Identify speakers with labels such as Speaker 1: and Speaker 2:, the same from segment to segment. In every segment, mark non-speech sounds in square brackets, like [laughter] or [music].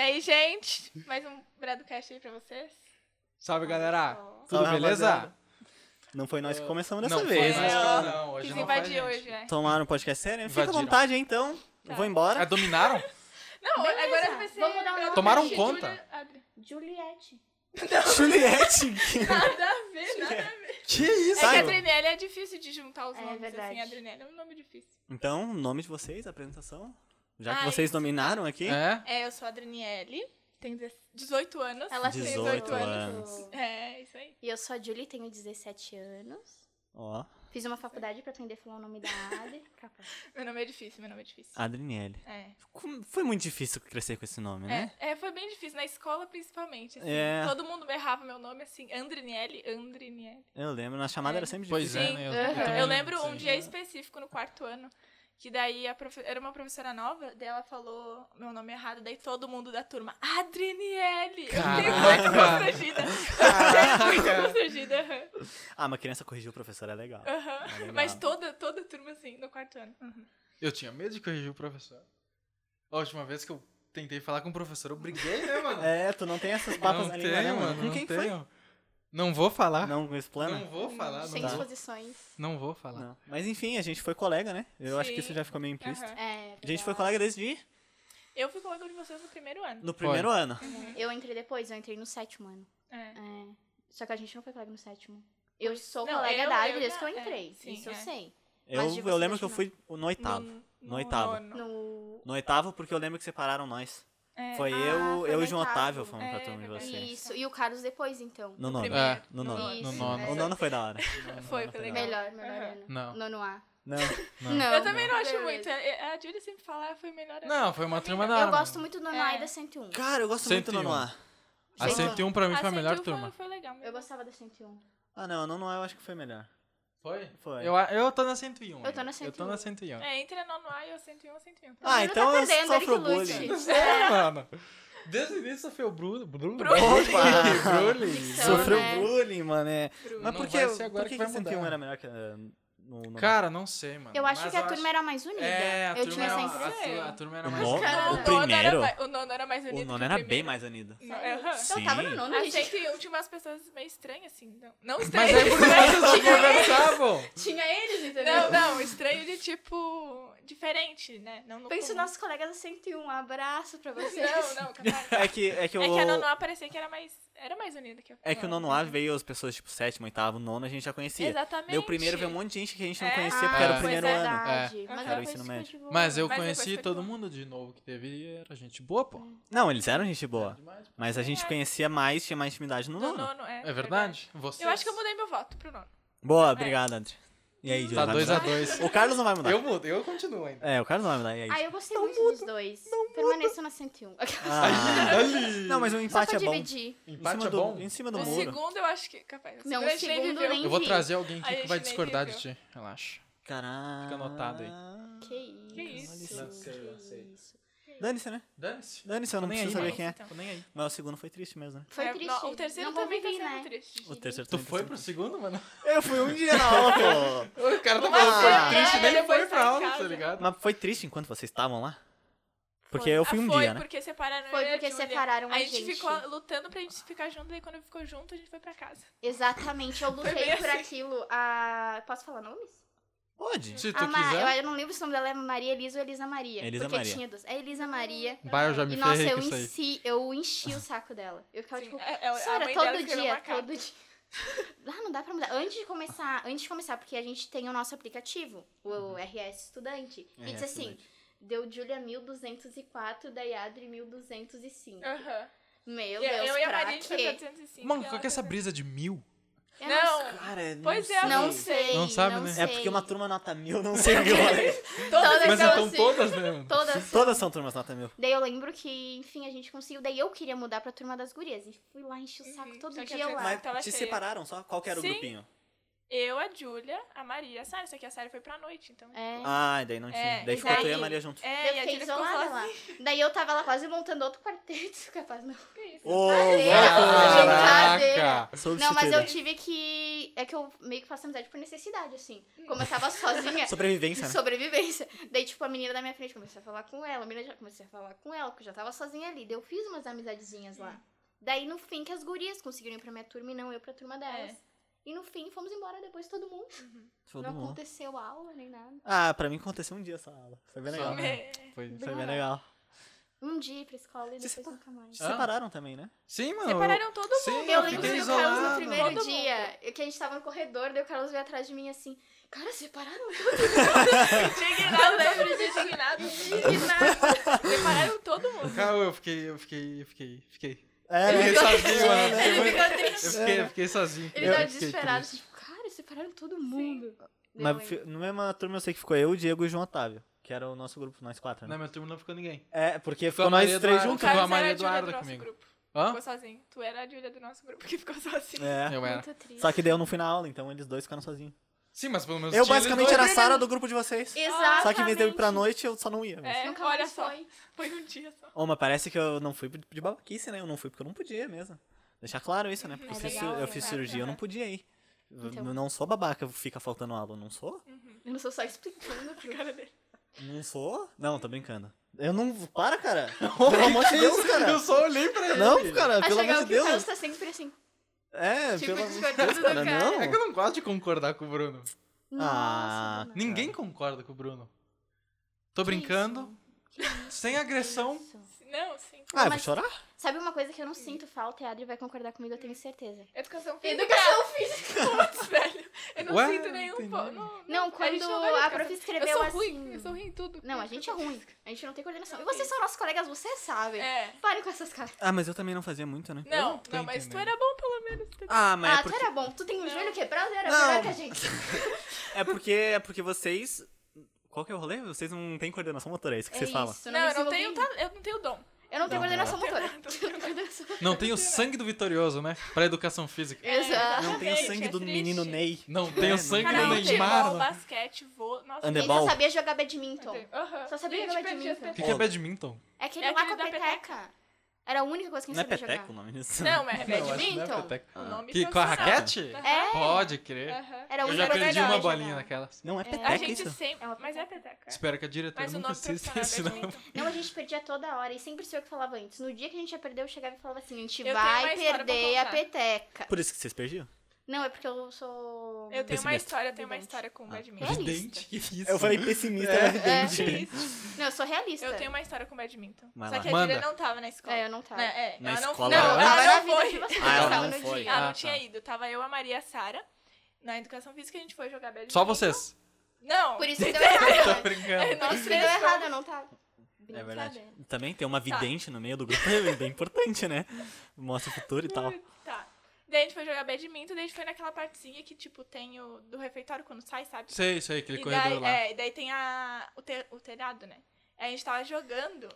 Speaker 1: aí, gente? Mais um Bradocast aí pra vocês.
Speaker 2: Salve, galera!
Speaker 1: Oh.
Speaker 2: Tudo
Speaker 3: Salve,
Speaker 2: beleza?
Speaker 3: rapaziada. Não foi nós que começamos dessa
Speaker 2: É, não
Speaker 3: vez,
Speaker 2: foi,
Speaker 3: né?
Speaker 1: É,
Speaker 2: nós,
Speaker 1: ó,
Speaker 2: não, hoje
Speaker 1: Quis
Speaker 2: não foi a
Speaker 1: invadir
Speaker 2: gente.
Speaker 1: hoje, né?
Speaker 3: Tomaram o podcast sério? Fica à
Speaker 2: Invadiram.
Speaker 3: vontade, então. Eu vou embora.
Speaker 2: Ah, dominaram?
Speaker 1: Não,
Speaker 4: Beleza.
Speaker 1: agora vai ser.
Speaker 4: Vamos mudar o nome.
Speaker 2: Tomaram
Speaker 1: Júlia-
Speaker 2: conta.
Speaker 1: Adri-
Speaker 4: Juliette.
Speaker 2: [laughs]
Speaker 3: Juliette!
Speaker 1: Nada a ver, nada a ver.
Speaker 3: É que isso?
Speaker 1: É que a
Speaker 3: Sabe?
Speaker 1: Adrinelli é difícil de juntar os
Speaker 4: É
Speaker 1: nomes, assim.
Speaker 4: verdade.
Speaker 1: Adrinelli é um nome difícil.
Speaker 3: Então, o nome de vocês, a apresentação? Já que
Speaker 1: Ai.
Speaker 3: vocês dominaram aqui?
Speaker 2: É.
Speaker 1: É, eu sou a Adrinelli, tenho 18 anos.
Speaker 4: Ela
Speaker 3: tem 18
Speaker 4: 18
Speaker 3: anos.
Speaker 4: anos.
Speaker 1: É, isso aí.
Speaker 4: E eu sou a Julie, tenho 17 anos.
Speaker 3: Ó,
Speaker 4: Fiz uma faculdade pra aprender a falar o nome da Adri. [laughs] Capaz.
Speaker 1: Meu nome é difícil, meu nome é
Speaker 2: Ah,
Speaker 1: difícil.
Speaker 3: Adriniele.
Speaker 1: É.
Speaker 3: Como- Foi muito difícil crescer com esse nome, né?
Speaker 1: É, é, foi bem difícil, na escola principalmente. assim.
Speaker 3: É.
Speaker 1: Todo mundo me errava meu nome assim, Andrinelli, Andrinelli.
Speaker 3: Eu lembro, na chamada era sempre
Speaker 2: Pois
Speaker 3: difícil.
Speaker 2: é,
Speaker 1: Sim.
Speaker 2: né? Eu,
Speaker 4: Aham.
Speaker 2: também
Speaker 1: Eu lembro
Speaker 2: disso
Speaker 1: um
Speaker 2: aí. né.
Speaker 1: dia específico no quarto ano, que daí a profe- era uma professora nova, daí ela falou meu nome errado, daí todo mundo da turma, Adriniele! Eu fiquei muito
Speaker 2: Caraca!
Speaker 1: constrangida. Eu fiquei muito constrangida. aham.
Speaker 3: Ah, uma criança corrigiu o professor, é legal.
Speaker 1: Aham.
Speaker 3: É legal.
Speaker 1: Mas toda, toda a turma assim, no quarto ano. Uhum.
Speaker 2: [laughs] Eu tinha medo de corrigir o professor. A última vez que eu tentei falar com o professor, eu briguei, né, mano?
Speaker 3: É, tu não tem essas papas
Speaker 2: não
Speaker 3: na
Speaker 2: tenho,
Speaker 3: língua, né,
Speaker 2: mano.
Speaker 3: mano? Com
Speaker 2: não
Speaker 3: quem foi?
Speaker 2: tenho. Não vou falar. Não,
Speaker 3: Não explana?
Speaker 2: vou falar.
Speaker 4: Sem
Speaker 2: Ah, Não, vou,
Speaker 4: exposições.
Speaker 2: não vou falar.
Speaker 3: Não. Mas enfim, a gente foi colega, né? Eu acho que
Speaker 1: Sim.
Speaker 3: isso já ficou meio implícito.
Speaker 1: Aham.
Speaker 4: É,
Speaker 3: A gente foi
Speaker 4: verdade.
Speaker 3: colega desde
Speaker 1: Eu fui colega de vocês no primeiro ano.
Speaker 3: no primeiro ano.
Speaker 4: Eu entrei depois, eu entrei no sétimo ano.
Speaker 1: É.
Speaker 4: É. Só que a gente não foi colega no sétimo. Eu sou
Speaker 1: Não,
Speaker 4: colega
Speaker 1: eu-
Speaker 4: da
Speaker 1: eu
Speaker 4: Adri desde
Speaker 1: já-
Speaker 4: que eu
Speaker 1: é,
Speaker 4: entrei.
Speaker 1: sim,
Speaker 4: Isso eu
Speaker 1: é.
Speaker 4: sei. Mas de
Speaker 3: Eu, eu
Speaker 4: vocês
Speaker 3: lembro
Speaker 4: acho
Speaker 3: que eu
Speaker 4: que
Speaker 3: fui no oitavo.
Speaker 1: No,
Speaker 3: No oitavo.
Speaker 1: nono.
Speaker 4: No...
Speaker 3: oitavo, porque eu lembro que separaram nós.
Speaker 1: É.
Speaker 3: Foi
Speaker 4: Ah,
Speaker 3: eu,
Speaker 4: foi
Speaker 3: eu
Speaker 4: no
Speaker 3: e João
Speaker 4: oitavo.
Speaker 3: Otávio fomos
Speaker 1: É,
Speaker 3: pra turma de
Speaker 1: verdade.
Speaker 3: vocês.
Speaker 4: Isso. E o Carlos depois, então.
Speaker 3: No nono.
Speaker 1: primeiro.
Speaker 2: É, no nono.
Speaker 4: Isso,
Speaker 2: No nono.
Speaker 4: é.
Speaker 3: O nono foi da hora.
Speaker 1: Foi,
Speaker 3: Não,
Speaker 1: foi
Speaker 3: não,
Speaker 1: legal.
Speaker 4: Melhor, melhor
Speaker 1: Aham.
Speaker 4: ano.
Speaker 2: Não.
Speaker 4: Nono A.
Speaker 3: Não.
Speaker 2: Não.
Speaker 4: Não.
Speaker 1: Eu também não acho
Speaker 4: Beleza.
Speaker 1: muito. A a Julia sempre fala, ah, foi melhor. ano.
Speaker 2: é Não, foi uma turma da hora.
Speaker 4: Eu gosto
Speaker 2: mano.
Speaker 4: muito do nono A
Speaker 1: É.
Speaker 4: e um. da 101.
Speaker 3: Cara, eu gosto muito do
Speaker 2: 101.
Speaker 3: nono A.
Speaker 2: A
Speaker 4: Sei lá.
Speaker 2: 101 pra mim foi a
Speaker 1: Aceitou,
Speaker 2: melhor
Speaker 1: Ah, então foi-
Speaker 2: turma.
Speaker 1: Foi legal.
Speaker 4: Eu gostava da 101.
Speaker 3: Ah, não, a nono A eu acho que foi melhor.
Speaker 2: Foi?
Speaker 3: Foi. [laughs]
Speaker 2: Eu, a- eu tô na 101.
Speaker 4: Eu tô na
Speaker 2: Eu tô
Speaker 4: 101.
Speaker 2: na 101.
Speaker 1: É, entre a nono A e um, o 101, 101.
Speaker 3: Ah,
Speaker 4: Ele não
Speaker 3: então
Speaker 4: tá
Speaker 3: eu
Speaker 4: perdendo, ele
Speaker 3: sofro
Speaker 4: que lute.
Speaker 3: bullying.
Speaker 2: É, mano. Desde o início foi o Bruno. Bruno. Bruno.
Speaker 3: [laughs]
Speaker 4: Então,
Speaker 3: Sofreu
Speaker 4: né?
Speaker 3: bullying, mano. é.
Speaker 1: Bruno.
Speaker 3: Mas
Speaker 2: Não
Speaker 3: por que,
Speaker 2: vai ser agora
Speaker 3: por que,
Speaker 2: que vai
Speaker 3: que 101
Speaker 2: mudar.
Speaker 3: era melhor que ah, no nono A?
Speaker 2: Cara, não sei, mano.
Speaker 4: Eu acho
Speaker 2: Mas
Speaker 4: que a turma era mais unida.
Speaker 2: É, a
Speaker 4: eu
Speaker 2: turma
Speaker 4: tinha
Speaker 2: era,
Speaker 4: essa
Speaker 2: a,
Speaker 4: impressão.
Speaker 2: tu- a turma era
Speaker 3: O
Speaker 2: mais.
Speaker 3: nono-
Speaker 1: Cara,
Speaker 3: o
Speaker 1: Ah, o, nono
Speaker 3: primeiro-
Speaker 1: era mais, o nono era mais unido.
Speaker 3: o
Speaker 1: que
Speaker 3: nono era bem
Speaker 1: primeiro.
Speaker 3: mais unido.
Speaker 1: Aham.
Speaker 4: Eu tava no nono,
Speaker 1: Achei
Speaker 4: gente.
Speaker 1: que tinha umas pessoas meio estranhas, assim. Não, não
Speaker 2: Mas
Speaker 1: [laughs] estranhas.
Speaker 3: é
Speaker 2: aí por que vocês não conversavam?
Speaker 4: Tinha [laughs] eles, entendeu?
Speaker 1: Não, não, estranho de tipo. diferente, né? Não no
Speaker 4: Penso
Speaker 1: comum.
Speaker 4: nos nossos colegas da 101. Abraço pra vocês.
Speaker 1: Não, não, capaz.
Speaker 3: É que, é que,
Speaker 1: É
Speaker 3: o,
Speaker 1: que a nono A parecia que era mais. Era mais unida que a
Speaker 3: é que o nono A veio as pessoas tipo sétimo, oitavo, nono a gente já conhecia.
Speaker 1: Exatamente.
Speaker 3: Deu primeiro veio um monte de gente que a gente não
Speaker 1: É.
Speaker 3: conhecia porque
Speaker 2: Ah,
Speaker 3: era o
Speaker 2: pois
Speaker 3: primeiro
Speaker 1: é,
Speaker 3: ano.
Speaker 4: Verdade. Mas
Speaker 1: Era
Speaker 3: o
Speaker 4: depois
Speaker 3: ensino
Speaker 4: ficou
Speaker 3: médio.
Speaker 4: de boa.
Speaker 2: Mas eu
Speaker 1: Mas depois
Speaker 2: conheci
Speaker 1: foi de
Speaker 2: todo
Speaker 1: boa.
Speaker 2: mundo de novo que teve e era gente boa, pô.
Speaker 3: Não, eles eram gente boa.
Speaker 2: Demais, pô.
Speaker 3: Mas a gente
Speaker 1: É.
Speaker 3: conhecia mais, tinha mais intimidade no
Speaker 1: Do
Speaker 3: nono.
Speaker 1: nono, é.
Speaker 2: É verdade? Você.
Speaker 1: Eu acho que eu mudei meu voto pro nono.
Speaker 3: Boa, obrigado, André. E aí, Júlio,
Speaker 2: Tá
Speaker 3: vai
Speaker 2: 2x2.
Speaker 3: mudar? O Carlos não vai mudar.
Speaker 2: Eu mudo, eu continuo ainda.
Speaker 3: É, o Carlos não vai mudar. E aí?
Speaker 4: Ah, eu gostei muito dos dois. Permaneçam na 101.
Speaker 3: Ah. [laughs] Não, mas o
Speaker 4: [laughs] Só
Speaker 3: empate
Speaker 4: pra
Speaker 3: é bom.
Speaker 4: dividir.
Speaker 3: Em cima
Speaker 2: Empate é
Speaker 3: do,
Speaker 2: bom.
Speaker 3: em cima do
Speaker 1: O
Speaker 3: muro.
Speaker 1: Um segundo eu acho que. Capaz.
Speaker 4: Não,
Speaker 1: o
Speaker 4: o
Speaker 1: a gente nem
Speaker 4: segundo
Speaker 1: viveu.
Speaker 4: nem-
Speaker 2: Eu vou
Speaker 4: Enfim.
Speaker 2: trazer alguém
Speaker 1: Aí
Speaker 2: aqui que
Speaker 1: a
Speaker 2: vai
Speaker 1: gente nem
Speaker 2: discordar de
Speaker 1: viveu.
Speaker 2: ti. Relaxa.
Speaker 3: Caraca.
Speaker 2: anotado aí.
Speaker 4: Que isso.
Speaker 1: Que isso.
Speaker 2: Lancei, lancei.
Speaker 4: isso.
Speaker 3: Dane-se, né?
Speaker 2: Dane-se.
Speaker 3: Dane-se, eu não
Speaker 2: Tô nem
Speaker 3: preciso
Speaker 2: aí,
Speaker 3: saber
Speaker 2: mano.
Speaker 3: quem é.
Speaker 1: Então.
Speaker 2: Tô nem aí.
Speaker 3: Mas o segundo foi triste mesmo, né?
Speaker 4: Foi
Speaker 1: É,
Speaker 4: triste.
Speaker 1: não, O terceiro
Speaker 4: não
Speaker 1: também tá
Speaker 4: convivi,
Speaker 1: sendo
Speaker 4: né?
Speaker 1: triste.
Speaker 3: O terceiro
Speaker 2: Tu
Speaker 3: também
Speaker 2: foi
Speaker 3: tá
Speaker 2: pro segundo, mano?
Speaker 3: sendo- Eu fui um dia na aula, pô.
Speaker 2: [laughs] O cara tá
Speaker 1: Uma
Speaker 2: falando que foi
Speaker 3: semana,
Speaker 2: triste,
Speaker 1: né?
Speaker 2: nem
Speaker 1: Depois
Speaker 2: foi
Speaker 1: tá
Speaker 2: pra
Speaker 1: em
Speaker 2: aula, tá
Speaker 1: casa.
Speaker 2: ligado?
Speaker 3: Mas foi triste enquanto vocês estavam lá? Porque
Speaker 4: Foi.
Speaker 3: eu fui
Speaker 1: Ah,
Speaker 3: um
Speaker 1: foi
Speaker 3: dia, né?
Speaker 1: porque separaram
Speaker 4: Foi
Speaker 1: eu e
Speaker 4: porque
Speaker 1: um a Júlia.
Speaker 4: separaram a
Speaker 1: Aí gente.
Speaker 4: gente.
Speaker 1: ficou lutando pra gente ficar junto, daí quando ficou junto, a gente foi pra casa.
Speaker 4: Exatamente,
Speaker 1: [laughs]
Speaker 4: eu
Speaker 1: bem
Speaker 4: lutei por
Speaker 1: assim.
Speaker 4: aquilo. A... Posso falar nomes?
Speaker 3: Pode.
Speaker 2: Se tu
Speaker 4: A Ma-
Speaker 2: quiser.
Speaker 4: Ah, Eu não lembro se o nome dela é Maria Elisa ou Elisa Maria.
Speaker 3: Elisa
Speaker 4: porque
Speaker 3: Maria.
Speaker 4: tinha duas. É Elisa Maria.
Speaker 2: Bah,
Speaker 3: Tá
Speaker 2: eu já me
Speaker 4: E nossa,
Speaker 2: ferrei
Speaker 4: eu
Speaker 2: com isso aí.
Speaker 4: enchi, eu enchi o saco dela. Eu ficava
Speaker 1: Sim,
Speaker 4: tipo,
Speaker 1: é- é- a
Speaker 4: Sora,
Speaker 1: mãe dela
Speaker 4: todo
Speaker 1: escreveu
Speaker 4: dia,
Speaker 1: uma carta.
Speaker 4: todo dia. [laughs] Ah, não dá pra mudar. Antes de começar, antes de começar, porque a gente tem o nosso aplicativo, o
Speaker 2: Uhum.
Speaker 4: RS Estudante. e diz
Speaker 3: RS
Speaker 4: assim,
Speaker 3: Estudante.
Speaker 4: deu Julia 1204, da Yadri 1205.
Speaker 1: Aham.
Speaker 4: Meu
Speaker 1: E Ah, Eu,
Speaker 4: Deus,
Speaker 1: eu e a
Speaker 4: pra
Speaker 1: Maria, a gente foi pra
Speaker 4: quê?
Speaker 1: 205.
Speaker 2: Mano,
Speaker 1: ela
Speaker 2: qual que é essa brisa de mil?
Speaker 4: Eu
Speaker 1: Não,
Speaker 3: Cara, não
Speaker 1: Pois é,
Speaker 3: sei.
Speaker 1: eu
Speaker 4: Não sei,
Speaker 2: Não sabe, né?
Speaker 3: É porque uma turma nota mil, não
Speaker 1: [laughs]
Speaker 3: sei o que eu falei.
Speaker 1: todas
Speaker 2: Mas
Speaker 4: Então,
Speaker 2: então
Speaker 4: assim,
Speaker 2: todas, né,
Speaker 4: [laughs]
Speaker 2: mano?
Speaker 4: Todas
Speaker 3: Todas são turmas nota mil.
Speaker 4: Daí eu lembro que, enfim, a gente conseguiu. Daí eu queria mudar pra turma das gurias. E fui lá, enchi o saco
Speaker 1: Uhum, só
Speaker 4: todo
Speaker 1: que a
Speaker 4: dia eu
Speaker 1: gente-
Speaker 4: lá.
Speaker 1: Mas- tava
Speaker 3: te
Speaker 1: cheia.
Speaker 3: separaram só? Qual que era o
Speaker 1: Sim.
Speaker 3: grupinho?
Speaker 1: Eu, a Júlia, a Maria, a Sara. Só que a Sara foi pra noite, então.
Speaker 4: É.
Speaker 3: Ah, e daí não tinha.
Speaker 1: É,
Speaker 3: daí
Speaker 4: e
Speaker 3: ficou tu e a
Speaker 4: daí-
Speaker 3: Maria junto.
Speaker 1: É, e
Speaker 4: Daí eu
Speaker 1: a
Speaker 4: fiquei
Speaker 1: Júlia ficou
Speaker 4: isolada
Speaker 1: sozinha.
Speaker 4: lá. Daí eu tava lá quase montando outro quarteto, [laughs] capaz não.
Speaker 1: Ah,
Speaker 4: É,
Speaker 3: Ô, louco!
Speaker 4: Caraca!
Speaker 3: Sou
Speaker 4: Não, mas eu
Speaker 3: substituída.
Speaker 4: tive que é que eu meio que faço amizade por necessidade, assim. Como eu tava
Speaker 3: [laughs]
Speaker 4: sozinha.
Speaker 3: Sobrevivência, né?
Speaker 4: Sobrevivência. Daí, tipo, a menina da minha frente comecei a falar com ela, a menina já comecei a falar com ela, porque eu já tava sozinha ali. Daí eu fiz umas amizadezinhas lá.
Speaker 1: Uhum.
Speaker 4: Daí, no fim, que as gurias conseguiram ir pra minha turma e não eu pra turma delas.
Speaker 1: É.
Speaker 4: E no fim, fomos embora depois todo mundo.
Speaker 3: né? Todo
Speaker 4: não
Speaker 3: mundo.
Speaker 4: aconteceu aula nem nada.
Speaker 3: Ah, pra mim aconteceu um dia essa aula. Foi bem
Speaker 1: [laughs]
Speaker 2: Só,
Speaker 3: legal.
Speaker 2: né?
Speaker 3: Foi,
Speaker 4: Bem
Speaker 3: foi bem
Speaker 4: legal.
Speaker 3: legal.
Speaker 4: Um dia ir pra escola e
Speaker 3: Você
Speaker 4: depois
Speaker 3: separa-
Speaker 4: nunca mais.
Speaker 2: Ah.
Speaker 3: Separaram também, né?
Speaker 2: Sim, mano.
Speaker 1: Separaram todo mundo.
Speaker 2: Sim,
Speaker 4: Eu
Speaker 2: eu
Speaker 4: lembro
Speaker 2: fiquei
Speaker 4: do Carlos no
Speaker 2: isolado.
Speaker 4: primeiro
Speaker 1: Todo
Speaker 4: dia, que a gente tava no corredor, daí o Carlos veio atrás de mim assim, cara, separaram?
Speaker 2: [laughs]
Speaker 1: Indignado, lembro disso. Indignado. Indignado. Separaram todo mundo.
Speaker 2: Cara, eu fiquei, eu fiquei, eu fiquei, fiquei.
Speaker 3: É,
Speaker 2: Ele
Speaker 3: né?
Speaker 2: ficou sozinho, mano.
Speaker 3: né?
Speaker 1: Ele ficou
Speaker 2: Eu
Speaker 1: triste.
Speaker 2: fiquei, eu fiquei sozinho.
Speaker 4: É. Ele
Speaker 2: eu
Speaker 4: tava
Speaker 2: fiquei
Speaker 4: desesperado,
Speaker 2: triste.
Speaker 4: tipo, cara, separaram todo mundo. Daí eu
Speaker 3: Mas
Speaker 4: lembro.
Speaker 3: fi- na mesma turma eu sei que ficou eu, o Diego e o João Otávio, que era o nosso grupo, nós quatro, né?
Speaker 2: Na minha turma não ficou ninguém.
Speaker 3: É, porque
Speaker 2: Foi a
Speaker 3: ficou nós
Speaker 2: Maria
Speaker 3: três
Speaker 2: Eduarda.
Speaker 1: O
Speaker 3: juntos.
Speaker 1: Carlos
Speaker 2: a Maria
Speaker 1: era a Júlia do
Speaker 2: Eduarda
Speaker 1: nosso
Speaker 2: comigo.
Speaker 1: grupo.
Speaker 2: Hã?
Speaker 1: Ficou sozinho. Tu era a Júlia do nosso grupo que ficou [laughs] sozinho.
Speaker 3: É.
Speaker 2: Eu era.
Speaker 4: tá Muito triste.
Speaker 3: Só que daí eu não fui na aula, então eles dois ficaram sozinhos.
Speaker 2: Sim, mas pelo menos
Speaker 3: Eu
Speaker 2: tinha eles
Speaker 3: basicamente
Speaker 2: dois.
Speaker 3: era a Sara do grupo de vocês.
Speaker 4: Exatamente.
Speaker 3: Só que em vez de eu ir pra noite, eu só não ia. Mas...
Speaker 1: É,
Speaker 4: Nunca
Speaker 1: olha
Speaker 4: mais
Speaker 1: só.
Speaker 4: foi.
Speaker 1: Foi um dia só.
Speaker 3: Ô, mas parece que eu não fui de babaquice, né? Eu não fui porque eu não podia mesmo. Deixar claro isso, né? Porque
Speaker 4: É
Speaker 3: eu, fiz,
Speaker 4: legal,
Speaker 3: cir- eu
Speaker 4: né?
Speaker 3: fiz cirurgia, eu não podia ir. Eu
Speaker 4: Então.
Speaker 3: não sou babaca, fica faltando aula. Não sou?
Speaker 4: Eu não sou só explicando pro cara dele. Uhum.
Speaker 3: Não sou? Não, tô brincando. Eu não. Para,
Speaker 4: [laughs]
Speaker 3: cara!
Speaker 2: [laughs]
Speaker 3: um, Pelo amor de Deus,
Speaker 2: Eu
Speaker 3: cara!
Speaker 2: só olhei pra ele.
Speaker 3: Não, cara,
Speaker 4: Acho
Speaker 3: Ah, pelo
Speaker 4: legal
Speaker 3: amor de
Speaker 4: que o
Speaker 3: Deus!
Speaker 4: Carlos tá sempre assim.
Speaker 3: É,
Speaker 4: Tipo,
Speaker 3: pelo amor de
Speaker 4: discordando
Speaker 3: Deus,
Speaker 4: do
Speaker 3: cara,
Speaker 4: cara.
Speaker 2: É que eu
Speaker 3: não!
Speaker 2: não gosto de concordar com o Bruno.
Speaker 4: Nossa,
Speaker 3: Ah.
Speaker 4: Bruna.
Speaker 2: Ninguém concorda com o Bruno. Tô brincando,
Speaker 4: Que isso?
Speaker 2: sem agressão.
Speaker 4: Que isso?
Speaker 1: Não, sim.
Speaker 3: Ah, eu vou
Speaker 4: Mas-
Speaker 3: chorar?
Speaker 4: Sabe uma coisa que eu não sinto falta? E a Adri vai concordar comigo, eu tenho certeza.
Speaker 1: Educação física.
Speaker 4: Educação física! [laughs]
Speaker 1: Putz, velho. Eu não
Speaker 2: Ué,
Speaker 1: sinto nenhum
Speaker 2: entendi.
Speaker 1: pouco. Não,
Speaker 4: Não,
Speaker 1: gente
Speaker 4: quando
Speaker 1: não vai na
Speaker 4: a prof
Speaker 1: educação.
Speaker 4: escreveu
Speaker 1: eu sou
Speaker 4: assim...
Speaker 1: ruim, eu sou ruim em tudo.
Speaker 4: Não, a gente é ruim. A gente não tem coordenação. E
Speaker 1: Não
Speaker 4: vocês
Speaker 1: tem.
Speaker 4: são nossos colegas, vocês sabem.
Speaker 1: É.
Speaker 4: Parem com essas caras.
Speaker 3: Ah, mas eu também não fazia muito, né?
Speaker 2: Eu
Speaker 1: Não,
Speaker 2: não tô
Speaker 1: não, mas tu
Speaker 2: entendendo.
Speaker 1: era bom pelo menos.
Speaker 3: Ah, mas
Speaker 4: ah,
Speaker 3: é porque.
Speaker 4: tu era bom. Tu tem um joelho quebrado, era
Speaker 3: Não.
Speaker 4: melhor que a gente. tá.
Speaker 3: É porque, é porque vocês. Qual que é o rolê? Vocês não têm coordenação motora, é isso que
Speaker 4: é
Speaker 3: [laughs] vocês
Speaker 4: isso,
Speaker 3: falam.
Speaker 4: eu
Speaker 1: Não, eu não
Speaker 4: desenvolvi
Speaker 1: tenho,
Speaker 4: ainda.
Speaker 1: ta- eu não tenho dom.
Speaker 4: Eu não tenho
Speaker 3: Não,
Speaker 4: coordenação
Speaker 1: não. [laughs] Não.
Speaker 4: motora. Eu [laughs] não tenho coordenação motora.
Speaker 2: Não tem o sangue do vitorioso, né? Pra educação
Speaker 4: É.
Speaker 2: física.
Speaker 1: É.
Speaker 4: Exato.
Speaker 3: Não tem o
Speaker 1: Gente,
Speaker 3: sangue
Speaker 1: é
Speaker 3: do menino
Speaker 1: triste.
Speaker 3: Ney.
Speaker 2: Não tem
Speaker 3: não
Speaker 2: o sangue
Speaker 3: tem.
Speaker 1: Cara,
Speaker 2: do
Speaker 3: Caramba,
Speaker 2: Neymar.
Speaker 1: futebol,
Speaker 2: não.
Speaker 1: basquete, vôo. Nossa,
Speaker 3: Ande-
Speaker 4: Ele
Speaker 3: Handebol.
Speaker 4: só sabia jogar badminton.
Speaker 1: tem- Aham.
Speaker 4: Só sabia
Speaker 1: Gente,
Speaker 4: jogar
Speaker 1: perdi
Speaker 4: badminton.
Speaker 1: as
Speaker 2: O que, que é badminton?
Speaker 4: É aquele
Speaker 1: É
Speaker 4: lá com
Speaker 1: aquele
Speaker 4: a
Speaker 1: da
Speaker 4: peteca. Era a única coisa que a
Speaker 3: Não é
Speaker 4: gente sabia
Speaker 3: peteco o
Speaker 4: jogar.
Speaker 3: nome disso?
Speaker 1: Não, mas é
Speaker 2: Não, acho que não é
Speaker 4: badminton?
Speaker 2: peteca.
Speaker 1: O nome
Speaker 2: Que, com a
Speaker 1: profissional.
Speaker 2: raquete?
Speaker 4: É?
Speaker 1: Aham.
Speaker 2: Pode crer.
Speaker 1: Aham.
Speaker 4: Era a
Speaker 2: Eu
Speaker 4: única
Speaker 2: já
Speaker 4: coisa que a
Speaker 2: perdi
Speaker 4: gente
Speaker 2: uma
Speaker 4: sabia
Speaker 2: bolinha
Speaker 4: jogar.
Speaker 2: naquelas.
Speaker 3: Não é
Speaker 1: A
Speaker 3: peteca
Speaker 1: gente
Speaker 3: isso?
Speaker 1: sempre...
Speaker 4: É uma
Speaker 1: Mas é peteca. é.
Speaker 2: Espero que a diretora
Speaker 1: Mas o
Speaker 2: nunca
Speaker 1: nome
Speaker 2: assista
Speaker 1: profissional
Speaker 2: isso,
Speaker 1: é
Speaker 2: não.
Speaker 1: badminton.
Speaker 4: Não, a gente perdia toda hora. E sempre sou eu que falava antes. No dia que a gente ia perder, eu chegava e falava assim: a gente
Speaker 1: Eu tenho uma
Speaker 4: vai
Speaker 1: história pra
Speaker 4: perder a
Speaker 1: contar.
Speaker 4: peteca.
Speaker 3: Por isso que vocês perdiam?
Speaker 4: Não, é porque eu sou.
Speaker 1: Eu tenho uma
Speaker 3: Pessimista.
Speaker 1: história, eu tenho uma
Speaker 4: Vidente.
Speaker 1: história com o
Speaker 2: Ah.
Speaker 1: badminton.
Speaker 4: realista.
Speaker 2: Vidente? Que isso?
Speaker 3: Eu falei pessimista,
Speaker 2: É.
Speaker 3: era
Speaker 4: É.
Speaker 3: evidente.
Speaker 4: Não, eu sou realista.
Speaker 1: Eu tenho uma história com o badminton.
Speaker 3: Vai
Speaker 1: Só
Speaker 3: lá.
Speaker 1: que a
Speaker 2: Manda.
Speaker 1: Julia não tava na escola.
Speaker 4: É, eu não tava.
Speaker 1: Não, é,
Speaker 3: Na
Speaker 1: ela não,
Speaker 4: né?
Speaker 3: escola
Speaker 1: não,
Speaker 3: ela
Speaker 1: ela
Speaker 4: era?
Speaker 1: não
Speaker 4: Ela
Speaker 1: foi.
Speaker 4: era
Speaker 3: Ah, ela
Speaker 4: Tava
Speaker 3: não
Speaker 4: no
Speaker 3: foi.
Speaker 4: dia.
Speaker 1: Ela
Speaker 2: Ah,
Speaker 1: não
Speaker 2: tá.
Speaker 1: tinha ido. Tava eu, a Maria e a Sara. Na educação física a gente foi jogar badminton.
Speaker 2: Só
Speaker 1: [laughs]
Speaker 2: vocês.
Speaker 1: Não.
Speaker 4: Por isso que deu errado.
Speaker 2: Tô
Speaker 4: né?
Speaker 2: brincando.
Speaker 4: Por
Speaker 1: Nós
Speaker 4: isso que
Speaker 1: três
Speaker 4: deu
Speaker 1: fomos.
Speaker 4: errado, eu não tava.
Speaker 3: É verdade.
Speaker 4: Brincadeira.
Speaker 3: Também tem uma vidente no meio do grupo, é bem importante, né? Mostra o futuro e tal.
Speaker 1: Tá. Daí a gente foi jogar badminton, daí a gente foi naquela partezinha que, tipo, tem o do refeitório quando sai, sabe?
Speaker 2: Sei, sei, aquele
Speaker 1: e
Speaker 2: corredor
Speaker 1: daí,
Speaker 2: lá.
Speaker 1: é, e daí tem a, o, te, o telhado, né? Aí a gente tava jogando.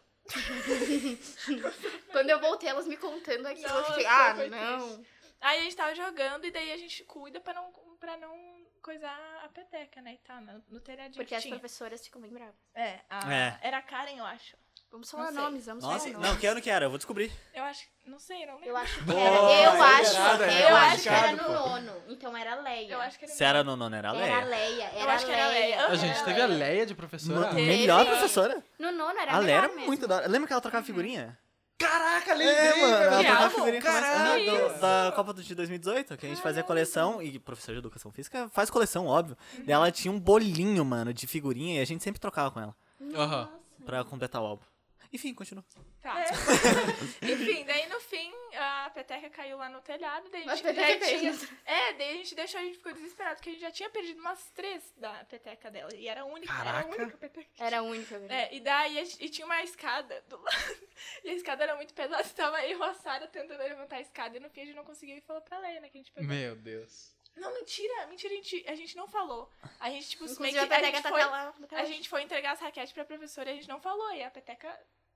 Speaker 4: Quando eu voltei, elas me contando aquilo. eu
Speaker 1: Nossa,
Speaker 4: fiquei, ah,
Speaker 1: foi
Speaker 4: não.
Speaker 1: Aí a gente tava jogando e daí a gente cuida pra não, pra não coisar a peteca, né? E tal, no, no telhadinho.
Speaker 4: Porque
Speaker 1: que
Speaker 4: as
Speaker 1: tinha.
Speaker 4: professoras ficam bem bravas.
Speaker 1: É, a-
Speaker 3: É.
Speaker 1: Era a Karen, eu acho.
Speaker 4: Vamos
Speaker 1: Não
Speaker 4: falar
Speaker 1: sei.
Speaker 4: nomes, vamos
Speaker 3: Nossa,
Speaker 4: falar
Speaker 3: não,
Speaker 4: nomes.
Speaker 3: que ano que era? Eu vou descobrir.
Speaker 1: Eu acho. Não sei, não lembro.
Speaker 4: Eu acho que
Speaker 3: Boa,
Speaker 4: era.
Speaker 3: é
Speaker 4: Eu
Speaker 3: verdade,
Speaker 4: acho.
Speaker 3: é
Speaker 4: Eu acho que era
Speaker 2: complicado,
Speaker 4: no
Speaker 2: pô.
Speaker 4: nono. Então era Leia.
Speaker 1: Eu acho que era.
Speaker 3: Se era nonona, era Leia.
Speaker 4: Era Leia. Era
Speaker 1: acho que era Leia.
Speaker 4: Leia.
Speaker 1: Ah,
Speaker 2: A
Speaker 1: é,
Speaker 2: gente
Speaker 4: Era
Speaker 2: teve a
Speaker 4: Leia.
Speaker 2: Leia de professora.
Speaker 3: Ma-
Speaker 1: Teve.
Speaker 3: melhor professora.
Speaker 4: No nono era
Speaker 3: A Ah, Leia era Uhum.
Speaker 4: melhor
Speaker 3: muito
Speaker 4: mesmo.
Speaker 3: da hora. Lembra que ela trocava figurinha?
Speaker 2: Caraca,
Speaker 3: É, mano, ela
Speaker 1: Que
Speaker 3: trocava
Speaker 1: álbum?
Speaker 3: figurinha com a mais-
Speaker 2: Caraca!
Speaker 3: Aham, do-
Speaker 1: Isso!
Speaker 3: da Copa do- de 2018, que a gente fazia coleção, e professor de educação física faz coleção, óbvio. Daí ela tinha um bolinho, mano, de figurinha, e a gente sempre trocava com ela,
Speaker 2: Aham.
Speaker 3: pra completar o álbum. Enfim, continua.
Speaker 1: Tá. [laughs] Enfim, daí no fim a peteca caiu lá no telhado, daí a
Speaker 4: Mas
Speaker 1: [laughs] gente, daí
Speaker 4: peteca
Speaker 1: tinha,
Speaker 4: caiu.
Speaker 1: É, daí a gente deixou, a gente ficou desesperado, porque a gente já tinha perdido umas três da peteca dela. E era a única, era a
Speaker 2: Caraca.
Speaker 1: única peteca.
Speaker 4: Era a única, né? verdade.
Speaker 1: É, e daí a gente- e tinha uma escada do lado. [laughs] E a escada era muito pesada, [laughs] estava eu e a Sara tentando levantar a escada e no fim a gente não conseguiu e falou pra Leia, né? Que a gente pegou.
Speaker 2: Meu Deus.
Speaker 1: Não, mentira, mentira, a gente, a gente não falou. A gente, tipo, meio
Speaker 4: Inclusive
Speaker 1: que,
Speaker 4: a
Speaker 1: a,
Speaker 4: peteca
Speaker 1: gente
Speaker 4: tá
Speaker 1: foi,
Speaker 4: até lá. até
Speaker 1: a
Speaker 4: lá.
Speaker 1: gente foi entregar as raquetes pra professora e a gente não falou. E a peteca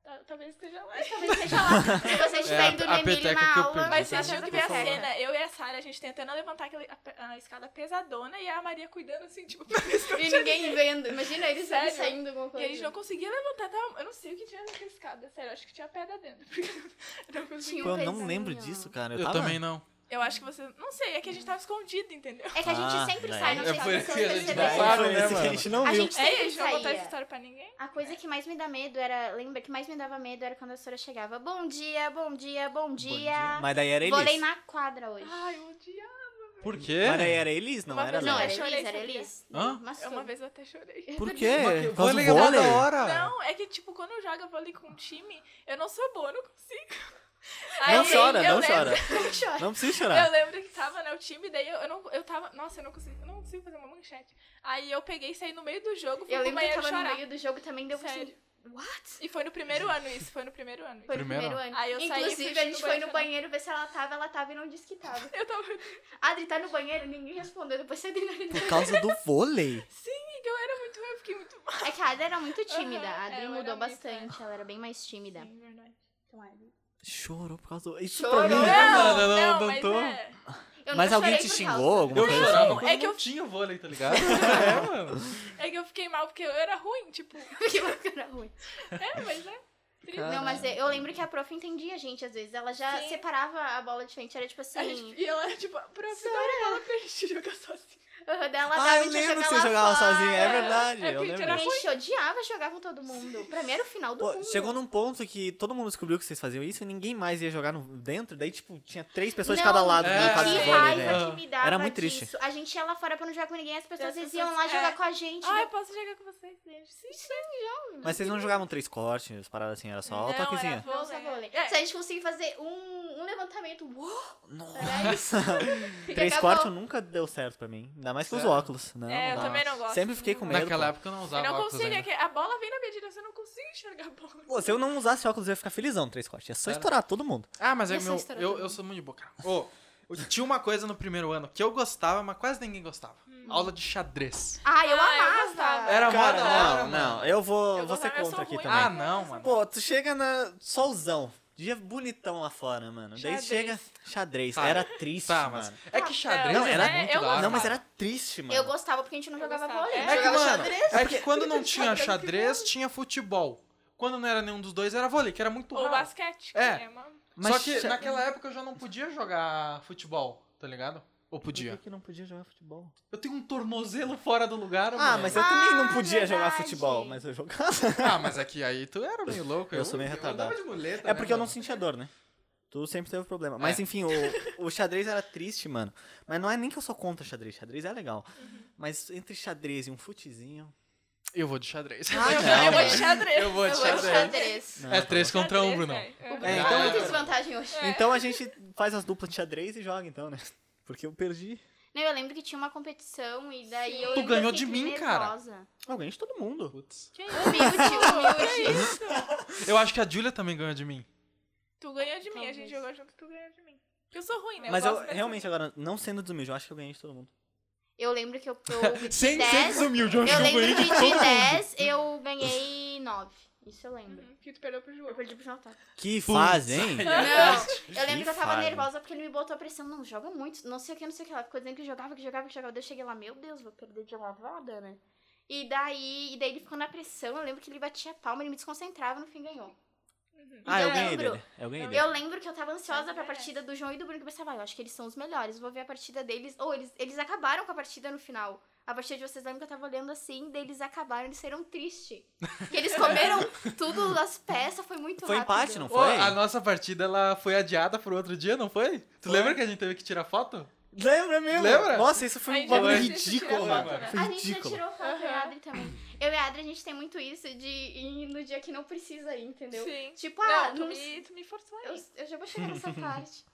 Speaker 1: ah, talvez esteja lá.
Speaker 4: Talvez seja tá lá. [laughs] Se você
Speaker 2: É,
Speaker 4: estiver
Speaker 2: a-
Speaker 4: indo
Speaker 2: a
Speaker 4: no Emílio
Speaker 2: peteca
Speaker 4: na
Speaker 2: que eu
Speaker 4: aula...
Speaker 2: perdi.
Speaker 1: Mas
Speaker 4: você
Speaker 1: vocês
Speaker 4: acha
Speaker 1: tinham que
Speaker 4: que né?
Speaker 1: ver a
Speaker 4: peteca.
Speaker 1: cena. Eu e a Sara, a gente tentando levantar aquele- a, pe- a escada pesadona e a Maria cuidando assim, tipo, pra ver se não
Speaker 4: E
Speaker 1: tinha
Speaker 4: ninguém vendo. Imagina eles
Speaker 1: Sério?
Speaker 4: saindo alguma
Speaker 1: E
Speaker 4: coisa.
Speaker 1: a gente não conseguia levantar, tava- eu não sei o que tinha naquela escada, sério, eu acho que tinha pedra dentro. porque eu não conseguia.
Speaker 3: Pô, eu
Speaker 4: um
Speaker 3: não lembro
Speaker 4: pezinho.
Speaker 3: disso, cara.
Speaker 2: Eu,
Speaker 3: tava-
Speaker 2: também não.
Speaker 1: Eu acho que você. Não sei, é que a gente tava escondido, entendeu?
Speaker 4: É que a gente
Speaker 3: Ah,
Speaker 4: sempre
Speaker 3: daí-
Speaker 4: sai, não
Speaker 2: É
Speaker 4: sei se
Speaker 2: por
Speaker 4: vocês
Speaker 2: isso que a gente não
Speaker 4: perceberam.
Speaker 2: sabe, né,
Speaker 3: Esse que a
Speaker 2: mano?
Speaker 3: gente não
Speaker 4: A
Speaker 3: viu.
Speaker 4: gente
Speaker 1: É, a
Speaker 4: sempre
Speaker 1: gente não contou essa
Speaker 4: saía.
Speaker 1: história pra ninguém.
Speaker 4: A coisa que mais me dá medo era. Lembra que mais me dava medo era quando a senhora chegava. Bom dia, bom dia, bom dia.
Speaker 3: Mas daí era
Speaker 4: Volei
Speaker 3: Elis.
Speaker 4: na quadra hoje.
Speaker 1: Ai, um eu odiava.
Speaker 2: Por quê?
Speaker 3: Mas daí era Elis, não
Speaker 1: Uma
Speaker 3: era
Speaker 1: vez
Speaker 4: não,
Speaker 1: eu
Speaker 3: Léo.
Speaker 4: era
Speaker 1: chorei,
Speaker 4: Elis, era
Speaker 1: sabia?
Speaker 4: Elis.
Speaker 2: Hã?
Speaker 4: Nossa.
Speaker 1: Uma vez eu até chorei.
Speaker 3: Por quê?
Speaker 2: Mas que-
Speaker 3: Por causa
Speaker 2: vôlei
Speaker 3: do
Speaker 2: é
Speaker 3: vôlei?
Speaker 2: da hora.
Speaker 1: Não, é que, tipo, quando eu jogo vôlei com um time, eu não sou boa, eu não consigo.
Speaker 3: Não
Speaker 1: Aí,
Speaker 3: chora,
Speaker 1: [laughs] eu
Speaker 3: não
Speaker 1: lembro-
Speaker 3: chora.
Speaker 4: Chora.
Speaker 3: Não precisa
Speaker 1: Eu
Speaker 3: chorar.
Speaker 1: lembro que tava, né, o time, daí eu, eu não, eu tava, nossa, eu não consigo, eu não consigo fazer uma manchete. Aí eu peguei, saí no meio do jogo, fui
Speaker 4: Eu
Speaker 1: pro
Speaker 4: lembro que eu
Speaker 1: banheiro
Speaker 4: tava
Speaker 1: chorar.
Speaker 4: no meio do jogo também, deu assim.
Speaker 1: Sério.
Speaker 4: What?
Speaker 1: E foi no primeiro ano isso, foi no primeiro ano.
Speaker 4: Foi
Speaker 2: Primeiro?
Speaker 4: no primeiro ano.
Speaker 1: Aí eu saí e fui
Speaker 4: Inclusive, a
Speaker 1: no
Speaker 4: gente foi
Speaker 1: banheiro
Speaker 4: no
Speaker 1: chorar.
Speaker 4: banheiro ver se ela tava, ela tava e não disse que tava.
Speaker 1: Eu tava
Speaker 4: Adri tá no banheiro, ninguém respondeu. Depois você deu
Speaker 3: Por causa do vôlei.
Speaker 1: que eu era muito, eu fiquei muito mal.
Speaker 4: É que a Adri era muito tímida.
Speaker 1: Aham,
Speaker 4: A Adri
Speaker 1: ela
Speaker 4: mudou
Speaker 1: era muito,
Speaker 4: bastante. Ela era bem mais tímida.
Speaker 1: Sim, verdade.
Speaker 4: Então, Adri-
Speaker 3: Chorou por causa do... Isso
Speaker 4: Chorou.
Speaker 3: pra mim...
Speaker 2: Não,
Speaker 1: Não,
Speaker 2: não, não,
Speaker 1: não,
Speaker 2: não
Speaker 1: mas
Speaker 2: tô.
Speaker 1: é.
Speaker 4: Eu
Speaker 3: Mas
Speaker 4: nunca
Speaker 3: alguém
Speaker 4: chorei
Speaker 3: te
Speaker 4: por
Speaker 3: xingou?
Speaker 4: [laughs]
Speaker 3: Alguma
Speaker 4: causa.
Speaker 2: Eu
Speaker 3: coisa assim?
Speaker 2: chorava quando
Speaker 1: é que eu-
Speaker 2: não tinha o vôlei, tá
Speaker 1: [laughs]
Speaker 2: ligado? é, mano.
Speaker 1: É que eu fiquei mal porque eu era ruim, tipo.
Speaker 4: Porque eu era ruim.
Speaker 1: É, mas é.
Speaker 3: Caralho.
Speaker 4: Não, mas eu eu lembro que a prof entendia a gente às vezes. Ela já
Speaker 1: Sim.
Speaker 4: separava a bola de frente. Era tipo
Speaker 1: A
Speaker 4: assim.
Speaker 1: gente, e ela, tipo, prof, dá uma bola pra gente jogar sozinha.
Speaker 4: aham, daí Ela dava
Speaker 3: Ah,
Speaker 4: a
Speaker 3: eu
Speaker 4: gente
Speaker 3: lembro que
Speaker 4: jogar
Speaker 3: você
Speaker 4: lá
Speaker 3: jogava
Speaker 4: fora.
Speaker 3: sozinha, é verdade.
Speaker 1: É porque a
Speaker 3: eu
Speaker 1: gente
Speaker 3: lembro.
Speaker 1: era
Speaker 4: A gente odiava jogar com todo mundo. Pra mim era o final do
Speaker 3: Pô,
Speaker 4: mundo.
Speaker 3: chegou num ponto que todo mundo descobriu que vocês faziam isso e ninguém mais ia jogar no, dentro. Daí, tipo, tinha três pessoas de
Speaker 4: Não,
Speaker 3: cada lado
Speaker 2: É.
Speaker 3: no
Speaker 4: Que
Speaker 3: caso
Speaker 2: de
Speaker 3: do
Speaker 4: raiva
Speaker 3: vôlei, né?
Speaker 4: que me dava
Speaker 3: Era muito
Speaker 4: disso.
Speaker 3: triste.
Speaker 4: A gente ia lá fora pra não jogar com ninguém, as pessoas
Speaker 1: As
Speaker 4: eles
Speaker 1: pessoas-
Speaker 4: iam lá
Speaker 1: é.
Speaker 4: jogar com a gente.
Speaker 1: Ai,
Speaker 4: né?
Speaker 1: posso jogar com vocês, gente? Sim, sim.
Speaker 3: Mas vocês não jogavam três cortes, as paradas assim, era só
Speaker 1: Não,
Speaker 3: o
Speaker 1: era
Speaker 3: toquezinho.
Speaker 4: Não, só vôlei.
Speaker 1: É.
Speaker 4: Se a gente conseguir fazer um, um levantamento,
Speaker 1: [gasps]
Speaker 4: uou,
Speaker 3: [laughs]
Speaker 4: era isso.
Speaker 3: Nossa!
Speaker 4: Fica
Speaker 3: três
Speaker 4: acabou.
Speaker 3: cortes nunca deu certo pra mim. Ainda mais com os
Speaker 2: Sério?
Speaker 3: óculos. né? Não,
Speaker 1: é, eu
Speaker 3: não.
Speaker 2: dá.
Speaker 1: também não gosto.
Speaker 3: Sempre fiquei com
Speaker 1: não
Speaker 3: medo.
Speaker 2: Naquela
Speaker 3: pô.
Speaker 2: época eu não
Speaker 1: Eu
Speaker 2: usava
Speaker 1: não
Speaker 2: óculos
Speaker 1: consigo, é
Speaker 2: ainda.
Speaker 1: que a bola vem na minha direção, eu não consigo enxergar a bola.
Speaker 3: Pô, se eu não usasse óculos, eu ia ficar felizão, três cortes. É só
Speaker 2: Sério?
Speaker 3: estourar todo mundo.
Speaker 2: Ah, mas é
Speaker 4: Essa
Speaker 2: meu,
Speaker 4: história
Speaker 2: eu,
Speaker 4: também.
Speaker 2: eu sou muito de boca. Ô, tinha uma coisa no primeiro ano que eu gostava, mas quase ninguém gostava.
Speaker 1: Hum.
Speaker 2: Aula de xadrez.
Speaker 4: Ai, eu
Speaker 1: Ah, eu
Speaker 4: amava.
Speaker 1: gostava.
Speaker 2: Era mó
Speaker 3: Cara,
Speaker 2: da hora, mano.
Speaker 3: não, não. Eu vou,
Speaker 1: Eu
Speaker 3: vou ser
Speaker 1: gostava, eu sou
Speaker 3: contra aqui
Speaker 1: ruim.
Speaker 3: também.
Speaker 2: Ah, não, mano.
Speaker 3: Pô, tu chega na solzão, dia bonitão lá fora, mano.
Speaker 1: Xadrez.
Speaker 3: Daí chega xadrez.
Speaker 2: Tá.
Speaker 3: Era triste,
Speaker 2: Tá,
Speaker 3: mano.
Speaker 2: mas é que xadrez
Speaker 1: Ah, Não,
Speaker 2: era
Speaker 1: era-
Speaker 2: muito
Speaker 1: eu
Speaker 2: da hora.
Speaker 3: Não, mas
Speaker 1: gostava.
Speaker 3: era triste, mano.
Speaker 4: Eu gostava porque a gente não
Speaker 1: Eu
Speaker 4: jogava
Speaker 1: gostava.
Speaker 4: vôlei. a gente
Speaker 2: É que,
Speaker 4: jogava
Speaker 2: mano,
Speaker 4: xadrez.
Speaker 2: é que
Speaker 1: [laughs]
Speaker 2: quando não tinha
Speaker 1: Xadrez.
Speaker 2: xadrez, tinha futebol. Quando não era nenhum dos dois, era vôlei, que era muito
Speaker 1: Ou
Speaker 2: raro.
Speaker 1: basquete,
Speaker 2: É.
Speaker 1: que é uma-
Speaker 3: Mas
Speaker 2: Só que
Speaker 3: xa-
Speaker 2: naquela época eu já não podia jogar futebol, tá ligado? Ou
Speaker 3: Por
Speaker 1: Uhum.
Speaker 2: podia?
Speaker 3: que que não podia jogar futebol?
Speaker 2: Eu tenho um tornozelo fora do lugar,
Speaker 3: Ah,
Speaker 2: mano.
Speaker 3: mas eu
Speaker 4: Ah,
Speaker 3: também não podia jogar
Speaker 4: verdade.
Speaker 3: futebol, mas
Speaker 2: [laughs]
Speaker 3: eu jogava.
Speaker 2: Ah, mas é que aí tu era meio louco.
Speaker 3: Eu sou meio retardado.
Speaker 2: andava de muleta, né,
Speaker 3: É porque eu não
Speaker 2: mano?
Speaker 3: sentia dor, né? Tu sempre teve problema. Mas
Speaker 2: É.
Speaker 3: enfim, o, o xadrez era triste, mano. Mas não é nem que eu sou contra xadrez. Xadrez é legal. Mas entre xadrez e um futezinho.
Speaker 2: Eu vou de xadrez.
Speaker 3: Ah, não,
Speaker 1: eu vou de
Speaker 3: mano.
Speaker 1: xadrez.
Speaker 2: [laughs] Eu vou de
Speaker 4: Eu vou de
Speaker 2: xadrez.
Speaker 4: xadrez.
Speaker 3: Não,
Speaker 2: É
Speaker 3: tá
Speaker 2: três
Speaker 3: bom.
Speaker 2: contra um,
Speaker 1: Xadrez,
Speaker 2: Bruno.
Speaker 1: velho.
Speaker 4: O
Speaker 1: É.
Speaker 4: Bruno
Speaker 3: É,
Speaker 4: tá
Speaker 3: então-
Speaker 4: muito em desvantagem hoje.
Speaker 3: Então a gente faz as duplas de xadrez e joga, então, né? Porque eu perdi.
Speaker 4: Não, eu lembro que tinha uma competição e daí
Speaker 1: Sim. Tu
Speaker 4: eu lembro assim, que eu
Speaker 2: ganhou de
Speaker 4: fiquei
Speaker 2: mim, cara.
Speaker 4: nervosa.
Speaker 3: Alguém de todo mundo.
Speaker 2: Putz.
Speaker 1: Que
Speaker 4: Humilde, humilde.
Speaker 1: isso?
Speaker 2: Eu acho que a Julia também ganhou de mim.
Speaker 1: Tu ganhou de mim, a gente
Speaker 4: Talvez.
Speaker 1: jogou junto, tu ganhou de mim. Porque eu sou ruim, né?
Speaker 3: Mas eu,
Speaker 4: é
Speaker 1: gosto dessa-
Speaker 3: realmente agora, não sendo desumilde, eu acho que eu ganhei de todo mundo.
Speaker 4: Eu lembro que eu,
Speaker 3: [laughs]
Speaker 4: eu de
Speaker 2: Sem, sem
Speaker 3: é
Speaker 4: 10,
Speaker 2: desumilde, eu acho
Speaker 4: eu
Speaker 2: que eu
Speaker 4: lembro
Speaker 2: ganhei
Speaker 4: que
Speaker 2: de
Speaker 4: de
Speaker 2: todo mundo.
Speaker 4: 10 eu ganhei 9. Isso eu lembro.
Speaker 1: Uhum, Que tu perdeu pro
Speaker 4: Hum. Eu
Speaker 1: jogo.
Speaker 4: perdi pro Jonathan.
Speaker 3: Que
Speaker 2: Putz.
Speaker 3: fase, hein?
Speaker 4: Não, eu lembro que eu tava
Speaker 3: fase.
Speaker 4: nervosa porque ele me botou a pressão. Não, joga muito, não sei o que, não sei o que. Ela ficou dizendo que jogava, que jogava, que jogava. Daí Eu cheguei lá, meu Deus, vou perder de lavada, né? E daí, e daí ele ficou na pressão. Eu lembro que ele batia a palma, ele me desconcentrava, no fim ganhou.
Speaker 3: Ah, eu
Speaker 4: Eu
Speaker 3: ganhei
Speaker 4: lembro.
Speaker 3: dele. Eu ganhei dele.
Speaker 4: Eu lembro que eu tava ansiosa
Speaker 1: Mas
Speaker 4: pra
Speaker 1: merece.
Speaker 4: partida do João e do Bruno, que eu pensava, "Ah, eu acho que eles são os melhores, vou ver a partida deles. Ou eles, eles acabaram com a partida no final. A partida de vocês, lembro que eu tava olhando assim, daí eles acabaram, eles saíram tristes. Que eles
Speaker 3: [laughs]
Speaker 4: comeram tudo das peças, foi muito
Speaker 3: Foi
Speaker 4: rápido.
Speaker 3: empate, não
Speaker 2: Ô,
Speaker 3: foi?
Speaker 2: a nossa partida ela foi adiada pro outro dia, não foi? Tu lembra que a gente teve que tirar foto?
Speaker 3: Lembra mesmo?
Speaker 2: Lembra?
Speaker 3: Nossa, isso foi
Speaker 1: A
Speaker 3: um
Speaker 1: gente
Speaker 3: bagulho
Speaker 1: já- já
Speaker 3: ridículo, mano.
Speaker 1: tirou foto,
Speaker 3: Foi
Speaker 4: A gente já
Speaker 3: ridículo.
Speaker 4: tirou foto, eu e
Speaker 1: Aham.
Speaker 4: a Adri também. Eu e a Adri, a gente tem muito isso de ir no dia que não precisa ir, entendeu?
Speaker 1: Sim.
Speaker 4: Tipo, ah,
Speaker 1: Não, tu
Speaker 4: não-
Speaker 1: me, tu me forçou a
Speaker 4: eu,
Speaker 1: isso.
Speaker 4: eu já vou chegar
Speaker 3: [laughs]
Speaker 4: nessa parte.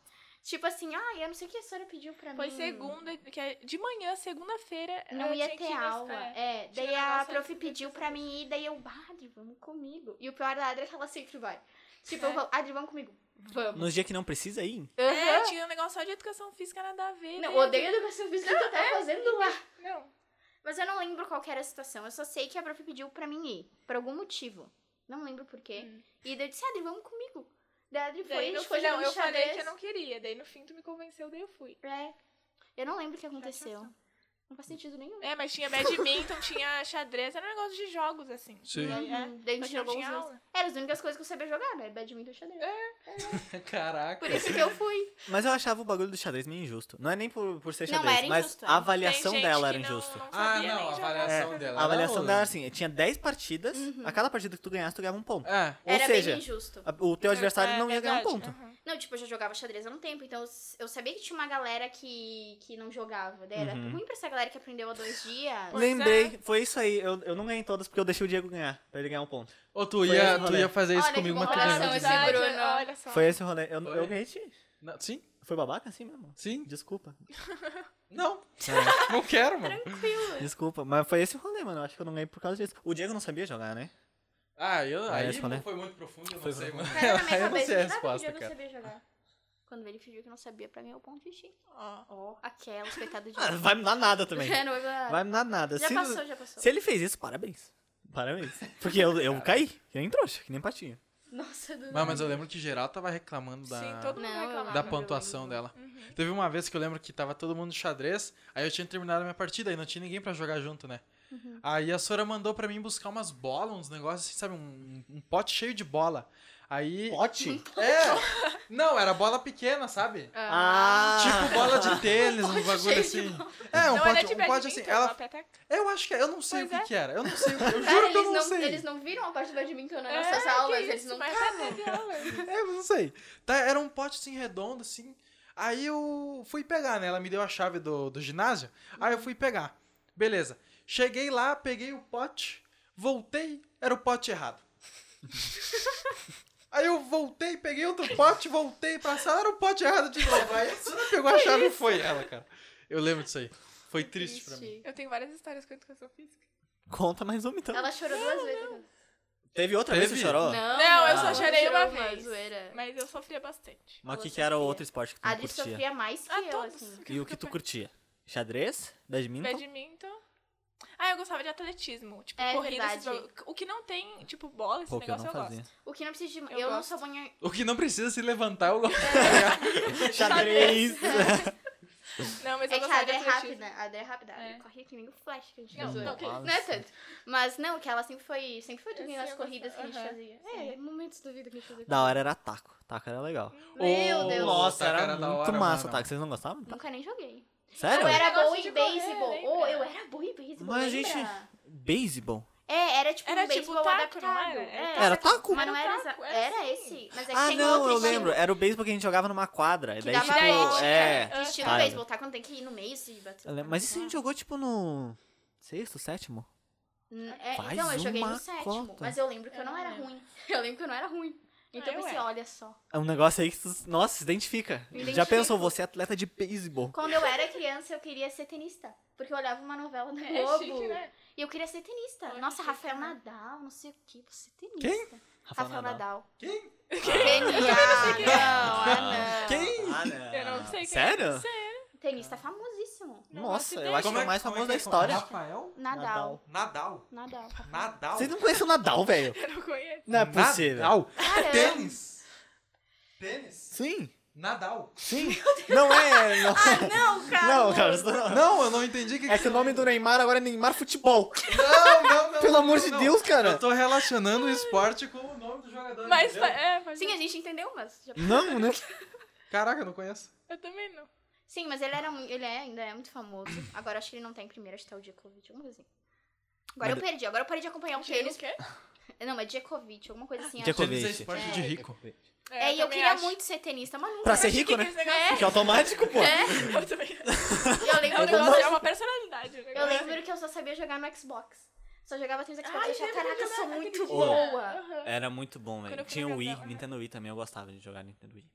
Speaker 4: Tipo assim, ah, eu não sei o que a senhora pediu pra
Speaker 1: Foi
Speaker 4: mim.
Speaker 1: segunda, que é de manhã, segunda-feira.
Speaker 4: Não
Speaker 1: eu
Speaker 4: ia
Speaker 1: tinha que
Speaker 4: ter
Speaker 1: ir nas-
Speaker 4: aula.
Speaker 1: é.
Speaker 4: É,
Speaker 1: tinha
Speaker 4: daí
Speaker 1: negócio
Speaker 4: a
Speaker 1: aí
Speaker 4: prof
Speaker 1: que precisa
Speaker 4: pediu pra mim ir, daí eu, bah, Adri, vamos comigo. E o pior da Adri é que ela sempre vai. Tipo, eu
Speaker 1: É.
Speaker 4: falo, Adri, vamos comigo. Vamos.
Speaker 3: Nos dias que não precisa ir?
Speaker 1: É,
Speaker 4: Aham.
Speaker 1: tinha um negócio só de educação física, nada a ver.
Speaker 4: Não,
Speaker 1: né?
Speaker 4: odeio a educação física que eu
Speaker 1: é?
Speaker 4: tava fazendo lá.
Speaker 1: Não.
Speaker 4: Mas eu não lembro qual que era a situação. Eu só sei que a prof pediu pra mim ir. Por algum motivo. Não lembro por quê.
Speaker 1: Hum.
Speaker 4: E daí eu disse, Adri, vamos comigo. Daí a Adri foi,
Speaker 1: Daí
Speaker 4: a
Speaker 1: no
Speaker 4: gente foi
Speaker 1: final
Speaker 4: jogando
Speaker 1: eu falei
Speaker 4: xadrez.
Speaker 1: que eu não queria. Daí no fim tu me convenceu, daí eu fui.
Speaker 4: É. Eu não lembro o que aconteceu. Não faz sentido nenhum.
Speaker 1: É, mas tinha badminton, tinha xadrez, era um negócio de jogos, assim.
Speaker 2: Sim.
Speaker 1: Não, é.
Speaker 4: Uhum. Daí a gente
Speaker 1: Mas não
Speaker 4: jogou uns
Speaker 1: tinha
Speaker 4: dois.
Speaker 1: aula.
Speaker 4: Era as únicas coisas que eu sabia jogar, né? Badminton e xadrez.
Speaker 2: [laughs] Caraca.
Speaker 4: Por isso que eu fui.
Speaker 3: Mas eu achava o bagulho do xadrez meio injusto. Não é nem por, por ser
Speaker 4: Não,
Speaker 3: xadrez,
Speaker 4: era
Speaker 3: mas
Speaker 4: injusto, é.
Speaker 3: a avaliação
Speaker 1: Tem gente
Speaker 3: dela
Speaker 1: que
Speaker 3: era
Speaker 1: não-
Speaker 3: injusta.
Speaker 1: não
Speaker 2: Ah,
Speaker 1: sabia nem
Speaker 2: não, a
Speaker 1: jogar.
Speaker 2: avaliação
Speaker 3: É,
Speaker 2: dela.
Speaker 3: A avaliação
Speaker 2: era
Speaker 3: dela, assim, tinha 10 partidas,
Speaker 4: Uhum.
Speaker 3: a cada partida que tu ganhasse, tu ganhava um ponto.
Speaker 2: É.
Speaker 3: Ou
Speaker 4: era
Speaker 3: seja,
Speaker 4: bem injusto.
Speaker 3: a- o teu adversário
Speaker 1: É
Speaker 3: não ia ganhar um
Speaker 1: verdade,
Speaker 3: ponto.
Speaker 1: aham.
Speaker 4: Não, tipo, eu já jogava xadrez há um tempo, então eu s- eu sabia que tinha uma galera que, que não jogava. Daí era
Speaker 3: Uhum.
Speaker 4: ruim pra essa galera que aprendeu há dois dias.
Speaker 1: Pois é.
Speaker 3: Lembrei, foi isso aí. Eu, eu não ganhei todas porque eu deixei o Diego ganhar, pra ele ganhar um ponto.
Speaker 2: Ou tu
Speaker 3: Foi
Speaker 2: ia,
Speaker 3: esse
Speaker 2: tu
Speaker 3: rolê.
Speaker 2: ia fazer isso
Speaker 4: Olha que
Speaker 2: comigo, mas tu
Speaker 4: comparação
Speaker 2: ganhou.
Speaker 4: esse
Speaker 2: de mim.
Speaker 4: Bruno.
Speaker 1: Olha só.
Speaker 3: Foi esse rolê. Eu,
Speaker 2: Foi.
Speaker 3: eu ganhei de ti.
Speaker 2: Não, Sim,
Speaker 3: Foi babaca assim mesmo?
Speaker 2: sim.
Speaker 3: Desculpa.
Speaker 2: Não. Não quero, mano.
Speaker 3: Desculpa, mas foi esse o rolê, mano. Eu acho que eu não ganhei por causa disso. O Diego não sabia jogar, né?
Speaker 2: Ah, eu,
Speaker 3: Aí
Speaker 2: aí
Speaker 3: eu te falei.
Speaker 2: foi muito profundo, eu não
Speaker 3: Foi
Speaker 2: sei, mano.
Speaker 3: profundo.
Speaker 4: Cara,
Speaker 2: [laughs]
Speaker 4: na minha
Speaker 2: eu não
Speaker 4: cabeça,
Speaker 2: sei a
Speaker 4: nada que o
Speaker 2: resposta,
Speaker 4: Diego
Speaker 2: cara.
Speaker 4: sabia jogar. Quando ele fingiu que não sabia, pra mim é o ponto de ti.
Speaker 1: Ó.
Speaker 4: Ó, aquela, coitado
Speaker 2: [laughs]
Speaker 4: de.
Speaker 3: Ah, vai me dar
Speaker 1: [laughs]
Speaker 3: nada também.
Speaker 4: É, [laughs] não vai dar nada.
Speaker 3: Vai me dar nada.
Speaker 4: Já
Speaker 3: se,
Speaker 4: passou, já passou.
Speaker 3: se ele fez isso, parabéns. Parabéns. Porque eu, eu caí, que nem trouxa, que nem patinho.
Speaker 4: Nossa, do
Speaker 2: Mas, mas eu lembro que geral tava reclamando da,
Speaker 1: Sim, todo mundo
Speaker 4: Não, eu
Speaker 1: reclamava.
Speaker 2: da
Speaker 4: não,
Speaker 2: pontuação
Speaker 4: eu-
Speaker 2: dela. Teve uma vez que eu lembro que tava todo mundo no xadrez, aí eu tinha terminado a minha partida e não tinha ninguém pra jogar junto, né? Aí a Sora mandou pra mim buscar umas bolas, uns negócios assim, sabe? Um, um pote cheio de bola. Aí.
Speaker 3: Pote?
Speaker 2: É! Não, era bola pequena, sabe?
Speaker 3: Ah!
Speaker 2: Tipo bola de tênis, um bagulho
Speaker 4: cheio
Speaker 2: assim. É, um
Speaker 1: não,
Speaker 2: pote,
Speaker 1: era de
Speaker 2: um pote assim.
Speaker 1: badminton,
Speaker 2: Ela,
Speaker 1: golpe até-
Speaker 2: eu acho que. Eu não
Speaker 1: Pois
Speaker 2: sei o que,
Speaker 1: é.
Speaker 2: que era. Eu não sei. Eu juro
Speaker 4: Cara,
Speaker 2: que eu
Speaker 4: eles
Speaker 2: não,
Speaker 4: não,
Speaker 2: sei.
Speaker 4: eles não viram a parte do badminton nas
Speaker 1: É,
Speaker 4: nossas
Speaker 1: que
Speaker 4: aulas,
Speaker 1: isso,
Speaker 4: eles não
Speaker 1: mas
Speaker 4: estavam.
Speaker 1: até legal, é.
Speaker 2: É, eu não sei. Tá, era um pote assim redondo, assim. Aí eu fui pegar, né? Ela me deu a chave do, do ginásio. Aí eu fui pegar. Beleza. Cheguei lá, peguei o pote, voltei, era o pote errado. Aí eu voltei, peguei outro pote, voltei pra sala, era o pote errado de novo. Aí a senhora pegou a chave e foi ela, cara. Eu lembro disso aí. Foi triste, pra mim.
Speaker 1: Eu tenho várias histórias com educação física.
Speaker 3: Conta mais uma então.
Speaker 4: Ela chorou duas vezes.
Speaker 3: Teve outra vez que
Speaker 2: Teve?
Speaker 3: você chorou?
Speaker 2: Ah.
Speaker 1: Não, eu
Speaker 3: só
Speaker 1: chorei
Speaker 4: Ela
Speaker 1: uma
Speaker 4: chorou,
Speaker 1: vez.
Speaker 4: Zoeira.
Speaker 1: É, Mas eu sofria bastante.
Speaker 3: Mas o que,
Speaker 4: Ela
Speaker 3: que era o
Speaker 4: sofria.
Speaker 3: outro esporte que tu
Speaker 4: A
Speaker 3: não
Speaker 4: Adri
Speaker 3: curtia?
Speaker 4: sofria mais que
Speaker 1: Ah,
Speaker 4: eu,
Speaker 1: todos.
Speaker 4: assim.
Speaker 3: E o que
Speaker 1: [laughs]
Speaker 3: tu curtia? Xadrez? Badminton?
Speaker 1: Badminton. Ah, eu gostava de atletismo. Tipo,
Speaker 4: É
Speaker 1: corrida. esses
Speaker 4: verdade.
Speaker 1: bagulho- O que não tem, tipo, bola, esse
Speaker 3: Pô, que eu
Speaker 1: negócio
Speaker 3: não
Speaker 1: eu,
Speaker 3: fazia.
Speaker 1: gosto.
Speaker 4: O que não precisa de...
Speaker 1: Eu
Speaker 4: Eu, não
Speaker 1: gosto.
Speaker 4: sou banha...
Speaker 2: O que não precisa se levantar, eu gosto.
Speaker 3: Xadrez! é. [laughs]
Speaker 1: Não, mas eu
Speaker 4: É que a
Speaker 1: gostava de
Speaker 4: Adri é
Speaker 1: atletismo.
Speaker 4: rápida. A Adri é rápida. A Adri
Speaker 1: É.
Speaker 4: corria que nem o flash que a gente
Speaker 1: Não,
Speaker 4: zoou.
Speaker 1: não, que-
Speaker 4: Não é tanto. Mas não, que ela sempre foi... Sempre foi dormindo
Speaker 1: Eu
Speaker 4: nas
Speaker 1: sei, eu
Speaker 4: corridas que a
Speaker 1: gostava.
Speaker 4: gente
Speaker 1: Aham.
Speaker 4: fazia. É, momentos da vida que a gente fazia.
Speaker 3: Da hora era taco. Taco era legal.
Speaker 4: Meu
Speaker 3: Oh,
Speaker 4: Deus.
Speaker 3: Nossa,
Speaker 2: Taco
Speaker 3: era,
Speaker 2: era da
Speaker 3: muito
Speaker 2: hora,
Speaker 3: massa
Speaker 2: mano.
Speaker 3: o taco. Vocês não gostavam? do taco?
Speaker 4: Nunca nem joguei.
Speaker 3: Sério?
Speaker 4: Eu era
Speaker 1: Eu gosto
Speaker 4: boa
Speaker 1: de
Speaker 4: em
Speaker 1: correr,
Speaker 4: beisebol.
Speaker 1: lembra?
Speaker 4: Oh, eu era boa em beisebol,
Speaker 3: Mas a
Speaker 4: lembra?
Speaker 3: gente- Beisebol.
Speaker 4: É, era tipo
Speaker 1: Era
Speaker 4: um
Speaker 1: tipo
Speaker 4: beisebol
Speaker 1: taco,
Speaker 4: adaptado.
Speaker 1: não era? Era
Speaker 4: É,
Speaker 3: Era taco?
Speaker 4: Mas não
Speaker 1: Era
Speaker 4: era...
Speaker 1: taco,
Speaker 4: exa-
Speaker 1: era
Speaker 4: Era
Speaker 1: assim.
Speaker 4: esse. Mas é que
Speaker 3: Ah,
Speaker 4: tem
Speaker 3: não,
Speaker 4: outro
Speaker 3: eu
Speaker 4: estilo.
Speaker 3: lembro. Era o beisebol que a gente jogava numa quadra. E
Speaker 4: Que
Speaker 3: daí,
Speaker 4: dava
Speaker 3: tipo,
Speaker 4: volta. [laughs]
Speaker 3: é.
Speaker 4: Que estilo
Speaker 3: Ah, é.
Speaker 4: beisebol, tá? Quando tem que ir no meio, se bater.
Speaker 3: Eu lembro. Mas isso a gente jogou, tipo, no sexto, sétimo?
Speaker 4: N- É,
Speaker 3: Faz
Speaker 4: então, eu joguei no
Speaker 3: uma
Speaker 4: sétimo,
Speaker 3: cota.
Speaker 4: mas eu lembro que eu,
Speaker 1: Eu
Speaker 4: não
Speaker 1: não
Speaker 4: era
Speaker 1: lembro.
Speaker 4: ruim. [laughs] Eu lembro que eu não era ruim. Então
Speaker 1: Ah,
Speaker 4: eu
Speaker 1: eu
Speaker 4: pensei,
Speaker 1: era.
Speaker 4: olha só.
Speaker 3: É um negócio aí que tu, nossa, se identifica.
Speaker 4: Me
Speaker 3: Já
Speaker 4: identifico.
Speaker 3: pensou, você é atleta de beisebol.
Speaker 4: Quando eu era criança, eu queria ser tenista. Porque eu olhava uma novela [laughs] no
Speaker 1: É
Speaker 4: Globo.
Speaker 1: chique, né?
Speaker 4: E eu queria ser tenista.
Speaker 1: Olha
Speaker 4: Nossa,
Speaker 1: que
Speaker 4: Rafael
Speaker 1: chique, né?
Speaker 4: Nadal, não sei o que, vou ser tenista. Rafael, Nadal.
Speaker 2: Quem?
Speaker 4: [laughs] Tenista, ah, não, ah, não.
Speaker 2: Quem?
Speaker 3: Ah, não.
Speaker 1: Eu não sei quem é.
Speaker 3: Sério?
Speaker 4: Tenista famosíssimo.
Speaker 1: Não
Speaker 3: Nossa,
Speaker 1: faço
Speaker 3: eu acho que é o mais famoso da história.
Speaker 2: Rafael?
Speaker 4: Nadal.
Speaker 2: Nadal.
Speaker 4: Nadal.
Speaker 2: Nadal.
Speaker 3: Vocês não conhecem o Nadal, velho?
Speaker 1: Eu não conheço.
Speaker 3: Não é possível.
Speaker 2: Nadal.
Speaker 3: Ah, é?
Speaker 4: Caramba.
Speaker 2: Tênis. Tênis.
Speaker 3: Sim,
Speaker 2: Nadal.
Speaker 1: [laughs]
Speaker 3: sim. Não é. Não,
Speaker 1: Ah, Não, cara.
Speaker 3: não cara. isso Não.
Speaker 2: Não, [laughs] eu não entendi o que tá
Speaker 3: É que o nome do Neymar agora é Neymar Futebol.
Speaker 2: [laughs] Não, não, não.
Speaker 3: Pelo
Speaker 2: não,
Speaker 3: amor de
Speaker 2: não.
Speaker 3: Deus, cara.
Speaker 2: Eu tô relacionando o esporte com o nome do jogador.
Speaker 1: Mas,
Speaker 2: entendeu?
Speaker 1: é, mas
Speaker 4: Sim, a gente entendeu, mas... já-
Speaker 3: Não, né?
Speaker 2: Caraca, eu não conheço.
Speaker 1: eu também não.
Speaker 4: Sim, mas ele, era, mu- ele é, ainda é muito famoso. Agora acho que ele não tá em primeiro, acho que tá o Djokovic, alguma coisa assim. Agora eu
Speaker 3: Mas-
Speaker 4: perdi, agora eu parei de acompanhar o
Speaker 1: Tinha
Speaker 4: tênis.
Speaker 1: o quê?
Speaker 4: Não, mas Djokovic, alguma coisa assim. acho.
Speaker 3: Djokovic.
Speaker 2: Tênis é esporte
Speaker 4: É.
Speaker 2: de rico.
Speaker 4: É, e eu
Speaker 1: também
Speaker 4: queria
Speaker 1: acho.
Speaker 4: muito ser tenista, mas nunca.
Speaker 3: Pra ser
Speaker 1: Mas
Speaker 3: rico,
Speaker 1: que que
Speaker 3: né?
Speaker 1: esse negócio-
Speaker 3: Que é automático, pô.
Speaker 4: [laughs]
Speaker 1: [laughs]
Speaker 4: É,
Speaker 1: Eu também.
Speaker 4: eu
Speaker 1: É um
Speaker 4: lembro, que eu,
Speaker 1: negócio,
Speaker 4: só,
Speaker 1: é uma personalidade. né? o
Speaker 4: eu
Speaker 1: negócio.
Speaker 4: lembro que eu só sabia jogar no Xbox. Só jogava tênis no Xbox.
Speaker 1: Ai, é
Speaker 4: eu achava,
Speaker 1: lembro
Speaker 4: caraca, eu
Speaker 1: de
Speaker 4: sou
Speaker 1: jogar
Speaker 4: muito
Speaker 1: aquele
Speaker 3: dia.
Speaker 4: boa.
Speaker 1: Aham.
Speaker 3: Era muito bom,
Speaker 1: Quando
Speaker 3: velho.
Speaker 1: eu fui
Speaker 3: Tinha
Speaker 1: na
Speaker 3: o Wii,
Speaker 1: casa-
Speaker 3: Nintendo Wii também, eu gostava de jogar Nintendo Wii.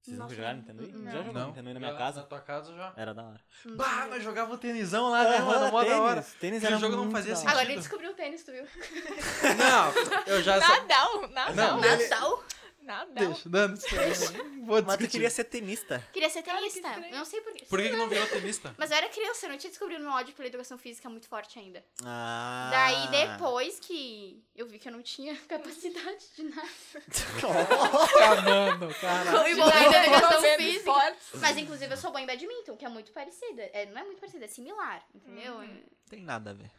Speaker 3: Vocês
Speaker 4: Nossa,
Speaker 3: nunca jogaram Nintendo Wii?
Speaker 4: não.
Speaker 3: Já jogou
Speaker 2: Não.
Speaker 3: Nintendo Wii na minha
Speaker 2: Já-
Speaker 3: casa?
Speaker 2: tua casa já.
Speaker 3: Era da hora.
Speaker 2: Bah, nós jogava o tenisão
Speaker 3: Ah,
Speaker 2: lá, né, mano? Mó da
Speaker 3: tênis.
Speaker 2: hora.
Speaker 3: Tênis
Speaker 2: Aquele
Speaker 3: era
Speaker 2: jogo não
Speaker 3: muito
Speaker 2: fazia
Speaker 3: da hora.
Speaker 2: sentido.
Speaker 4: Agora ele descobriu o tênis, tu viu?
Speaker 2: Não, eu já sa-
Speaker 1: Nadal, Nadal.
Speaker 3: né?
Speaker 2: Não, ele-
Speaker 4: Natal?
Speaker 1: Nada.
Speaker 2: Deixa, dando. não [laughs] Vou
Speaker 3: Mas tu
Speaker 2: discutir.
Speaker 3: queria ser tenista.
Speaker 4: Queria ser
Speaker 1: Cara, que
Speaker 4: tenista.
Speaker 1: estranho.
Speaker 4: eu não sei por quê.
Speaker 2: Por que, que não virou tenista?
Speaker 4: Mas eu era criança, eu não tinha descobrido meu ódio pela educação física muito forte ainda.
Speaker 3: Ah.
Speaker 4: Daí depois que eu vi que eu não tinha [laughs] capacidade de nada.
Speaker 3: [laughs]
Speaker 2: Tá, mano, cara.
Speaker 4: Foi
Speaker 1: De
Speaker 4: bom, ainda
Speaker 1: nada,
Speaker 4: educação
Speaker 1: comendo
Speaker 4: física.
Speaker 1: esportes.
Speaker 4: Mas inclusive eu sou boa em badminton, que é muito parecida. É, não é muito parecida, é similar, entendeu?
Speaker 1: Hum.
Speaker 3: Tem nada a ver.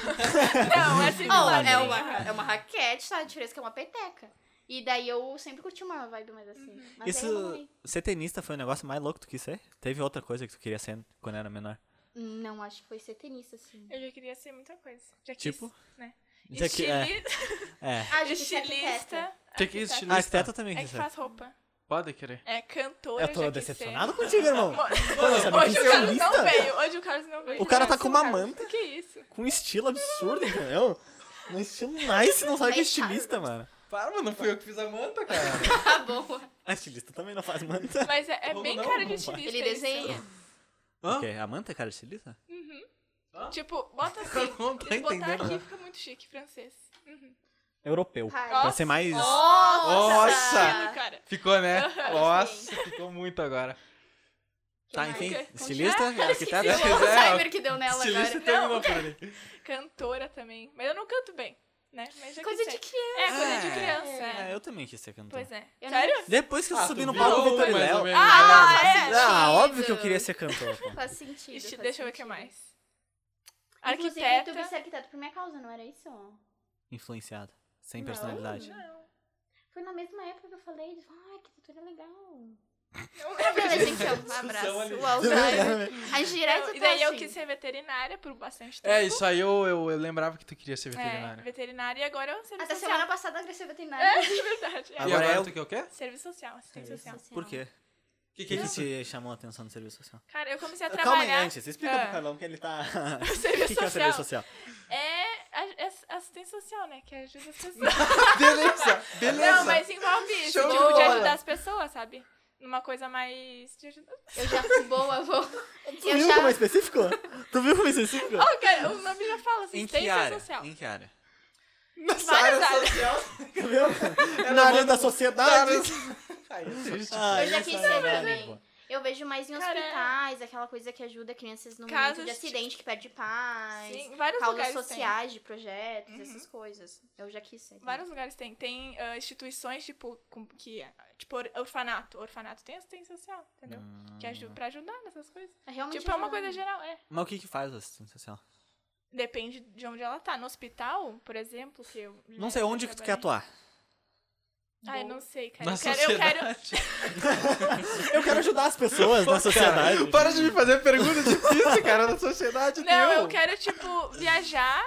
Speaker 1: Não, é
Speaker 4: Oh,
Speaker 1: similar.
Speaker 4: é, uma, é uma raquete, tá? A diferença é que é uma peteca. E daí eu sempre curti uma vibe mais assim.
Speaker 1: Uhum.
Speaker 4: Mas aí eu não,
Speaker 3: Isso, ser tenista foi o negócio mais louco que tu quis ser? Teve outra coisa que tu queria ser quando era menor?
Speaker 4: não, acho que foi ser tenista, assim.
Speaker 1: Eu já queria ser muita coisa. Já quis,
Speaker 3: Tipo?
Speaker 1: Né?
Speaker 3: Já que- é,
Speaker 1: Estili-
Speaker 3: é.
Speaker 4: Ah, gente, isso é arquiteta.
Speaker 1: [laughs] Estilista.
Speaker 2: Que que é
Speaker 1: arquiteta.
Speaker 2: estilista?
Speaker 3: Ah, esteta também
Speaker 1: É
Speaker 3: quis
Speaker 1: que
Speaker 3: ser.
Speaker 1: faz roupa.
Speaker 2: Pode querer.
Speaker 1: É cantora.
Speaker 3: Eu
Speaker 1: já
Speaker 3: tô
Speaker 1: quis ser.
Speaker 3: decepcionado contigo, irmão. é
Speaker 1: Mo-
Speaker 3: Mano, sabe,
Speaker 1: Hoje
Speaker 3: que
Speaker 1: o Carlos não
Speaker 3: solista?
Speaker 1: veio. Hoje o Carlos não veio.
Speaker 3: O cara tá
Speaker 1: Carlos
Speaker 3: com uma
Speaker 1: não sabe.
Speaker 3: manta.
Speaker 1: Que isso?
Speaker 3: Com um estilo absurdo, entendeu? Um estilo nice, não sabe que é
Speaker 4: Mas sabe.
Speaker 3: estilista, mano.
Speaker 2: Para, mano, não fui eu que fiz a manta, [laughs] cara.
Speaker 1: Ah,
Speaker 4: Tá bom.
Speaker 3: A Ah, estilista também não faz manta.
Speaker 1: Mas é, é
Speaker 2: Como
Speaker 1: bem
Speaker 2: não,
Speaker 1: cara de
Speaker 2: rapaz?
Speaker 1: estilista.
Speaker 4: Ele
Speaker 1: isso.
Speaker 4: desenha.
Speaker 2: Hã?
Speaker 3: Ok, a manta é cara de estilista?
Speaker 1: Tipo, bota assim.
Speaker 2: [laughs] Eu não tô
Speaker 1: Se botar
Speaker 2: entendendo.
Speaker 1: aqui fica muito chique, francês.
Speaker 3: Europeu.
Speaker 4: Cara.
Speaker 3: Pra ser mais...
Speaker 2: Nossa!
Speaker 1: Estilo, Tá cara. [laughs]
Speaker 2: Ficou, né?
Speaker 1: Aham,
Speaker 2: Nossa, ficou muito agora.
Speaker 4: Que
Speaker 3: Tá,
Speaker 4: mais?
Speaker 3: enfim.
Speaker 1: Ok.
Speaker 3: Estilista,
Speaker 1: Ah,
Speaker 3: arquiteta.
Speaker 1: esqueci.
Speaker 4: O Alzheimer que deu nela
Speaker 2: Estilista
Speaker 4: agora.
Speaker 2: terminou por ali.
Speaker 1: Cantora também. Mas eu não canto bem, né? Mas já
Speaker 4: Coisa
Speaker 1: quis
Speaker 4: de
Speaker 1: ser.
Speaker 4: criança.
Speaker 1: É, coisa de
Speaker 3: É.
Speaker 1: criança.
Speaker 3: Ah,
Speaker 1: é.
Speaker 3: eu também quis ser cantor.
Speaker 1: Pois é.
Speaker 4: Eu não-
Speaker 1: Sério?
Speaker 3: Depois que eu
Speaker 2: Ah,
Speaker 3: subi
Speaker 2: tu
Speaker 3: no
Speaker 2: virou
Speaker 3: tá palco,
Speaker 2: mais
Speaker 3: Vitor e
Speaker 2: ou
Speaker 3: Léo.
Speaker 2: menos,
Speaker 1: Ah,
Speaker 2: né?
Speaker 1: é.
Speaker 3: Ah,
Speaker 4: Sentido.
Speaker 3: óbvio que eu queria ser cantor, pô.
Speaker 4: Faz sentido.
Speaker 1: Ixi,
Speaker 4: faz
Speaker 1: deixa eu ver o que
Speaker 4: sentido.
Speaker 1: mais.
Speaker 4: assim. Inclusive,
Speaker 1: Arquiteta.
Speaker 4: tu quis ser arquiteto por minha causa, não era isso?
Speaker 3: Influenciada. Sem
Speaker 4: Não.
Speaker 3: personalidade.
Speaker 1: Não.
Speaker 4: Foi na mesma época que eu falei, ah, arquitetura é legal.
Speaker 1: Não é
Speaker 4: Mas,
Speaker 1: lembro
Speaker 4: gente, um abraço.
Speaker 2: ali.
Speaker 4: O Alzheimer. A gente direto
Speaker 1: disso. E daí
Speaker 4: tá
Speaker 1: eu
Speaker 4: assim.
Speaker 1: quis ser veterinária por bastante tempo.
Speaker 2: É, isso aí eu, eu, eu lembrava que tu queria ser
Speaker 1: É,
Speaker 2: veterinária.
Speaker 1: veterinária e agora eu serviço
Speaker 4: Até
Speaker 1: social.
Speaker 4: semana passada eu cresci veterinária.
Speaker 1: [laughs] É, é verdade.
Speaker 2: E
Speaker 1: É.
Speaker 3: Agora
Speaker 2: agora
Speaker 3: eu-
Speaker 2: tu quer o quê?
Speaker 1: Serviço social, assistência social.
Speaker 3: Por quê?
Speaker 2: O que,
Speaker 3: O que, é que
Speaker 2: isso?
Speaker 3: te chamou a atenção no serviço social?
Speaker 1: Cara, eu comecei a
Speaker 3: Calma aí,
Speaker 1: trabalhar.
Speaker 3: antes. Explica
Speaker 1: Ah.
Speaker 3: pro Carlão que ele
Speaker 1: [laughs]
Speaker 3: tá...
Speaker 1: O
Speaker 3: O
Speaker 1: serviço
Speaker 3: que, que é
Speaker 1: social
Speaker 3: o serviço social?
Speaker 1: é, a- é assistência social, né? Que ajuda as pessoas.
Speaker 2: [laughs] Beleza, beleza.
Speaker 1: Não, mas envolve isso,
Speaker 2: Show de
Speaker 1: tipo, de
Speaker 2: bola.
Speaker 1: ajudar as pessoas, sabe? Numa coisa mais. De ajudar.
Speaker 4: Eu já fui boa,
Speaker 1: [laughs]
Speaker 4: boa.
Speaker 3: Tu
Speaker 4: Eu
Speaker 3: viu
Speaker 4: já...
Speaker 3: como é específico? tu viu como é específico?
Speaker 1: Oh, cara, o nome já fala,
Speaker 3: Em
Speaker 1: assistência
Speaker 3: que área?
Speaker 1: social.
Speaker 3: Em que área? [laughs]
Speaker 2: Nessa
Speaker 1: várias
Speaker 2: área
Speaker 1: áreas.
Speaker 2: social.
Speaker 3: Entendeu? É Na área da sociedade.
Speaker 2: Ai, é triste.
Speaker 3: Ah,
Speaker 4: Eu já
Speaker 3: isso
Speaker 4: quis
Speaker 3: é
Speaker 4: ser
Speaker 3: legal,
Speaker 4: também.
Speaker 3: pô.
Speaker 4: Eu vejo mais em
Speaker 1: Cara, é.
Speaker 4: hospitais, aquela coisa que ajuda crianças no
Speaker 1: Casos
Speaker 4: momento de
Speaker 1: de-
Speaker 4: acidente, que perde pais.
Speaker 1: Sim, vários
Speaker 4: Causas
Speaker 1: lugares
Speaker 4: sociais, de projetos, essas coisas. Eu já quis ser.
Speaker 1: tem. Vários lugares tem. Tem ah, instituições, tipo, com- que. Tipo, or- orfanato. Orfanato tem assistência social, entendeu? Que
Speaker 3: Ah.
Speaker 1: ajuda pra ajudar nessas coisas.
Speaker 4: É Realmente
Speaker 1: tipo, é uma
Speaker 4: ajudar,
Speaker 1: coisa
Speaker 4: né?
Speaker 1: geral, é.
Speaker 3: Mas o que que faz a assistência social?
Speaker 1: Né, Depende de onde ela tá. No hospital, por exemplo, que eu.
Speaker 3: Não sei, onde que tu quer atuar?
Speaker 1: Ai, não sei, cara.
Speaker 2: Na
Speaker 1: Eu quero, eu quero.
Speaker 2: sociedade.
Speaker 3: Eu quero ajudar as pessoas na sociedade.
Speaker 2: Cara, para de me fazer pergunta difícil, cara, na sociedade.
Speaker 1: Não,
Speaker 2: teu.
Speaker 1: eu quero, tipo, viajar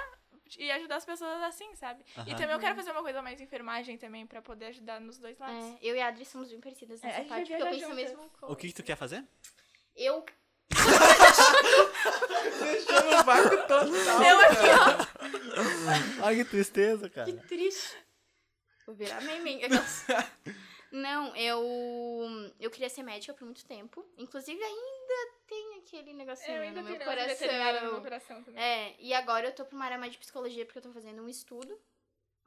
Speaker 1: e ajudar as pessoas assim, sabe? E
Speaker 3: Aham.
Speaker 1: também eu quero
Speaker 4: Uhum.
Speaker 1: fazer uma coisa mais enfermagem também, pra poder ajudar nos dois lados.
Speaker 4: É, eu e a Adri somos bem parecidas
Speaker 1: É, a
Speaker 4: nessa
Speaker 1: gente
Speaker 4: parte,
Speaker 1: vai
Speaker 4: porque eu penso
Speaker 1: viajar
Speaker 4: a
Speaker 1: juntas.
Speaker 4: mesma coisa.
Speaker 3: O que que tu quer fazer?
Speaker 4: Eu
Speaker 2: Deixando o vácuo total.
Speaker 1: Eu
Speaker 2: cara.
Speaker 3: Ai, que tristeza, cara.
Speaker 4: É. Que triste. Vou
Speaker 1: [laughs]
Speaker 4: virar meme. Aquelas- Não, eu. Eu queria ser médica por muito tempo. Inclusive, ainda tem aquele negocinho
Speaker 1: É, Eu ainda
Speaker 4: no
Speaker 1: tenho
Speaker 4: meu
Speaker 1: uma veterinária no meu
Speaker 4: coração.
Speaker 1: coração também.
Speaker 4: É, e agora eu tô pra uma área mais de psicologia, porque eu tô fazendo um estudo.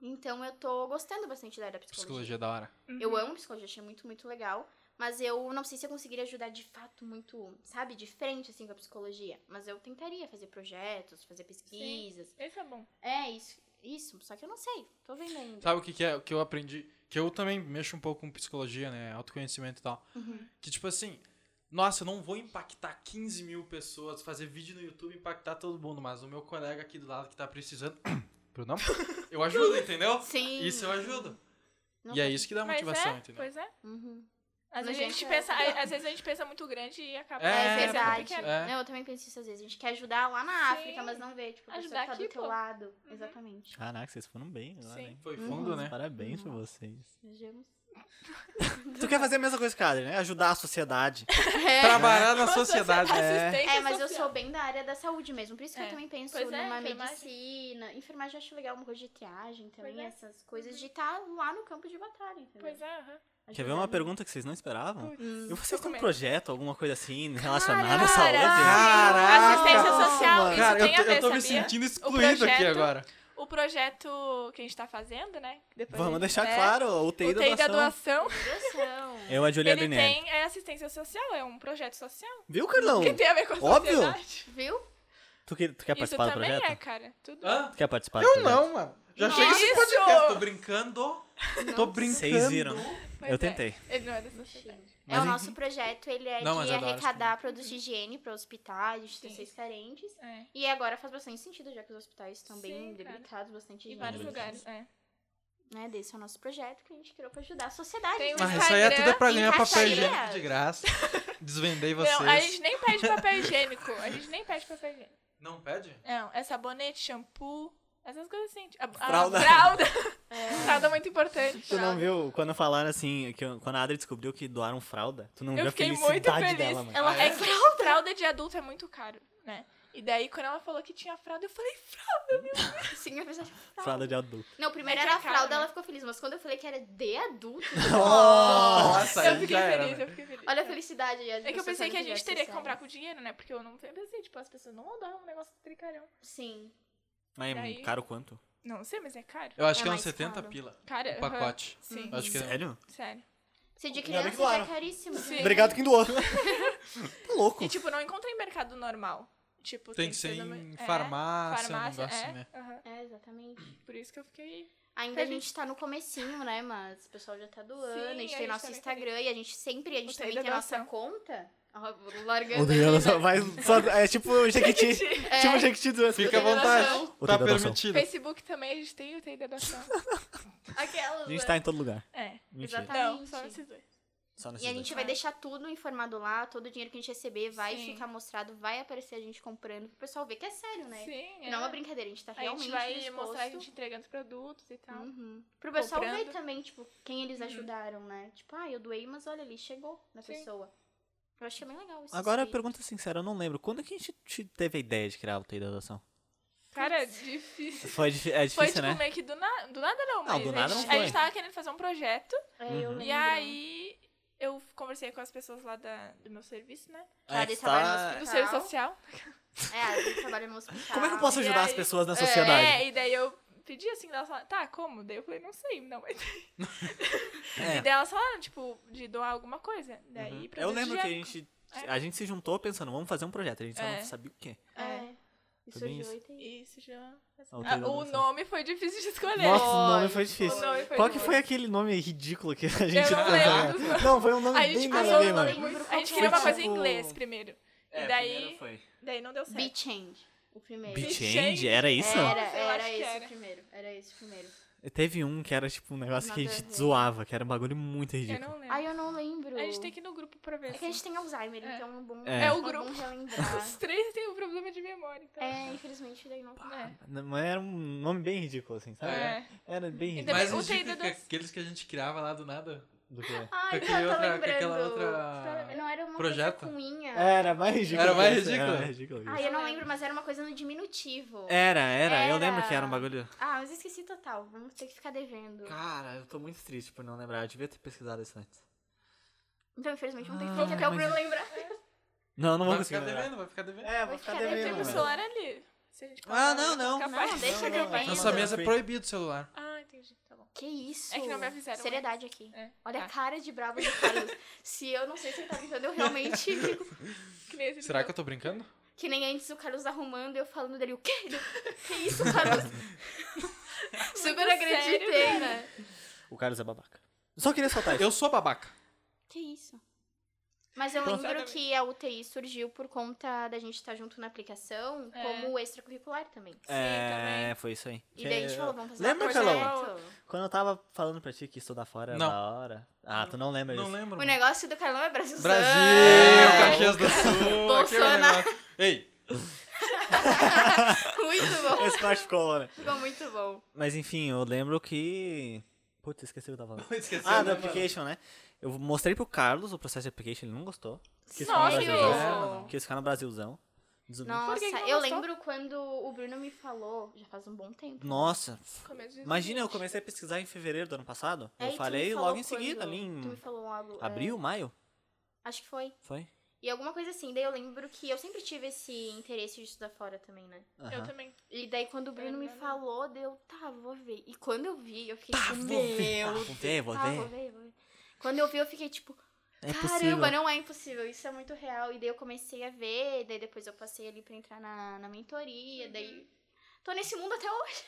Speaker 4: Então eu tô gostando bastante da área da psicologia.
Speaker 2: Psicologia é da hora.
Speaker 4: Eu amo psicologia, achei muito, muito legal. Mas eu não sei se eu conseguiria ajudar de fato muito, sabe, de frente, assim, com a psicologia. Mas eu tentaria fazer projetos, fazer pesquisas.
Speaker 1: Esse é bom.
Speaker 4: É, isso. Isso, só que eu não sei. Tô vendo ainda.
Speaker 2: Sabe o que, que é o que eu aprendi? Que eu também mexo um pouco com psicologia, né? Autoconhecimento e tal.
Speaker 1: Uhum.
Speaker 2: Que tipo assim, nossa, eu não vou impactar 15 mil pessoas, fazer vídeo no YouTube e impactar todo mundo, mas o meu colega aqui do lado que tá precisando. [coughs] Bruno, eu ajudo, entendeu?
Speaker 4: Sim.
Speaker 2: Isso eu ajudo.
Speaker 4: Não
Speaker 2: E é isso que dá
Speaker 1: Mas
Speaker 2: motivação,
Speaker 1: é,
Speaker 2: entendeu?
Speaker 1: pois é.
Speaker 4: Uhum.
Speaker 1: Às
Speaker 4: Mas,
Speaker 1: vezes, a gente
Speaker 4: gente,
Speaker 1: pensa, a- às vezes a gente pensa muito grande e acaba
Speaker 2: É,
Speaker 4: É,
Speaker 1: sendo
Speaker 4: verdade.
Speaker 1: pequeno.
Speaker 2: é.
Speaker 4: Não, eu também penso isso às vezes. A gente quer ajudar lá na
Speaker 1: Sim.
Speaker 4: África, mas não vê. Tipo, a pessoa
Speaker 1: Ajudar
Speaker 4: que tá
Speaker 1: aqui,
Speaker 4: do
Speaker 1: pô.
Speaker 4: teu
Speaker 1: Uhum.
Speaker 4: lado. Exatamente.
Speaker 2: Ah.
Speaker 3: Caraca, vocês foram bem agora,
Speaker 1: Sim. Hum.
Speaker 3: hein?
Speaker 2: Foi fundo, né?
Speaker 3: Parabéns pra vocês.
Speaker 1: [laughs]
Speaker 4: Vejamos.
Speaker 3: Tu quer fazer a mesma coisa que a Adri, né? Ajudar a
Speaker 1: [laughs]
Speaker 3: sociedade.
Speaker 2: Trabalhar na
Speaker 1: Uma
Speaker 2: sociedade. É.
Speaker 1: assistência
Speaker 4: É, mas eu
Speaker 1: social.
Speaker 4: sou bem da área da saúde mesmo. Por isso que
Speaker 1: É.
Speaker 4: eu também penso
Speaker 1: Pois é,
Speaker 4: numa
Speaker 1: enfermagem.
Speaker 4: medicina. Enfermagem eu acho legal, uma coisa de triagem também.
Speaker 1: Pois é.
Speaker 4: Essas coisas de estar lá no campo de batalha, entendeu?
Speaker 1: Pois é, aham.
Speaker 3: Quer ver uma pergunta que vocês não esperavam? E vocês têm um
Speaker 1: Recomendo.
Speaker 3: projeto, alguma coisa assim, relacionada à
Speaker 1: Hum, Cara,
Speaker 3: saúde?
Speaker 2: Caraca!
Speaker 1: Assistência social,
Speaker 3: Mano.
Speaker 1: isso
Speaker 2: Cara, eu
Speaker 1: tem
Speaker 2: tô,
Speaker 1: a ver,
Speaker 2: eu tô me
Speaker 1: sabia?
Speaker 2: sentindo excluído aqui
Speaker 1: projeto-
Speaker 2: agora.
Speaker 1: o projeto que a gente tá fazendo, né? [laughs] Depois
Speaker 3: Vamos
Speaker 1: a gente-
Speaker 3: deixar
Speaker 1: né?
Speaker 3: claro, o
Speaker 1: O
Speaker 3: TI da
Speaker 1: TI da
Speaker 3: doação.
Speaker 1: doação.
Speaker 2: [laughs]
Speaker 4: Coração.
Speaker 3: Eu, a Juliana
Speaker 1: Ele
Speaker 3: Daniele.
Speaker 1: tem é, assistência social, é um projeto social.
Speaker 3: Viu, Carlão?
Speaker 1: que tem a ver com a
Speaker 3: óbvio.
Speaker 1: sociedade.
Speaker 4: Viu?
Speaker 3: Tu, que- tu quer
Speaker 1: Isso
Speaker 3: participar do
Speaker 1: também
Speaker 3: projeto?
Speaker 1: é, cara. Tudo.
Speaker 2: Hã?
Speaker 3: Tu quer participar do
Speaker 2: Eu
Speaker 3: projeto?
Speaker 2: não, mano. Já
Speaker 1: Nossa!
Speaker 2: cheguei nesse podcast. Tô brincando. Tô
Speaker 4: Não
Speaker 2: brincando.
Speaker 3: Vocês viram.
Speaker 1: Mas
Speaker 3: Eu
Speaker 1: é,
Speaker 3: tentei.
Speaker 1: ele não é da sociedade.
Speaker 4: É
Speaker 3: Mas
Speaker 4: o
Speaker 3: enfim.
Speaker 4: nosso projeto, ele é
Speaker 2: Não, mas
Speaker 4: de
Speaker 2: eu adoro esse
Speaker 4: arrecadar produtos de higiene para hospitais, instituições carentes.
Speaker 1: É.
Speaker 4: E agora faz bastante sentido, já que os hospitais estão bem
Speaker 1: Sim, cara.
Speaker 4: debilitados,
Speaker 1: Em
Speaker 4: bastante higiene.
Speaker 1: vários
Speaker 3: Sim.
Speaker 1: lugares. É.
Speaker 4: Né? Desse é o nosso projeto que a gente criou para ajudar a sociedade. [laughs]
Speaker 1: Tem um
Speaker 2: Ah,
Speaker 4: né?
Speaker 2: isso aí é tudo é pra
Speaker 4: Instagram,
Speaker 2: ganhar papel
Speaker 4: encaixaria.
Speaker 2: higiênico de graça. Desvendei vocês.
Speaker 1: Não, a gente nem pede
Speaker 3: [laughs]
Speaker 1: papel higiênico. A gente nem pede papel higiênico.
Speaker 2: Não pede?
Speaker 1: Não, é sabonete, shampoo, essas coisas assim. A, a
Speaker 3: Fralda.
Speaker 1: Fralda. fralda [laughs] é muito importante.
Speaker 3: Tu não
Speaker 1: fralda.
Speaker 3: viu quando falaram assim, que eu- quando a Adri descobriu que doaram fralda, tu não
Speaker 1: Eu
Speaker 3: viu a
Speaker 1: fiquei
Speaker 3: felicidade
Speaker 1: muito feliz.
Speaker 3: dela, mano.
Speaker 4: Ela
Speaker 2: Ah, é?
Speaker 4: é
Speaker 1: É que fralda. de adulto é muito caro, né? E daí, quando ela falou que tinha fralda, eu falei, fralda.
Speaker 4: Sim, a pessoa acha
Speaker 3: Fralda de adulto.
Speaker 4: Não, primeiro
Speaker 1: É que
Speaker 4: era a
Speaker 1: é caro,
Speaker 4: fralda,
Speaker 1: né?
Speaker 4: ela ficou feliz. Mas quando eu falei que era de adulto, [laughs]
Speaker 3: Ah!
Speaker 2: Nossa,
Speaker 1: eu
Speaker 2: aí
Speaker 1: fiquei
Speaker 2: já era.
Speaker 1: feliz,
Speaker 2: né?
Speaker 1: eu fiquei feliz.
Speaker 4: olha a felicidade. aí,
Speaker 1: É
Speaker 4: as
Speaker 1: que eu
Speaker 4: pessoas
Speaker 1: pensei
Speaker 4: sendo
Speaker 1: que a gente
Speaker 4: diversas,
Speaker 1: teria que
Speaker 4: sabe?
Speaker 1: comprar com dinheiro, né? Porque eu não eu pensei, tipo, as pessoas não vão dar um negócio tricarão.
Speaker 4: Sim.
Speaker 3: Mas
Speaker 1: Daí-
Speaker 3: é caro quanto?
Speaker 1: Não sei, mas é caro.
Speaker 2: Eu acho
Speaker 4: É
Speaker 2: que é uns
Speaker 4: mais
Speaker 2: 70
Speaker 4: caro.
Speaker 2: pila.
Speaker 1: Cara,
Speaker 2: Um
Speaker 1: aham.
Speaker 2: pacote. Uhum.
Speaker 1: Sim,
Speaker 2: Acho que é-
Speaker 3: Sério?
Speaker 1: sério.
Speaker 4: Se de
Speaker 3: Não, nem
Speaker 4: criança já
Speaker 3: claro.
Speaker 4: é caríssimo.
Speaker 1: Sim.
Speaker 4: né?
Speaker 3: Obrigado
Speaker 1: [laughs]
Speaker 3: quem doou. tá louco.
Speaker 1: E, tipo, não encontra em mercado normal. Tipo,
Speaker 2: tem que ser
Speaker 1: numa-
Speaker 2: em
Speaker 1: é,
Speaker 2: farmácia, um
Speaker 1: farmácia,
Speaker 2: negócio
Speaker 1: é,
Speaker 2: assim, né?
Speaker 1: aham.
Speaker 4: É, exatamente.
Speaker 1: Por isso que eu fiquei...
Speaker 4: Ainda a
Speaker 1: Feliz.
Speaker 4: gente tá no comecinho, né? Mas o pessoal já tá doando.
Speaker 1: Sim, a
Speaker 4: a gente tem
Speaker 1: gente
Speaker 4: nosso
Speaker 1: também tá
Speaker 4: Instagram e a gente sempre, a gente
Speaker 1: Gostei da
Speaker 4: também tem a nossa
Speaker 1: doação.
Speaker 4: conta. Ó, Largando.
Speaker 3: O Daniela
Speaker 4: aqui,
Speaker 3: só
Speaker 4: [laughs] né?
Speaker 3: vai. Só, é tipo o Jequiti.
Speaker 1: [laughs]
Speaker 4: É.
Speaker 3: Tipo o Jequiti do
Speaker 2: Fica à
Speaker 4: Tem
Speaker 2: vontade.
Speaker 4: doação.
Speaker 3: Ou
Speaker 2: Tá
Speaker 3: tem doação?
Speaker 2: permitido.
Speaker 1: Facebook também, a gente tem o TI da
Speaker 4: [laughs]
Speaker 1: doação.
Speaker 4: Aquelas.
Speaker 3: A gente
Speaker 4: né?
Speaker 3: tá em todo lugar.
Speaker 1: é.
Speaker 3: Mentira.
Speaker 4: Exatamente.
Speaker 1: Não, só esses dois.
Speaker 3: Só nesses
Speaker 4: E a
Speaker 3: dois.
Speaker 4: gente vai deixar tudo informado lá, todo o dinheiro que a gente receber vai
Speaker 1: É. Sim.
Speaker 4: ficar mostrado, vai aparecer a gente comprando, pro pessoal ver que é sério, né?
Speaker 1: Sim,
Speaker 4: Não é uma
Speaker 1: é.
Speaker 4: brincadeira, a gente tá
Speaker 1: A
Speaker 4: realmente
Speaker 1: gente vai
Speaker 4: disposto.
Speaker 1: mostrar a gente entregando os produtos e tal.
Speaker 4: Uhum. Pro pessoal
Speaker 1: Comprando. Uhum.
Speaker 4: ver também, tipo, quem eles ajudaram, né? Tipo, ah, eu doei, mas olha ali, chegou na
Speaker 1: Sim.
Speaker 4: pessoa. Eu acho que é bem legal isso.
Speaker 3: Agora,
Speaker 4: isso aí.
Speaker 3: pergunta sincera, eu não lembro. Quando que a gente te teve a ideia de criar o TI da doação?
Speaker 1: Cara, é difícil.
Speaker 3: Foi difí- é
Speaker 1: Foi, tipo,
Speaker 3: difícil, né?
Speaker 1: meio que do, na... do nada não, mas
Speaker 3: do
Speaker 1: a,
Speaker 3: nada
Speaker 1: gente,
Speaker 3: não
Speaker 1: a
Speaker 3: foi.
Speaker 1: gente tava querendo fazer um projeto.
Speaker 4: É, eu
Speaker 3: Uhum.
Speaker 1: E
Speaker 4: lembro.
Speaker 1: aí, eu conversei com as pessoas lá da, do meu serviço, né?
Speaker 4: Ela
Speaker 3: É,
Speaker 4: desse
Speaker 3: tá-
Speaker 4: trabalho nos-
Speaker 1: Do
Speaker 4: Tá.
Speaker 1: serviço social.
Speaker 4: É, a gente trabalha no hospital.
Speaker 3: Como é que eu posso
Speaker 1: E
Speaker 3: ajudar as
Speaker 1: aí-
Speaker 3: pessoas na
Speaker 4: É,
Speaker 3: sociedade?
Speaker 1: É, e daí eu pedi assim, elas falaram, tá, como? Daí eu falei, não sei, não.
Speaker 3: É.
Speaker 1: mas- É, E daí elas falaram, tipo, de doar alguma coisa. Daí, pra
Speaker 3: Uhum. Eu
Speaker 1: fazer
Speaker 3: lembro que a
Speaker 1: dinheiro.
Speaker 3: gente,
Speaker 1: É.
Speaker 3: a gente se juntou pensando, vamos fazer um projeto. A gente só
Speaker 1: É.
Speaker 3: não sabia o quê.
Speaker 4: É. Isso
Speaker 3: Foi bem
Speaker 4: surgiu isso.
Speaker 1: Isso já.
Speaker 3: Ah, o
Speaker 1: Ah,
Speaker 3: treinador
Speaker 1: o
Speaker 3: só.
Speaker 1: nome foi difícil de escolher.
Speaker 3: Nossa, o nome foi
Speaker 4: Foi,
Speaker 3: difícil.
Speaker 1: O nome foi
Speaker 3: Qual que
Speaker 1: difícil.
Speaker 3: foi aquele nome ridículo que a gente
Speaker 1: não
Speaker 3: pensou?
Speaker 1: lembro.
Speaker 3: Não, foi um nome
Speaker 1: A
Speaker 3: bem
Speaker 1: gente
Speaker 3: nada
Speaker 1: passou
Speaker 3: a
Speaker 1: o
Speaker 3: ver, né?
Speaker 1: nome
Speaker 3: mano.
Speaker 4: mano.
Speaker 1: muito.
Speaker 4: Foi
Speaker 1: A gente queria uma
Speaker 3: tipo-
Speaker 1: coisa em inglês primeiro.
Speaker 3: É,
Speaker 1: e
Speaker 3: primeiro
Speaker 1: daí,
Speaker 3: foi.
Speaker 1: daí não deu certo.
Speaker 4: Be Change, o primeiro.
Speaker 3: Be
Speaker 1: Be
Speaker 3: Change,
Speaker 1: Change.
Speaker 3: era isso?
Speaker 4: Era,
Speaker 1: Nossa, eu
Speaker 4: era
Speaker 1: acho que
Speaker 4: esse
Speaker 1: era.
Speaker 4: o primeiro. Era esse o primeiro.
Speaker 3: Teve um que era tipo um negócio que a
Speaker 4: Nada a
Speaker 3: gente
Speaker 4: ver.
Speaker 3: zoava, que era um bagulho muito
Speaker 1: eu
Speaker 3: ridículo.
Speaker 1: não lembro.
Speaker 4: Ai, eu não lembro.
Speaker 1: É. A gente tem que ir no grupo pra ver.
Speaker 4: É que a gente tem Alzheimer,
Speaker 1: É.
Speaker 4: então é bom,
Speaker 3: É. É
Speaker 1: o
Speaker 4: bom
Speaker 1: grupo. [laughs]
Speaker 4: relembrar.
Speaker 1: Os três têm um problema de memória, então.
Speaker 4: é, infelizmente daí não.
Speaker 1: É.
Speaker 3: Não, Mas era um nome bem ridículo, assim, sabe?
Speaker 1: É.
Speaker 3: Era bem
Speaker 1: E também
Speaker 3: ridículo.
Speaker 2: Mas
Speaker 1: o
Speaker 2: os
Speaker 1: TI da
Speaker 2: que-
Speaker 1: doação.
Speaker 2: aqueles que a gente criava lá do nada.
Speaker 3: Do que-
Speaker 2: com
Speaker 4: Ai,
Speaker 2: aquele
Speaker 4: eu tô
Speaker 2: outra- com aquela
Speaker 4: lembrando.
Speaker 2: outra.
Speaker 4: Não era uma
Speaker 2: Projeto?
Speaker 4: coisa cunha.
Speaker 3: Era mais ridículo.
Speaker 2: Era
Speaker 3: que
Speaker 2: mais
Speaker 3: isso, Era
Speaker 2: ridículo?
Speaker 3: mais ridículo. que isso.
Speaker 4: Ai, eu não lembro, mas era uma coisa no diminutivo.
Speaker 3: Era, era, Eu lembro que
Speaker 4: Era.
Speaker 3: era um bagulho.
Speaker 4: Ah, mas esqueci total. Vamos ter que ficar devendo.
Speaker 3: Cara, eu tô muito triste por não lembrar. Eu devia ter pesquisado isso antes.
Speaker 4: Então, infelizmente, não tem
Speaker 3: Ah,
Speaker 4: como ficar o
Speaker 3: mas-
Speaker 4: Bruno lembrar.
Speaker 3: Não, não vou
Speaker 2: Vai
Speaker 3: conseguir.
Speaker 2: ficar
Speaker 3: Lembrar.
Speaker 2: devendo, vai ficar devendo.
Speaker 3: É,
Speaker 4: vou ficar
Speaker 1: Eu
Speaker 4: devendo,
Speaker 1: tenho
Speaker 4: lembro.
Speaker 1: o
Speaker 3: mano.
Speaker 1: um celular ali. Se a gente
Speaker 3: Ah,
Speaker 1: passar,
Speaker 3: não, não.
Speaker 1: capaz.
Speaker 4: Não,
Speaker 3: Não,
Speaker 4: deixa
Speaker 3: não,
Speaker 4: devendo.
Speaker 2: Nossa mesa é
Speaker 3: Fui.
Speaker 2: proibido o celular.
Speaker 1: Ah, entendi. Tá bom.
Speaker 4: Que isso?
Speaker 1: É que não me avisaram
Speaker 4: Seriedade aqui.
Speaker 1: É.
Speaker 4: Olha
Speaker 1: Tá.
Speaker 4: a cara de bravo do Carlos. Se eu não sei se ele tá brincando, eu realmente fico.
Speaker 1: Que nem esse
Speaker 2: Será
Speaker 1: do-
Speaker 2: que eu tô brincando?
Speaker 4: Que nem antes o Carlos arrumando e eu falando dele, o quê? Ele, Que isso, Carlos? Super
Speaker 1: Muito
Speaker 4: acreditei,
Speaker 1: sério,
Speaker 4: né?
Speaker 3: O Carlos é babaca. Só queria [laughs] soltar isso.
Speaker 2: Eu sou babaca.
Speaker 4: Que isso. Mas eu
Speaker 1: Pronto.
Speaker 4: lembro que a UTI surgiu por conta da gente estar junto na aplicação,
Speaker 1: É.
Speaker 4: como extracurricular também.
Speaker 3: É, foi isso aí.
Speaker 4: E daí a gente falou, vamos fazer
Speaker 3: Lembra,
Speaker 4: um
Speaker 1: Carlão?
Speaker 4: projeto.
Speaker 3: Quando eu tava falando pra ti que estudar fora era
Speaker 2: Não.
Speaker 3: da hora. Ah, tu não lembra
Speaker 2: Não
Speaker 3: disso?
Speaker 2: lembro.
Speaker 4: O
Speaker 2: mano.
Speaker 4: negócio do Carlão é Brasil.
Speaker 2: Brasil, Caxias do Sul. aquele
Speaker 4: Bolsonaro.
Speaker 2: negócio. Ei,
Speaker 4: [laughs] Muito
Speaker 3: [laughs]
Speaker 4: bom.
Speaker 3: Esse parte ficou, né?
Speaker 4: Ficou muito bom.
Speaker 3: Mas enfim, eu lembro que. Putz, esqueci o que eu tava falando.
Speaker 2: esqueci.
Speaker 3: Ah, do
Speaker 2: né,
Speaker 3: application, né? Eu mostrei pro Carlos o processo de application, ele não gostou. Quis ficar é no
Speaker 1: Nossa,
Speaker 3: Brasilzão.
Speaker 4: isso.
Speaker 3: Quis ficar é no Brasilzão. Des-
Speaker 4: Nossa,
Speaker 1: que que não gostou?
Speaker 4: eu lembro quando o Bruno me falou, já faz um bom tempo.
Speaker 3: Nossa,
Speaker 1: Começo de
Speaker 3: imagina, eu comecei a pesquisar em fevereiro do ano passado.
Speaker 4: É, e tu
Speaker 3: eu
Speaker 4: me
Speaker 3: falei
Speaker 4: falou
Speaker 3: logo em
Speaker 4: quando-
Speaker 3: seguida, ali
Speaker 4: Tu me
Speaker 3: em
Speaker 4: falou logo. é,
Speaker 3: abril, maio,
Speaker 4: acho que foi.
Speaker 3: foi?
Speaker 4: E alguma coisa assim. Daí eu lembro que eu sempre tive esse interesse de estudar fora também, né?
Speaker 1: Eu
Speaker 3: Aham.
Speaker 1: também.
Speaker 4: E daí quando o Bruno me
Speaker 1: Aham.
Speaker 4: falou, deu, tá, vou ver. E quando eu vi, eu fiquei
Speaker 3: Tá,
Speaker 4: tipo,
Speaker 3: vou ver,
Speaker 4: meu
Speaker 3: tá, vou ver, vou
Speaker 4: tá,
Speaker 3: ver.
Speaker 4: vou ver, vou ver. Quando eu vi, eu fiquei tipo,
Speaker 3: É
Speaker 4: caramba,
Speaker 3: possível.
Speaker 4: não é impossível, isso é muito real. E daí eu comecei a ver, daí depois eu passei ali pra entrar na, na mentoria, daí... Tô nesse mundo até hoje.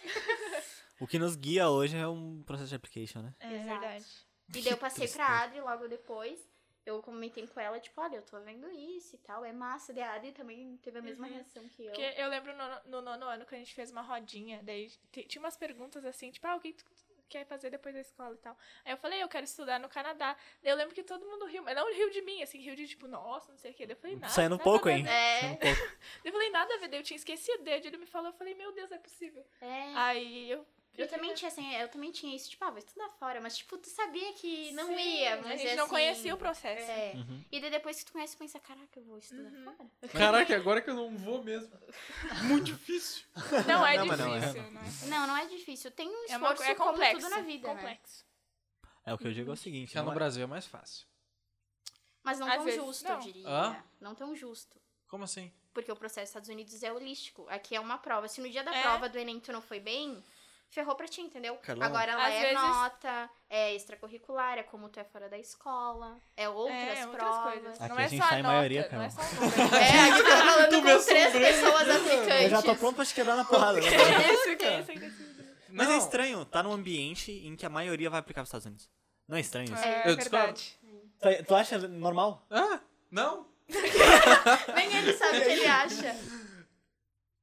Speaker 3: O que nos guia hoje é um processo de application, né?
Speaker 1: É
Speaker 4: Exato.
Speaker 1: verdade.
Speaker 4: E daí eu passei pra
Speaker 3: tristeza.
Speaker 4: Adri logo depois. Eu comentei com ela, tipo, olha, eu tô vendo isso e tal, é massa. Daí a Adri também teve a mesma
Speaker 1: Uhum.
Speaker 4: reação que eu.
Speaker 1: Porque eu lembro no, no nono ano que a gente fez uma rodinha, daí t- tinha umas perguntas assim, tipo, ah, o que tu quer fazer depois da escola e tal. Aí eu falei, eu quero estudar no Canadá. Daí eu lembro que todo mundo riu, mas não riu de mim, assim, riu de tipo, nossa, não sei o quê. Daí eu falei, nada.
Speaker 3: Saindo um
Speaker 1: nada
Speaker 3: pouco,
Speaker 1: a
Speaker 3: hein?
Speaker 1: ver.
Speaker 4: É.
Speaker 3: Saindo um pouco.
Speaker 1: Daí eu falei, nada a ver. Daí eu tinha esquecido dele, ele me falou, eu falei, meu Deus, não é possível.
Speaker 4: É.
Speaker 1: Aí eu.
Speaker 4: Eu também tinha assim, eu também tinha isso, tipo, ah, vou estudar fora, mas tipo, tu sabia que não
Speaker 1: Sim,
Speaker 4: ia, mas
Speaker 1: A gente
Speaker 4: é
Speaker 1: não
Speaker 4: assim,
Speaker 1: conhecia o processo.
Speaker 4: É.
Speaker 3: Uhum.
Speaker 4: E daí depois que tu conhece, tu pensa, caraca, eu vou estudar
Speaker 1: Uhum.
Speaker 4: fora.
Speaker 2: Caraca, agora que eu não vou mesmo. Muito difícil.
Speaker 1: Não é
Speaker 3: Não, mas não é.
Speaker 1: difícil, não é?
Speaker 4: Não, não é difícil. Tem um
Speaker 1: É, uma,
Speaker 4: esforço
Speaker 1: é
Speaker 4: como
Speaker 1: complexo.
Speaker 4: tudo na vida, né?
Speaker 1: complexo.
Speaker 3: É o que eu digo é o seguinte.
Speaker 2: Ficar no
Speaker 3: não é-
Speaker 2: Brasil é mais fácil.
Speaker 4: Mas não
Speaker 1: Às
Speaker 4: tão
Speaker 1: vezes,
Speaker 4: justo,
Speaker 1: não.
Speaker 4: eu diria.
Speaker 2: Hã?
Speaker 4: Não tão justo.
Speaker 2: Como assim?
Speaker 4: Porque o processo dos Estados Unidos é holístico. Aqui é uma prova. Se no dia da
Speaker 1: É.
Speaker 4: prova do Enem tu não foi bem, ferrou pra ti, entendeu?
Speaker 3: Caramba.
Speaker 4: Agora lá
Speaker 1: Às
Speaker 4: é
Speaker 1: vezes-
Speaker 4: nota, é extracurricular, é como tu é fora da escola, é outras
Speaker 1: é, outras
Speaker 4: provas.
Speaker 1: coisas.
Speaker 3: Aqui
Speaker 1: não
Speaker 3: a
Speaker 1: é
Speaker 3: gente
Speaker 1: só
Speaker 3: tá
Speaker 1: a
Speaker 3: em
Speaker 1: nota,
Speaker 3: maioria,
Speaker 1: não
Speaker 3: Carol.
Speaker 1: é só o número.
Speaker 4: É, a gente tá
Speaker 2: Tu
Speaker 4: falando com
Speaker 2: me
Speaker 4: três
Speaker 2: assombrei.
Speaker 4: pessoas
Speaker 3: Eu
Speaker 4: aplicantes.
Speaker 3: já tô pronto pra te quebrar na
Speaker 1: [laughs]
Speaker 3: porrada. né?
Speaker 2: [laughs]
Speaker 1: É, eu fiquei sem decidir.
Speaker 3: Mas é estranho, tá num ambiente em que a maioria vai aplicar pros Estados Unidos. Não é estranho isso?
Speaker 1: É
Speaker 2: Eu
Speaker 1: verdade.
Speaker 4: É.
Speaker 3: Tu, tu acha normal?
Speaker 2: Ah, não.
Speaker 4: Nem ele sabe o que ele acha.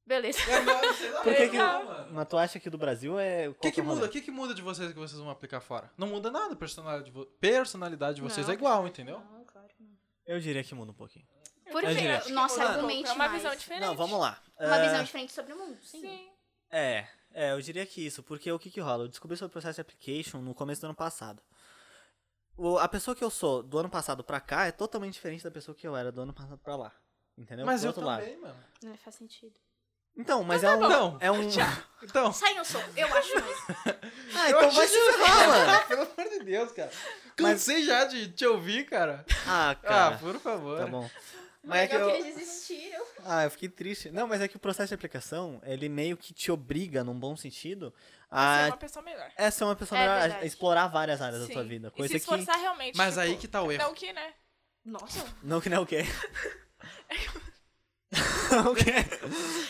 Speaker 4: Beleza.
Speaker 2: É, não, sei lá,
Speaker 3: Por que que-
Speaker 2: não, mano.
Speaker 3: Mas tu acha que do Brasil é.
Speaker 2: O que, que muda? O que, que muda de vocês que vocês vão aplicar fora? Não muda nada, a personalidade de, vo- personalidade de vocês
Speaker 4: Não.
Speaker 2: é igual, entendeu?
Speaker 4: Não, claro que não.
Speaker 3: Eu diria que muda um pouquinho.
Speaker 4: Por
Speaker 3: Eu
Speaker 4: quê?
Speaker 3: diria. acho
Speaker 4: Nossa,
Speaker 3: muda um
Speaker 4: argumente
Speaker 1: É uma
Speaker 4: mais.
Speaker 1: visão diferente.
Speaker 3: Não, vamos lá.
Speaker 4: É Uma
Speaker 3: Ah,
Speaker 4: visão diferente sobre o mundo, sim.
Speaker 1: Sim.
Speaker 3: É, é, eu diria que isso, porque o que que rola? Eu descobri sobre o processo de application no começo do ano passado. O- a pessoa que eu sou do ano passado pra cá é totalmente diferente da pessoa que eu era do ano passado pra lá. Entendeu?
Speaker 2: Mas
Speaker 3: Pro
Speaker 2: eu
Speaker 3: outro
Speaker 2: também, mano.
Speaker 4: Não faz sentido.
Speaker 3: Então, mas é um.
Speaker 2: Não,
Speaker 3: É um.
Speaker 2: então. [laughs]
Speaker 4: Sai no som, eu acho mesmo.
Speaker 3: Ah, então vai se ferrar, mano.
Speaker 2: Pelo amor de Deus, cara. Cansei já de te ouvir, cara.
Speaker 3: Ah, cara.
Speaker 2: ah, por favor.
Speaker 3: tá bom. Mas é que
Speaker 4: Legal
Speaker 3: eu,
Speaker 4: que eles desistiram.
Speaker 3: Ah, eu fiquei triste. Não, mas é que o processo de aplicação, ele meio que te obriga, num bom sentido,
Speaker 1: Você é
Speaker 3: a
Speaker 1: uma pessoa melhor.
Speaker 3: é ser uma pessoa
Speaker 4: É
Speaker 3: melhor, a- a
Speaker 4: verdade.
Speaker 3: explorar várias áreas da
Speaker 1: Sim.
Speaker 3: tua vida.
Speaker 1: E
Speaker 3: Coisa
Speaker 1: se esforçar
Speaker 3: que.
Speaker 1: realmente.
Speaker 2: Mas
Speaker 1: tipo,
Speaker 2: aí que tá o erro.
Speaker 1: Não que, né?
Speaker 4: Nossa.
Speaker 3: Não que não é o [laughs] quê? Não que.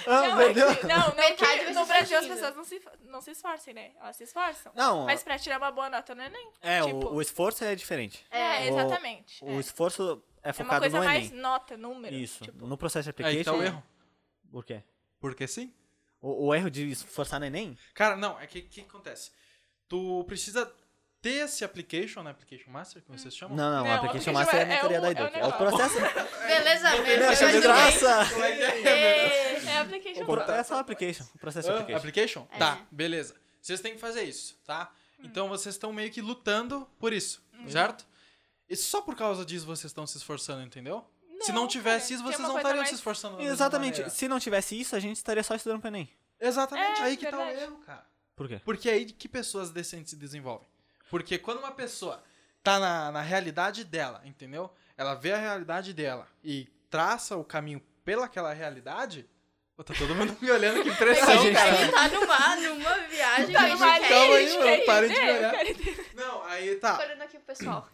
Speaker 3: Ah,
Speaker 1: [laughs] não, é
Speaker 3: perdeu.
Speaker 1: que, não, não
Speaker 4: Metade
Speaker 1: que
Speaker 4: vai
Speaker 1: no
Speaker 4: ser
Speaker 1: Brasil as
Speaker 4: sentido.
Speaker 1: pessoas não se, não se esforcem, né? Elas se esforçam.
Speaker 3: Não,
Speaker 1: Mas pra tirar uma boa nota no Enem.
Speaker 3: é, o-
Speaker 1: tipo-
Speaker 3: o, esforço é diferente.
Speaker 1: É,
Speaker 3: O-
Speaker 1: exatamente.
Speaker 3: O
Speaker 1: é.
Speaker 3: esforço é
Speaker 1: É uma
Speaker 3: focado
Speaker 1: coisa
Speaker 3: no
Speaker 1: mais
Speaker 3: Enem.
Speaker 1: nota, número.
Speaker 3: Isso.
Speaker 1: tipo,
Speaker 3: No processo de
Speaker 2: Aí que tá
Speaker 3: application.
Speaker 2: o erro.
Speaker 3: Por quê?
Speaker 2: Porque sim.
Speaker 3: O, o erro de esforçar no Enem?
Speaker 2: Cara, não, é que o que acontece? Tu precisa ter esse application, né? Application Master, como vocês
Speaker 3: Não,
Speaker 2: chamam?
Speaker 3: não,
Speaker 1: Não,
Speaker 3: a application
Speaker 1: application
Speaker 3: master é a
Speaker 1: é- é
Speaker 3: mentoria
Speaker 1: o-
Speaker 3: da
Speaker 1: é o
Speaker 3: Educa. É o
Speaker 1: negócio. [laughs]
Speaker 3: proceso.
Speaker 4: Beleza mesmo.
Speaker 3: Não, achei de graça!
Speaker 2: Como é que é?
Speaker 1: É, é application.
Speaker 3: O pro- É só o application. O processo de
Speaker 2: Ah,
Speaker 3: application.
Speaker 2: application?
Speaker 4: É.
Speaker 2: Tá, beleza. Vocês têm que fazer isso, tá?
Speaker 1: Hum.
Speaker 2: Então vocês estão meio que lutando por isso, certo? E só por causa disso vocês estão se esforçando, entendeu? se não
Speaker 1: Não,
Speaker 2: tivesse
Speaker 1: cara,
Speaker 2: isso,
Speaker 1: tem
Speaker 2: vocês
Speaker 1: uma
Speaker 2: não
Speaker 1: coisa
Speaker 2: estariam se
Speaker 1: mais-
Speaker 2: esforçando. da mesma
Speaker 3: Exatamente.
Speaker 2: é maneira.
Speaker 3: Se não tivesse isso, a gente estaria só estudando pro Enem.
Speaker 2: Exatamente.
Speaker 1: É,
Speaker 2: aí que tá o
Speaker 1: verdade.
Speaker 2: erro, cara.
Speaker 3: Por quê?
Speaker 2: Porque é aí que pessoas decentes se desenvolvem. Porque quando uma pessoa tá na, na realidade dela, entendeu? Ela vê a realidade dela e traça o caminho pelaquela realidade. Pô, tá todo mundo [laughs] me olhando, que impressão,
Speaker 3: A gente
Speaker 2: cara.
Speaker 4: Ele tá numa, numa viagem.
Speaker 1: Tá
Speaker 4: a gente
Speaker 1: numa
Speaker 4: quer-
Speaker 2: Calma aí,
Speaker 1: gente
Speaker 2: mano,
Speaker 1: quer
Speaker 2: parem
Speaker 1: ir,
Speaker 2: de
Speaker 1: né?
Speaker 2: olhar.
Speaker 1: Eu quero ir.
Speaker 2: Não, aí tá.
Speaker 4: Tô
Speaker 3: Então-
Speaker 4: olhando aqui pro pessoal.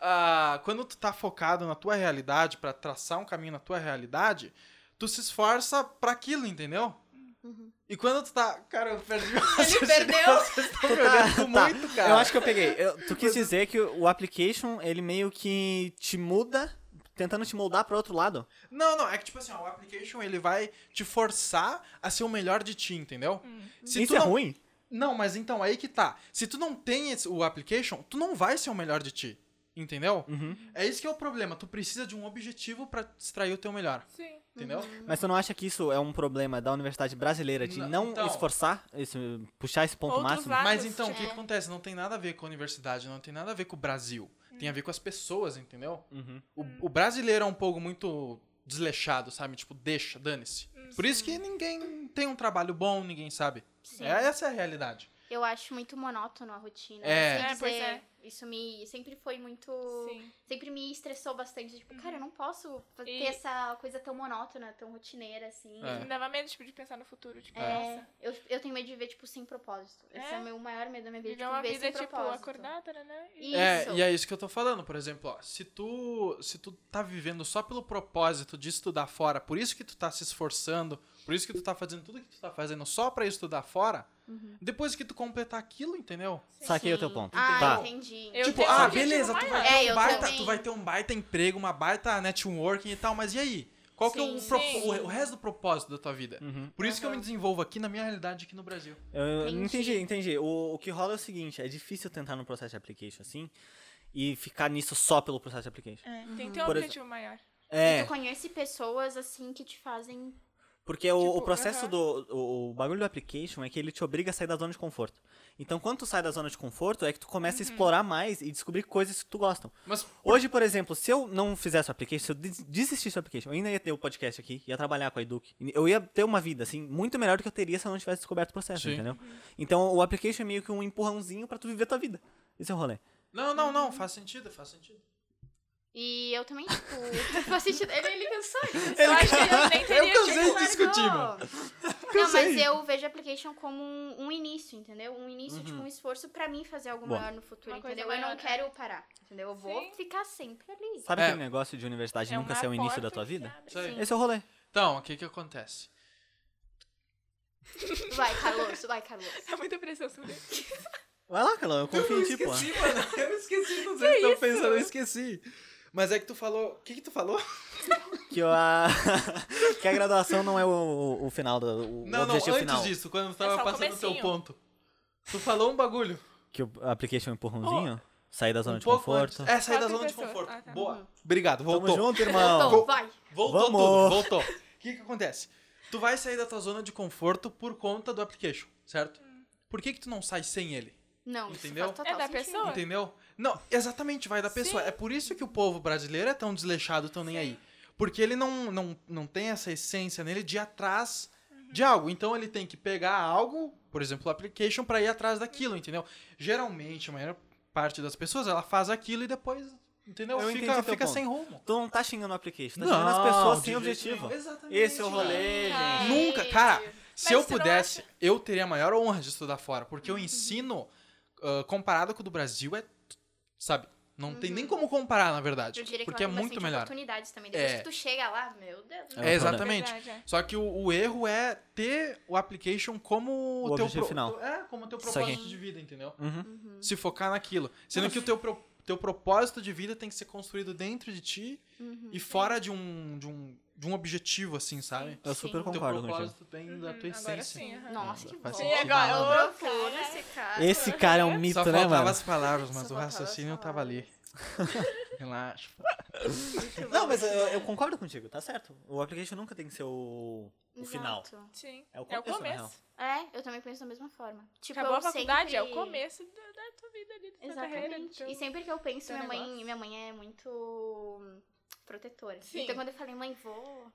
Speaker 2: Ah, quando tu tá focado na tua realidade, pra traçar um caminho na tua realidade, tu se esforça pra aquilo, entendeu?
Speaker 3: Uhum.
Speaker 2: E quando tu tá. Cara, eu perdi o raciocínio,
Speaker 4: perdeu.
Speaker 2: Vocês estão perdendo
Speaker 3: Tá,
Speaker 2: muito, cara.
Speaker 3: Eu acho que eu peguei. Eu- tu quis dizer que o application, ele meio que te muda, tentando te moldar pra outro lado?
Speaker 2: Não, não, é que tipo assim, ó, o application ele vai te forçar a ser o melhor de ti, entendeu?
Speaker 4: Hum.
Speaker 2: Se
Speaker 3: Isso
Speaker 2: tu
Speaker 3: é
Speaker 2: não...
Speaker 3: ruim?
Speaker 2: Não, mas então aí que tá. Se tu não tem esse- o application, tu não vai ser o melhor de ti, entendeu?
Speaker 3: Uhum.
Speaker 2: É isso que é o problema. Tu precisa de um objetivo pra extrair o teu melhor,
Speaker 1: Sim.
Speaker 2: entendeu?
Speaker 4: Uhum.
Speaker 3: Mas tu não acha que isso é um problema da universidade brasileira de
Speaker 2: Não,
Speaker 3: não
Speaker 2: então-
Speaker 3: esforçar, esse- puxar esse ponto
Speaker 1: Outros
Speaker 3: máximo?
Speaker 1: lados.
Speaker 2: Mas então, o que
Speaker 4: É.
Speaker 2: acontece? Não tem nada a ver com a universidade, não tem nada a ver com o Brasil. Tem a
Speaker 4: Hum.
Speaker 2: ver com as pessoas, entendeu?
Speaker 3: Uhum.
Speaker 2: O, o brasileiro é um pouco muito desleixado, sabe? Tipo,
Speaker 4: Uhum.
Speaker 2: deixa, dane-se. Por isso que ninguém tem um trabalho bom, ninguém sabe.
Speaker 4: Sim.
Speaker 2: É, essa é a realidade.
Speaker 4: Eu acho muito monótono a rotina.
Speaker 2: É.
Speaker 4: não sei
Speaker 1: É, pois
Speaker 4: dizer.
Speaker 1: é.
Speaker 4: Isso me sempre foi muito.
Speaker 1: Sim.
Speaker 4: Sempre me estressou bastante. Tipo, cara, eu não posso fa- ter
Speaker 1: Uhum. E-
Speaker 4: essa coisa tão monótona, tão rotineira, assim.
Speaker 2: É.
Speaker 1: Me dava medo, tipo, de pensar no futuro. Tipo,
Speaker 4: É,
Speaker 1: nossa.
Speaker 4: eu, eu tenho medo de ver, tipo, sem propósito. Esse é,
Speaker 1: É.
Speaker 4: o meu maior medo da minha vida.
Speaker 1: Viver
Speaker 4: Tipo,
Speaker 1: uma
Speaker 4: ver
Speaker 1: vida,
Speaker 4: sem
Speaker 1: tipo,
Speaker 4: propósito.
Speaker 1: acordada, né, né? E-
Speaker 4: Isso.
Speaker 2: É, e é isso que eu tô falando, por exemplo, ó, se tu, se tu tá vivendo só pelo propósito de estudar fora, por isso que tu tá se esforçando, por isso que tu tá fazendo tudo que tu tá fazendo só pra estudar fora, depois que tu completar aquilo, entendeu?
Speaker 3: Saquei o
Speaker 4: Sim.
Speaker 3: teu ponto.
Speaker 4: Ah,
Speaker 3: tá.
Speaker 4: entendi.
Speaker 1: Eu
Speaker 2: tipo,
Speaker 1: tenho um
Speaker 2: ah,
Speaker 1: objetivo
Speaker 2: beleza, tu vai,
Speaker 1: maior.
Speaker 2: ter
Speaker 4: É,
Speaker 2: um
Speaker 4: eu
Speaker 2: baita,
Speaker 4: também.
Speaker 2: tu vai ter um baita emprego, uma baita networking e tal, mas e aí? Qual que é o,
Speaker 4: Sim.
Speaker 2: propo-
Speaker 1: Sim.
Speaker 2: o resto do propósito da tua vida?
Speaker 3: Uhum.
Speaker 2: Por isso que eu me
Speaker 1: Aham.
Speaker 2: desenvolvo aqui na minha realidade aqui no Brasil.
Speaker 3: Eu- Eu
Speaker 4: Entendi.
Speaker 3: entendi, entendi. O, o que rola é o seguinte, é difícil tentar no processo de application assim e ficar nisso só pelo processo de application.
Speaker 1: É, tem que ter um
Speaker 3: Por
Speaker 1: objetivo maior.
Speaker 4: E
Speaker 3: É,
Speaker 4: tu conhece pessoas, assim, que te fazem...
Speaker 3: porque o,
Speaker 1: tipo,
Speaker 3: o processo
Speaker 1: aham.
Speaker 3: do o, o bagulho do application é que ele te obriga a sair da zona de conforto. Então, quando tu sai da zona de conforto, é que tu começa
Speaker 1: Uhum.
Speaker 3: a explorar mais e descobrir coisas que tu gostam.
Speaker 2: Mas
Speaker 3: Hoje, por exemplo, se eu não fizesse o application, se eu des- desistisse do application, eu ainda ia ter o podcast aqui, ia trabalhar com a Educ. Eu ia ter uma vida, assim, muito melhor do que eu teria se eu não tivesse descoberto o processo,
Speaker 2: Sim.
Speaker 3: entendeu?
Speaker 1: Uhum.
Speaker 3: Então, o application é meio que um empurrãozinho pra tu viver a tua vida. Esse é o rolê.
Speaker 2: não, não, não, faz sentido, faz sentido.
Speaker 4: E eu também, tipo... [laughs] faz sentido. Ele, ele pensou, ele é pensou.
Speaker 1: Eu acho que
Speaker 3: [laughs]
Speaker 1: eu
Speaker 4: [laughs]
Speaker 1: nem teria
Speaker 2: cansei
Speaker 1: tido
Speaker 2: de
Speaker 1: largou.
Speaker 2: discutir, mano.
Speaker 4: Não, mas eu vejo application como um, um início, entendeu? Um início,
Speaker 2: Uhum.
Speaker 4: tipo, um esforço pra mim fazer algo
Speaker 3: Bom.
Speaker 4: maior no futuro,
Speaker 1: Uma coisa
Speaker 4: entendeu? Eu não
Speaker 1: maior, né?
Speaker 4: quero parar, entendeu? Eu vou
Speaker 1: Sim.
Speaker 4: ficar sempre ali.
Speaker 3: Sabe
Speaker 2: É.
Speaker 3: aquele negócio de universidade
Speaker 1: É
Speaker 3: nunca
Speaker 1: uma
Speaker 3: ser o início
Speaker 1: porta
Speaker 3: da tua
Speaker 1: que
Speaker 3: vida?
Speaker 1: abre.
Speaker 2: Isso aí.
Speaker 3: Esse é o rolê.
Speaker 2: Então, o que que acontece?
Speaker 4: Vai, Carlos, vai, Carlos.
Speaker 2: [laughs]
Speaker 1: É muita pressão sobre isso.
Speaker 3: Vai lá, Calão, eu confio em ti, pô.
Speaker 2: esqueci, mano. Eu esqueci, não sei se estão
Speaker 1: isso?
Speaker 2: pensando, eu esqueci. Mas é que tu falou. O que, que tu falou?
Speaker 3: Que, eu, a... [laughs] que a graduação não é o, o- o final, do, o
Speaker 2: não, não,
Speaker 3: objetivo
Speaker 2: antes
Speaker 3: final.
Speaker 2: disso, quando tu
Speaker 1: É
Speaker 2: tava
Speaker 1: só o
Speaker 2: passando o teu
Speaker 1: comecinho.
Speaker 2: ponto. Tu falou um bagulho.
Speaker 3: Que o application é um empurrãozinho, sair da zona
Speaker 2: um
Speaker 3: de
Speaker 2: pouco
Speaker 3: conforto.
Speaker 2: antes. É, sair da
Speaker 1: Quatro
Speaker 2: zona de
Speaker 1: pessoas.
Speaker 2: conforto.
Speaker 1: Ah, tá.
Speaker 2: Boa. Obrigado, [laughs]
Speaker 3: Tamo
Speaker 2: voltou.
Speaker 3: junto,
Speaker 4: Então,
Speaker 3: irmão.
Speaker 4: vai.
Speaker 2: Voltou
Speaker 3: Vamos.
Speaker 2: tudo, voltou. O que que acontece? Tu vai sair da tua zona de conforto por conta do application, certo?
Speaker 1: Hum.
Speaker 2: Por que que tu não sai sem ele?
Speaker 4: Não, isso
Speaker 2: Entendeu?
Speaker 4: faz total
Speaker 1: É da
Speaker 4: sentido.
Speaker 1: pessoa.
Speaker 2: Entendeu? Não, exatamente, vai da pessoa. É por isso que o povo brasileiro é tão desleixado, tão nem aí. Porque ele não, não, não tem essa essência nele de ir atrás de algo. Então ele tem que pegar algo, por exemplo, o application, pra ir atrás daquilo, entendeu? Geralmente, a maior parte das pessoas, ela faz aquilo e depois, entendeu?
Speaker 3: Eu entendi
Speaker 2: fica
Speaker 3: teu
Speaker 2: fica
Speaker 3: ponto.
Speaker 2: sem rumo.
Speaker 3: Tu não tá xingando o application, tá
Speaker 2: Não,
Speaker 3: xingando as pessoas
Speaker 2: de
Speaker 3: sem
Speaker 2: jeito
Speaker 3: objetivo.
Speaker 2: nenhum. Exatamente,
Speaker 3: Esse é o
Speaker 2: mano.
Speaker 3: rolê,
Speaker 1: Cara.
Speaker 3: gente.
Speaker 2: Nunca,
Speaker 4: Gente.
Speaker 2: cara,
Speaker 1: você
Speaker 2: se eu
Speaker 1: não Uhum.
Speaker 2: pudesse, eu teria a maior honra de estudar fora, porque o ensino, ah, comparado com o do Brasil, é. Sabe? Não tem
Speaker 1: Uhum.
Speaker 2: nem como comparar, na verdade.
Speaker 4: Eu diria que
Speaker 2: Porque é
Speaker 4: ela tem
Speaker 2: muito
Speaker 4: bastante
Speaker 2: melhor.
Speaker 4: oportunidades também. Depois
Speaker 2: É.
Speaker 4: que tu chega lá, meu Deus.
Speaker 3: É
Speaker 2: É,
Speaker 3: um problema.
Speaker 2: exatamente.
Speaker 1: Verdade, é.
Speaker 2: Só que o, o erro é ter o application como
Speaker 3: O
Speaker 2: teu
Speaker 3: objetivo
Speaker 2: pro-
Speaker 3: final.
Speaker 2: É, como teu
Speaker 3: Isso
Speaker 2: propósito
Speaker 3: aqui.
Speaker 2: de vida, entendeu?
Speaker 3: Uhum.
Speaker 2: Se focar naquilo. Sendo que o teu, pro- teu propósito de vida tem que ser construído dentro de ti
Speaker 1: Uhum.
Speaker 2: e fora de um, de um, de um objetivo, assim, sabe?
Speaker 3: Eu super
Speaker 2: Teu
Speaker 3: concordo contigo.
Speaker 2: propósito tem da tua
Speaker 1: Hum, agora
Speaker 2: essência.
Speaker 1: sim, aham.
Speaker 4: Nossa, que bom.
Speaker 2: Faz
Speaker 1: E agora, ô,
Speaker 4: Profundo
Speaker 1: cara.
Speaker 4: esse cara.
Speaker 3: Esse cara é um mito,
Speaker 2: Só
Speaker 3: né,
Speaker 2: faltava
Speaker 3: mano?
Speaker 2: as palavras, mas
Speaker 4: Só
Speaker 2: o
Speaker 4: faltava as
Speaker 2: raciocínio tava ali. Relaxa.
Speaker 3: Não, mas eu, eu concordo contigo, tá certo. O application nunca tem que ser o, o
Speaker 4: Exato.
Speaker 3: final.
Speaker 1: Sim.
Speaker 3: É o
Speaker 1: É o
Speaker 3: começo, na real.
Speaker 1: começo.
Speaker 4: É, eu também penso da mesma forma. Tipo,
Speaker 1: Acabou
Speaker 4: eu
Speaker 1: a faculdade, é o
Speaker 4: sempre-
Speaker 1: começo da, da tua vida ali, da tua carreira. do
Speaker 4: Exatamente.
Speaker 1: teu-
Speaker 4: E sempre que eu penso,
Speaker 1: teu
Speaker 4: minha mãe,
Speaker 1: negócio.
Speaker 4: minha mãe é muito protetora.
Speaker 1: Sim.
Speaker 4: Então quando eu falei, mãe, vou.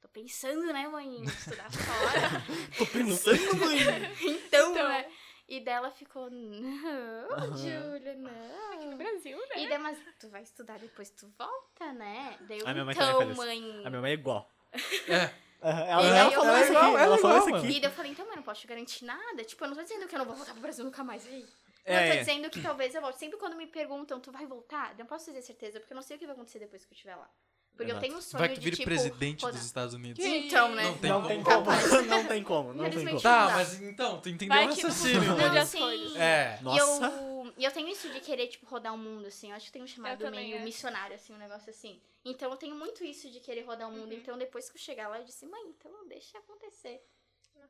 Speaker 4: Tô pensando, né, mãe, em estudar fora.
Speaker 3: [laughs] Tô pensando, mãe.
Speaker 4: então,
Speaker 1: [laughs] Então.
Speaker 4: né? E dela ficou, não, Júlia,
Speaker 1: No [laughs]
Speaker 4: não.
Speaker 1: Brasil, né?
Speaker 4: E daí, mas tu vai estudar depois tu volta, né? Daí eu,
Speaker 3: A minha mãe também
Speaker 4: então,
Speaker 3: fez isso.
Speaker 4: mãe.
Speaker 3: A minha mãe é igual.
Speaker 2: É.
Speaker 3: Ela,
Speaker 4: daí
Speaker 3: ela
Speaker 4: eu
Speaker 3: falou
Speaker 4: falei-
Speaker 3: isso aqui.
Speaker 2: É legal,
Speaker 3: Ela falou isso
Speaker 2: mano.
Speaker 4: E
Speaker 3: aqui.
Speaker 4: daí eu falei, então, mãe, não posso te garantir nada. Tipo, eu não tô dizendo que eu não vou voltar pro Brasil nunca mais. Ei. Não, eu
Speaker 3: É.
Speaker 4: tô dizendo que talvez eu volte. Sempre quando me perguntam, tu vai voltar? Não posso dizer certeza, porque eu não sei o que vai acontecer depois que eu estiver lá. Porque
Speaker 3: Exato.
Speaker 4: eu tenho um sonho
Speaker 2: Vai que tu
Speaker 4: de,
Speaker 2: vire
Speaker 4: tipo,
Speaker 2: presidente
Speaker 4: rodar.
Speaker 2: dos Estados Unidos.
Speaker 1: Que-
Speaker 4: Então, né?
Speaker 2: Não tem
Speaker 3: não
Speaker 2: como. [laughs]
Speaker 3: tem como. Não tem como. Não tem como.
Speaker 4: Infelizmente.
Speaker 2: Tá,
Speaker 4: Não dá.
Speaker 2: mas então, tu entendeu
Speaker 1: Vai
Speaker 2: o
Speaker 1: que tu
Speaker 2: raciocínio.
Speaker 1: muda
Speaker 3: né?
Speaker 4: Não,
Speaker 2: mano.
Speaker 1: as
Speaker 4: sim.
Speaker 1: coisas.
Speaker 2: É.
Speaker 4: E
Speaker 3: Nossa.
Speaker 4: eu, e eu tenho isso de querer, tipo, rodar o mundo, assim. Eu acho que tenho um chamado
Speaker 1: também,
Speaker 4: meio
Speaker 1: é.
Speaker 4: missionário, assim, um negócio assim. Então eu tenho muito isso de querer rodar o mundo. Então depois que eu chegar lá, eu disse, mãe, então deixa acontecer.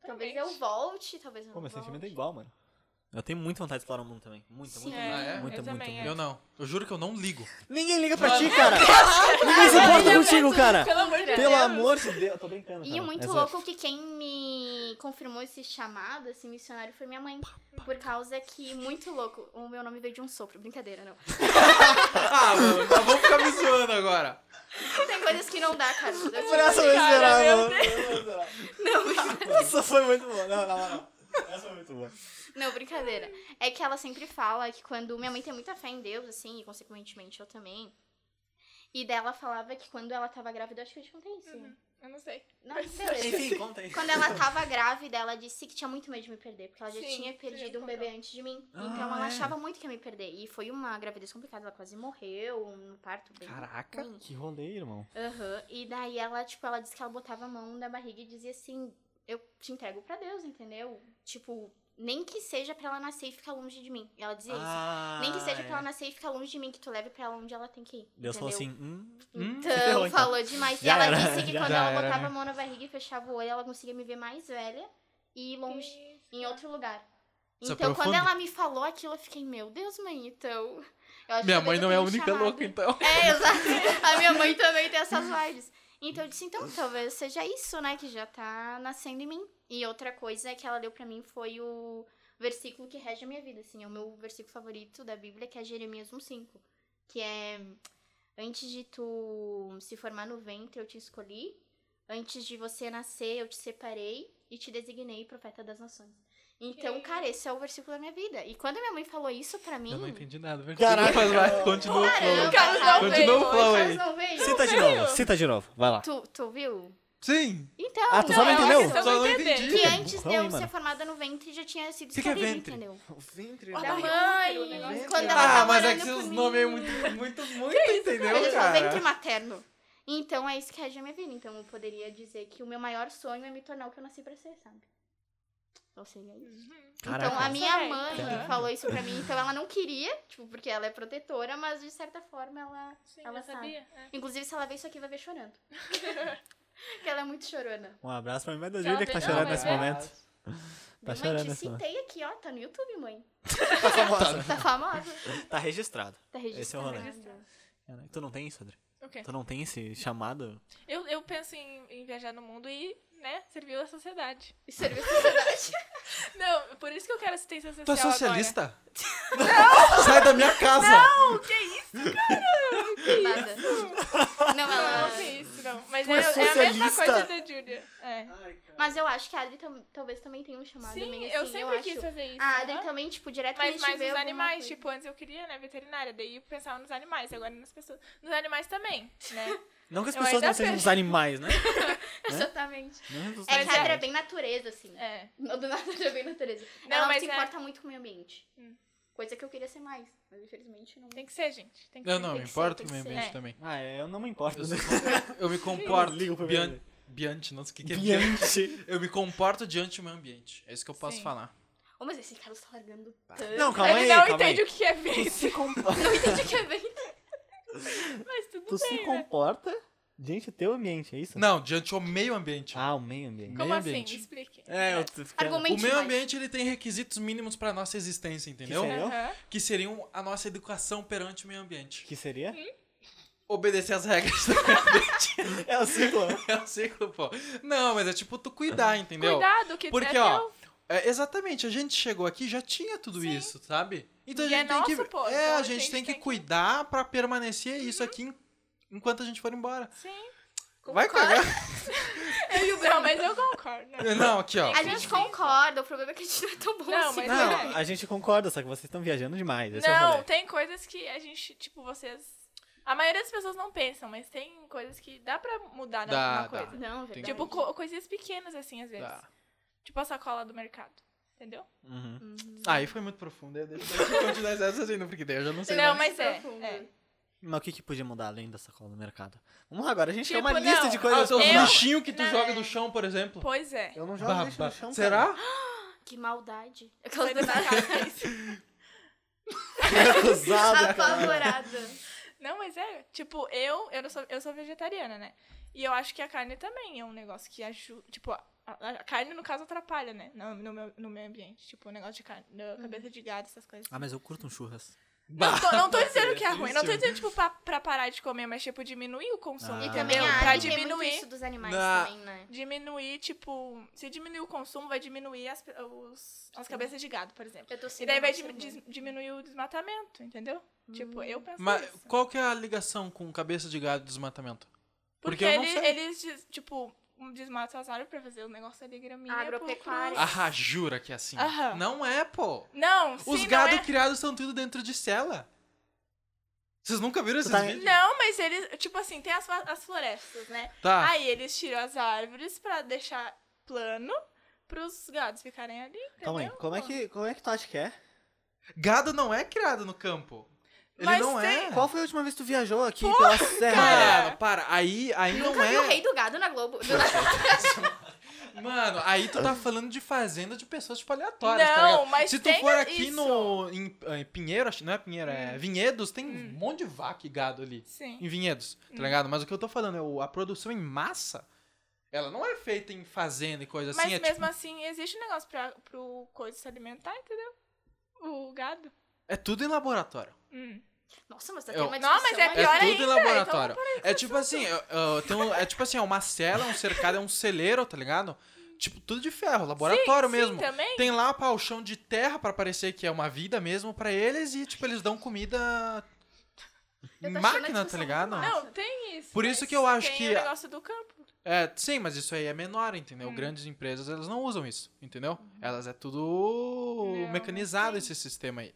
Speaker 4: Talvez eu volte, talvez eu não
Speaker 3: Pô, meu
Speaker 4: volte.
Speaker 3: sentimento é igual, mano. Eu tenho muita vontade de explorar o mundo também. Muita,
Speaker 4: Sim.
Speaker 3: muita,
Speaker 1: É,
Speaker 2: Ah, é?
Speaker 3: muita, muita,
Speaker 1: eu
Speaker 3: muita.
Speaker 1: também,
Speaker 3: muita.
Speaker 1: é.
Speaker 2: Eu não. Eu juro que eu não ligo.
Speaker 3: Ninguém liga pra ti,
Speaker 4: [laughs]
Speaker 3: cara. Ninguém se importa contigo, cara.
Speaker 1: Pelo amor de Deus.
Speaker 3: Pelo amor de Deus. Eu tô brincando,
Speaker 4: E
Speaker 3: cara.
Speaker 4: é muito
Speaker 3: É sério.
Speaker 4: louco que quem me confirmou esse chamado, esse missionário, foi minha mãe. Por causa que, muito louco, o meu nome veio de um sopro. Brincadeira, não.
Speaker 2: Ah, mano, tá, vamos ficar me zoando agora.
Speaker 4: Tem coisas que não dá,
Speaker 3: Um
Speaker 4: cara. Eu
Speaker 3: Por essa é
Speaker 4: tive-
Speaker 3: vez
Speaker 1: Cara,
Speaker 3: geral,
Speaker 1: meu
Speaker 3: [laughs] mano. Essa foi muito boa. Não, na moral. Essa foi muito boa.
Speaker 4: Não, brincadeira. É que ela sempre fala que quando minha mãe tem muita fé em Deus, assim, e consequentemente eu também. E dela falava que quando ela tava grávida, eu acho que eu te contei isso.
Speaker 1: Uhum. Eu não sei.
Speaker 4: Não, beleza.
Speaker 3: Enfim, conta aí.
Speaker 4: Quando ela tava grávida, ela disse que tinha muito medo de me perder, porque ela já
Speaker 1: Sim, você
Speaker 4: tinha
Speaker 1: já
Speaker 4: perdido um
Speaker 1: contou.
Speaker 4: bebê antes de mim.
Speaker 3: Ah,
Speaker 4: então ela
Speaker 3: é.
Speaker 4: achava muito que ia me perder. E foi uma gravidez complicada, ela quase morreu no parto. Bem
Speaker 3: Caraca,
Speaker 4: ruim.
Speaker 3: que rolê, irmão.
Speaker 4: Aham. E daí ela, tipo, ela disse que ela botava a mão na barriga e dizia assim: Eu te entrego pra Deus, entendeu? Tipo, nem que seja pra ela nascer e ficar longe de mim. Ela dizia
Speaker 3: Ah,
Speaker 4: isso. Nem que seja
Speaker 3: é.
Speaker 4: pra ela nascer e ficar longe de mim, que tu leve pra ela onde ela tem que ir.
Speaker 3: Deus falou
Speaker 4: entendeu?
Speaker 3: assim, hum,
Speaker 2: Hum,
Speaker 4: Então,
Speaker 3: ferrou, então.
Speaker 4: falou demais. E
Speaker 3: Já
Speaker 4: ela
Speaker 3: era,
Speaker 4: disse que
Speaker 3: já-
Speaker 2: [laughs]
Speaker 4: quando
Speaker 2: já
Speaker 4: ela
Speaker 2: era,
Speaker 4: botava
Speaker 2: né?
Speaker 4: a mão na barriga e fechava o olho, ela conseguia me ver mais velha e longe, em outro lugar.
Speaker 2: Isso é
Speaker 4: Então, quando
Speaker 2: profundo.
Speaker 4: ela me falou aquilo, eu fiquei, meu Deus, mãe, então. eu acho
Speaker 2: Minha
Speaker 4: que
Speaker 2: mãe
Speaker 4: talvez
Speaker 2: não
Speaker 4: eu
Speaker 2: é a
Speaker 4: tenha
Speaker 2: única
Speaker 4: chamado.
Speaker 2: louca, então.
Speaker 4: É, exato. A minha mãe também tem essas vibes. Então eu disse, então talvez seja isso, né, que já tá nascendo em mim. E outra coisa que ela deu pra mim foi o versículo que rege a minha vida, assim, é o meu versículo favorito da Bíblia, que é Jeremias 1:5, que é antes de tu se formar no ventre eu te escolhi, antes de você nascer eu te separei e te designei profeta das nações. Então,
Speaker 1: Que-
Speaker 4: cara, esse é o versículo da minha vida. E quando minha mãe falou isso pra mim,
Speaker 2: Eu não entendi nada, velho.
Speaker 3: Caraca.
Speaker 2: Mas vai, continua o
Speaker 4: Caramba,
Speaker 2: flow.
Speaker 1: Carlos
Speaker 4: cara.
Speaker 2: Continua o flow
Speaker 4: Carlos
Speaker 2: aí.
Speaker 4: não veio.
Speaker 3: cita de
Speaker 1: velho.
Speaker 3: novo, cita de novo, vai lá.
Speaker 4: Tu, tu viu?
Speaker 2: Sim.
Speaker 4: Então,
Speaker 3: Ah, tu só não
Speaker 1: é uma
Speaker 3: entendeu?
Speaker 1: questão
Speaker 2: Só um
Speaker 1: de
Speaker 2: não
Speaker 1: entender.
Speaker 2: entendi.
Speaker 4: que é antes
Speaker 3: Burrão,
Speaker 4: de eu
Speaker 3: hein, mano?
Speaker 4: ser formada no ventre já tinha sido
Speaker 2: Que que é
Speaker 4: escolhido,
Speaker 2: ventre? é
Speaker 4: entendeu?
Speaker 3: O ventre,
Speaker 4: Da
Speaker 1: Olha,
Speaker 3: mãe.
Speaker 4: mãe,
Speaker 1: útero, o negócio.
Speaker 4: quando ela
Speaker 2: Ah,
Speaker 4: tava
Speaker 2: mas é
Speaker 4: olhando
Speaker 2: que
Speaker 4: por
Speaker 2: esses
Speaker 4: mim.
Speaker 2: nomes aí muito, muito, muito, entendeu,
Speaker 4: Olha só, ventre
Speaker 2: cara?
Speaker 4: materno. Então é isso que rege a minha vida. Então eu poderia dizer que o meu maior sonho é me tornar o que eu nasci pra ser, sabe? Ou seja, é isso.
Speaker 2: Uhum.
Speaker 4: Então a
Speaker 3: Caraca.
Speaker 4: minha
Speaker 1: Sei.
Speaker 4: mãe
Speaker 1: Caraca.
Speaker 4: falou isso pra mim, então ela não queria, tipo, porque ela é protetora, mas de certa forma ela.
Speaker 1: Sim,
Speaker 4: Ela
Speaker 1: eu
Speaker 4: sabe.
Speaker 1: sabia. É.
Speaker 4: Inclusive, se ela ver isso aqui, vai ver chorando. [laughs] Porque ela é muito chorona.
Speaker 3: Um abraço pra mim, da
Speaker 1: Ela
Speaker 3: Júlia que tá
Speaker 1: tem-
Speaker 3: chorando
Speaker 1: não,
Speaker 3: nesse
Speaker 1: mas é-
Speaker 3: momento. Tá
Speaker 4: mãe,
Speaker 3: chorando
Speaker 4: te
Speaker 3: nesse momento.
Speaker 4: citei aqui, ó. Tá no YouTube, mãe.
Speaker 3: Tá famosa. [laughs]
Speaker 4: Tá famosa.
Speaker 3: Tá registrado.
Speaker 4: Tá
Speaker 3: Esse é o
Speaker 4: registrado.
Speaker 3: rolê. Caraca, Tu não tem isso, André?
Speaker 1: O quê?
Speaker 3: Tu não tem esse chamado?
Speaker 1: Eu, eu penso em, em viajar no mundo e, né, servir a sociedade.
Speaker 4: E serviço à sociedade.
Speaker 1: Não, por isso que eu quero assistência social
Speaker 2: Tu é
Speaker 1: agora.
Speaker 2: socialista? Sai da minha casa!
Speaker 1: Não, que isso? [laughs]
Speaker 4: Nada. Não, ela...
Speaker 1: Não, que isso, não. Mas
Speaker 3: Tu
Speaker 1: é,
Speaker 3: é
Speaker 1: é a mesma
Speaker 3: socialista?
Speaker 1: coisa da Júlia. É.
Speaker 4: Mas eu acho que a Adri tam- talvez também tenha um chamado
Speaker 1: Sim,
Speaker 4: meio assim.
Speaker 1: eu sempre quis
Speaker 4: acho.
Speaker 1: fazer isso.
Speaker 4: A Adri
Speaker 1: aham.
Speaker 4: também, tipo, direto a
Speaker 1: Mas
Speaker 4: gente
Speaker 1: mais
Speaker 4: vê
Speaker 1: os
Speaker 4: alguma
Speaker 1: animais,
Speaker 4: coisa.
Speaker 1: tipo, antes eu queria, né, veterinária, daí eu pensava nos animais, agora nas pessoas. Nos animais também, né?
Speaker 3: Não que as
Speaker 1: Eu
Speaker 3: pessoas
Speaker 1: ainda
Speaker 3: não sejam
Speaker 1: penso.
Speaker 3: uns animais, [laughs] né?
Speaker 4: Exatamente.
Speaker 3: Não que as pessoas
Speaker 4: É
Speaker 3: não
Speaker 4: que a
Speaker 3: sejam
Speaker 4: Adri é
Speaker 3: animais.
Speaker 4: bem natureza, assim.
Speaker 1: É.
Speaker 4: Não, do nada, a Adri é bem natureza.
Speaker 1: Não,
Speaker 4: ela não
Speaker 1: mas
Speaker 4: se
Speaker 1: é-
Speaker 4: importa muito com o meio ambiente.
Speaker 1: Hum.
Speaker 4: Coisa que eu queria ser mais. Mas infelizmente não.
Speaker 1: Tem que ser, gente. Tem que
Speaker 2: Eu
Speaker 1: ser.
Speaker 2: não,
Speaker 4: tem
Speaker 2: me
Speaker 4: que ser,
Speaker 2: importo
Speaker 4: tem
Speaker 2: com o meio
Speaker 4: que ser.
Speaker 2: ambiente
Speaker 1: É.
Speaker 2: também.
Speaker 3: Ah, eu não me importo.
Speaker 2: Eu, sou- eu me comporto
Speaker 3: ligo pro
Speaker 2: bian-
Speaker 3: meu-
Speaker 2: biante, não sei o que, que é biante.
Speaker 3: Biante.
Speaker 2: Eu me comporto diante do meio ambiente. É isso que eu posso
Speaker 1: Sim.
Speaker 2: falar.
Speaker 4: Oh, mas esse Carlos tá largando tanto.
Speaker 3: Não, calma aí,
Speaker 1: Ele não
Speaker 3: calma aí.
Speaker 1: entende o que é ventre,
Speaker 4: [laughs] Não entendi o que é bem.
Speaker 1: mas tudo
Speaker 3: [laughs] Tu se
Speaker 1: bem, né?
Speaker 3: comporta diante do teu ambiente, é isso?
Speaker 2: Não, diante do meio ambiente.
Speaker 3: Ah, o meio ambiente.
Speaker 1: Como
Speaker 2: meio
Speaker 1: assim?
Speaker 2: ambiente.
Speaker 1: Explique.
Speaker 3: É, eu tô ficando...
Speaker 4: Argumente
Speaker 2: O meio
Speaker 4: mais.
Speaker 2: ambiente ele tem requisitos mínimos pra nossa existência, entendeu?
Speaker 3: seria?
Speaker 1: Aham.
Speaker 2: Que seriam a nossa educação perante o meio ambiente.
Speaker 3: Que seria?
Speaker 1: Hum?
Speaker 2: Obedecer as regras [laughs] do meio ambiente
Speaker 3: É o ciclo.
Speaker 2: é o ciclo, pô. Não, mas é tipo tu cuidar, entendeu?
Speaker 1: Cuidado que
Speaker 2: Porque,
Speaker 1: é
Speaker 2: ó,
Speaker 1: teu.
Speaker 2: é, exatamente, a gente chegou aqui já tinha tudo
Speaker 1: Sim.
Speaker 2: isso, sabe? Então a
Speaker 1: E
Speaker 2: gente
Speaker 1: é
Speaker 2: tem que.
Speaker 1: nosso, pô,
Speaker 2: É,
Speaker 1: então
Speaker 2: a gente tem que cuidar pra permanecer isso aqui en- enquanto a gente for embora.
Speaker 1: Sim.
Speaker 2: Vai cagar.
Speaker 1: Eu e o Bruno, mas eu concordo. né?
Speaker 2: [laughs] Não, aqui, ó.
Speaker 4: A gente concorda, o problema é que a gente não é tão bom
Speaker 1: Não,
Speaker 4: assim.
Speaker 1: mas-
Speaker 3: Não, a gente concorda, só que vocês estão viajando demais. Esse é o
Speaker 1: Não,
Speaker 3: rolê.
Speaker 1: tem coisas que a gente, tipo, vocês. A maioria das pessoas não pensam, mas tem coisas que dá pra mudar
Speaker 2: Dá,
Speaker 1: alguma
Speaker 2: dá.
Speaker 1: coisa.
Speaker 4: Não, verdade.
Speaker 1: Tipo, co- coisinhas pequenas, assim, às vezes.
Speaker 2: Tá.
Speaker 1: Tipo a sacola do mercado. Entendeu?
Speaker 3: Uhum.
Speaker 2: Ah, Aí foi muito profundo. Eu deixo eu deixo continuar essa raciocínio, porque daí eu já não sei.
Speaker 1: não,
Speaker 2: mais.
Speaker 1: mas é.
Speaker 4: profundo.
Speaker 1: é.
Speaker 3: Mas o que, que podia mudar além da sacola do mercado? Vamos lá agora, a gente tem
Speaker 1: Tipo,
Speaker 3: uma lista
Speaker 1: não.
Speaker 3: de
Speaker 2: Ah,
Speaker 3: coisas.
Speaker 2: os
Speaker 1: Eu-
Speaker 2: lixinhos que tu
Speaker 1: Não,
Speaker 2: joga
Speaker 1: é.
Speaker 2: do chão, por exemplo.
Speaker 1: Pois é.
Speaker 3: Eu não
Speaker 2: Bah,
Speaker 3: lixo
Speaker 2: bah.
Speaker 3: no chão,
Speaker 2: Será?
Speaker 3: cara.
Speaker 4: Que maldade.
Speaker 1: Sai da minha [laughs] casa.
Speaker 3: Acusada, cara.
Speaker 4: Apavorada.
Speaker 1: Não, mas é. Tipo, eu, eu, não sou, eu sou vegetariana, né? E eu acho que a carne também é um negócio que ajuda. Tipo, a, a- a carne, no caso, atrapalha, né? No, no, meu, no meio ambiente. Tipo, o negócio de carne, da
Speaker 4: Uhum.
Speaker 1: cabeça de gado, essas
Speaker 2: [laughs]
Speaker 1: coisas.
Speaker 3: Ah, mas eu curto um churras.
Speaker 1: Não tô, não tô dizendo que é
Speaker 2: Triste,
Speaker 1: ruim, não tô
Speaker 2: né?
Speaker 1: dizendo, tipo, pra, pra parar de comer, mas, tipo, diminuir o consumo,
Speaker 3: Ah.
Speaker 4: E
Speaker 1: entendeu?
Speaker 4: também a
Speaker 1: pra
Speaker 4: Ari tem muito
Speaker 1: diminuir,
Speaker 4: isso dos animais
Speaker 2: Na-
Speaker 4: também, né?
Speaker 1: diminuir, tipo, se diminuir o consumo, vai diminuir as, os, as cabeças de gado, por exemplo.
Speaker 4: Eu tô
Speaker 1: E daí vai dim- dis- diminuir o desmatamento, entendeu? Tipo, eu penso
Speaker 2: Mas é
Speaker 1: isso.
Speaker 2: qual que é a ligação com cabeça de gado e desmatamento?
Speaker 1: Porque
Speaker 2: eu não
Speaker 1: ele-
Speaker 2: sei.
Speaker 1: eles, diz- tipo, desmatam as árvores pra fazer o negócio da graminha. pro-
Speaker 4: Agropecuária.
Speaker 1: pros-
Speaker 2: Ah, jura que é assim?
Speaker 1: Aham.
Speaker 2: Não é, pô.
Speaker 1: Não, sim,
Speaker 2: Os
Speaker 1: não
Speaker 2: gados
Speaker 1: é-
Speaker 2: criados estão tudo dentro de cela. Vocês nunca viram esses
Speaker 3: Tá-
Speaker 2: vídeos?
Speaker 1: Não, mas eles, tipo assim, tem as, fa- as florestas,
Speaker 4: Hum.
Speaker 1: né?
Speaker 2: Tá.
Speaker 1: Aí eles tiram as árvores pra deixar plano pros gados ficarem ali, entendeu?
Speaker 3: Calma aí, como é, que, como é que tu acha que é?
Speaker 2: Gado não é criado no campo. Ele
Speaker 1: Mas
Speaker 2: não é.
Speaker 1: tem-
Speaker 3: Qual foi a última vez que tu viajou aqui pela Serra?
Speaker 1: cara!
Speaker 2: Mano, para. Aí, aí não
Speaker 4: Nunca vi o
Speaker 2: é.
Speaker 4: rei do gado na
Speaker 1: [laughs]
Speaker 4: Globo.
Speaker 2: Mano, aí tu tá falando de fazenda de pessoas tipo, aleatórias, tá
Speaker 1: Não,
Speaker 2: ligado?
Speaker 1: mas
Speaker 2: Se tu
Speaker 1: tem
Speaker 2: for aqui
Speaker 1: isso. Hum.
Speaker 2: no. Em, em Pinheiro, acho- não é Pinheiro, é Vinhedos, tem um monte de vaca e gado ali.
Speaker 1: Sim. Hum.
Speaker 2: Em vinhedos, tá ligado? Mas o que eu tô falando é o- a produção em massa, ela não é feita em fazenda e coisa
Speaker 1: mas
Speaker 2: assim. É,
Speaker 1: mesmo
Speaker 2: tipo,
Speaker 1: assim, existe um negócio pra, pro coisa se alimentar, entendeu? O gado.
Speaker 2: é tudo em laboratório.
Speaker 1: Hum.
Speaker 4: Nossa, mas tá
Speaker 2: Eu-
Speaker 4: tendo uma
Speaker 1: Não, mas
Speaker 4: discussão
Speaker 1: é
Speaker 4: aí.
Speaker 2: É
Speaker 1: Pior
Speaker 2: tudo
Speaker 1: ainda,
Speaker 2: em
Speaker 1: então
Speaker 2: laboratório. é tipo assim, eu- eu tenho- é tipo assim, é uma cela, é um cercado, é um celeiro, tá ligado? Tipo, tudo de ferro, laboratório
Speaker 1: sim,
Speaker 2: mesmo.
Speaker 1: Sim, também.
Speaker 2: Tem lá pá, o chão de terra pra parecer que é uma vida mesmo pra eles e, tipo, eles dão comida.
Speaker 4: Eu tô achando a
Speaker 2: máquina, tá
Speaker 4: discussão
Speaker 2: ligado?
Speaker 4: muito massa.
Speaker 1: Não, tem isso.
Speaker 2: Por isso
Speaker 1: mas
Speaker 2: que eu acho
Speaker 1: tem
Speaker 2: que
Speaker 1: o
Speaker 2: a-
Speaker 1: negócio do campo.
Speaker 2: É, sim, mas isso aí é menor, entendeu?
Speaker 1: Hum.
Speaker 2: Grandes empresas, elas não usam isso, entendeu? Elas é tudo
Speaker 1: Uhum. não
Speaker 2: mecanizado
Speaker 1: tem.
Speaker 2: esse sistema aí.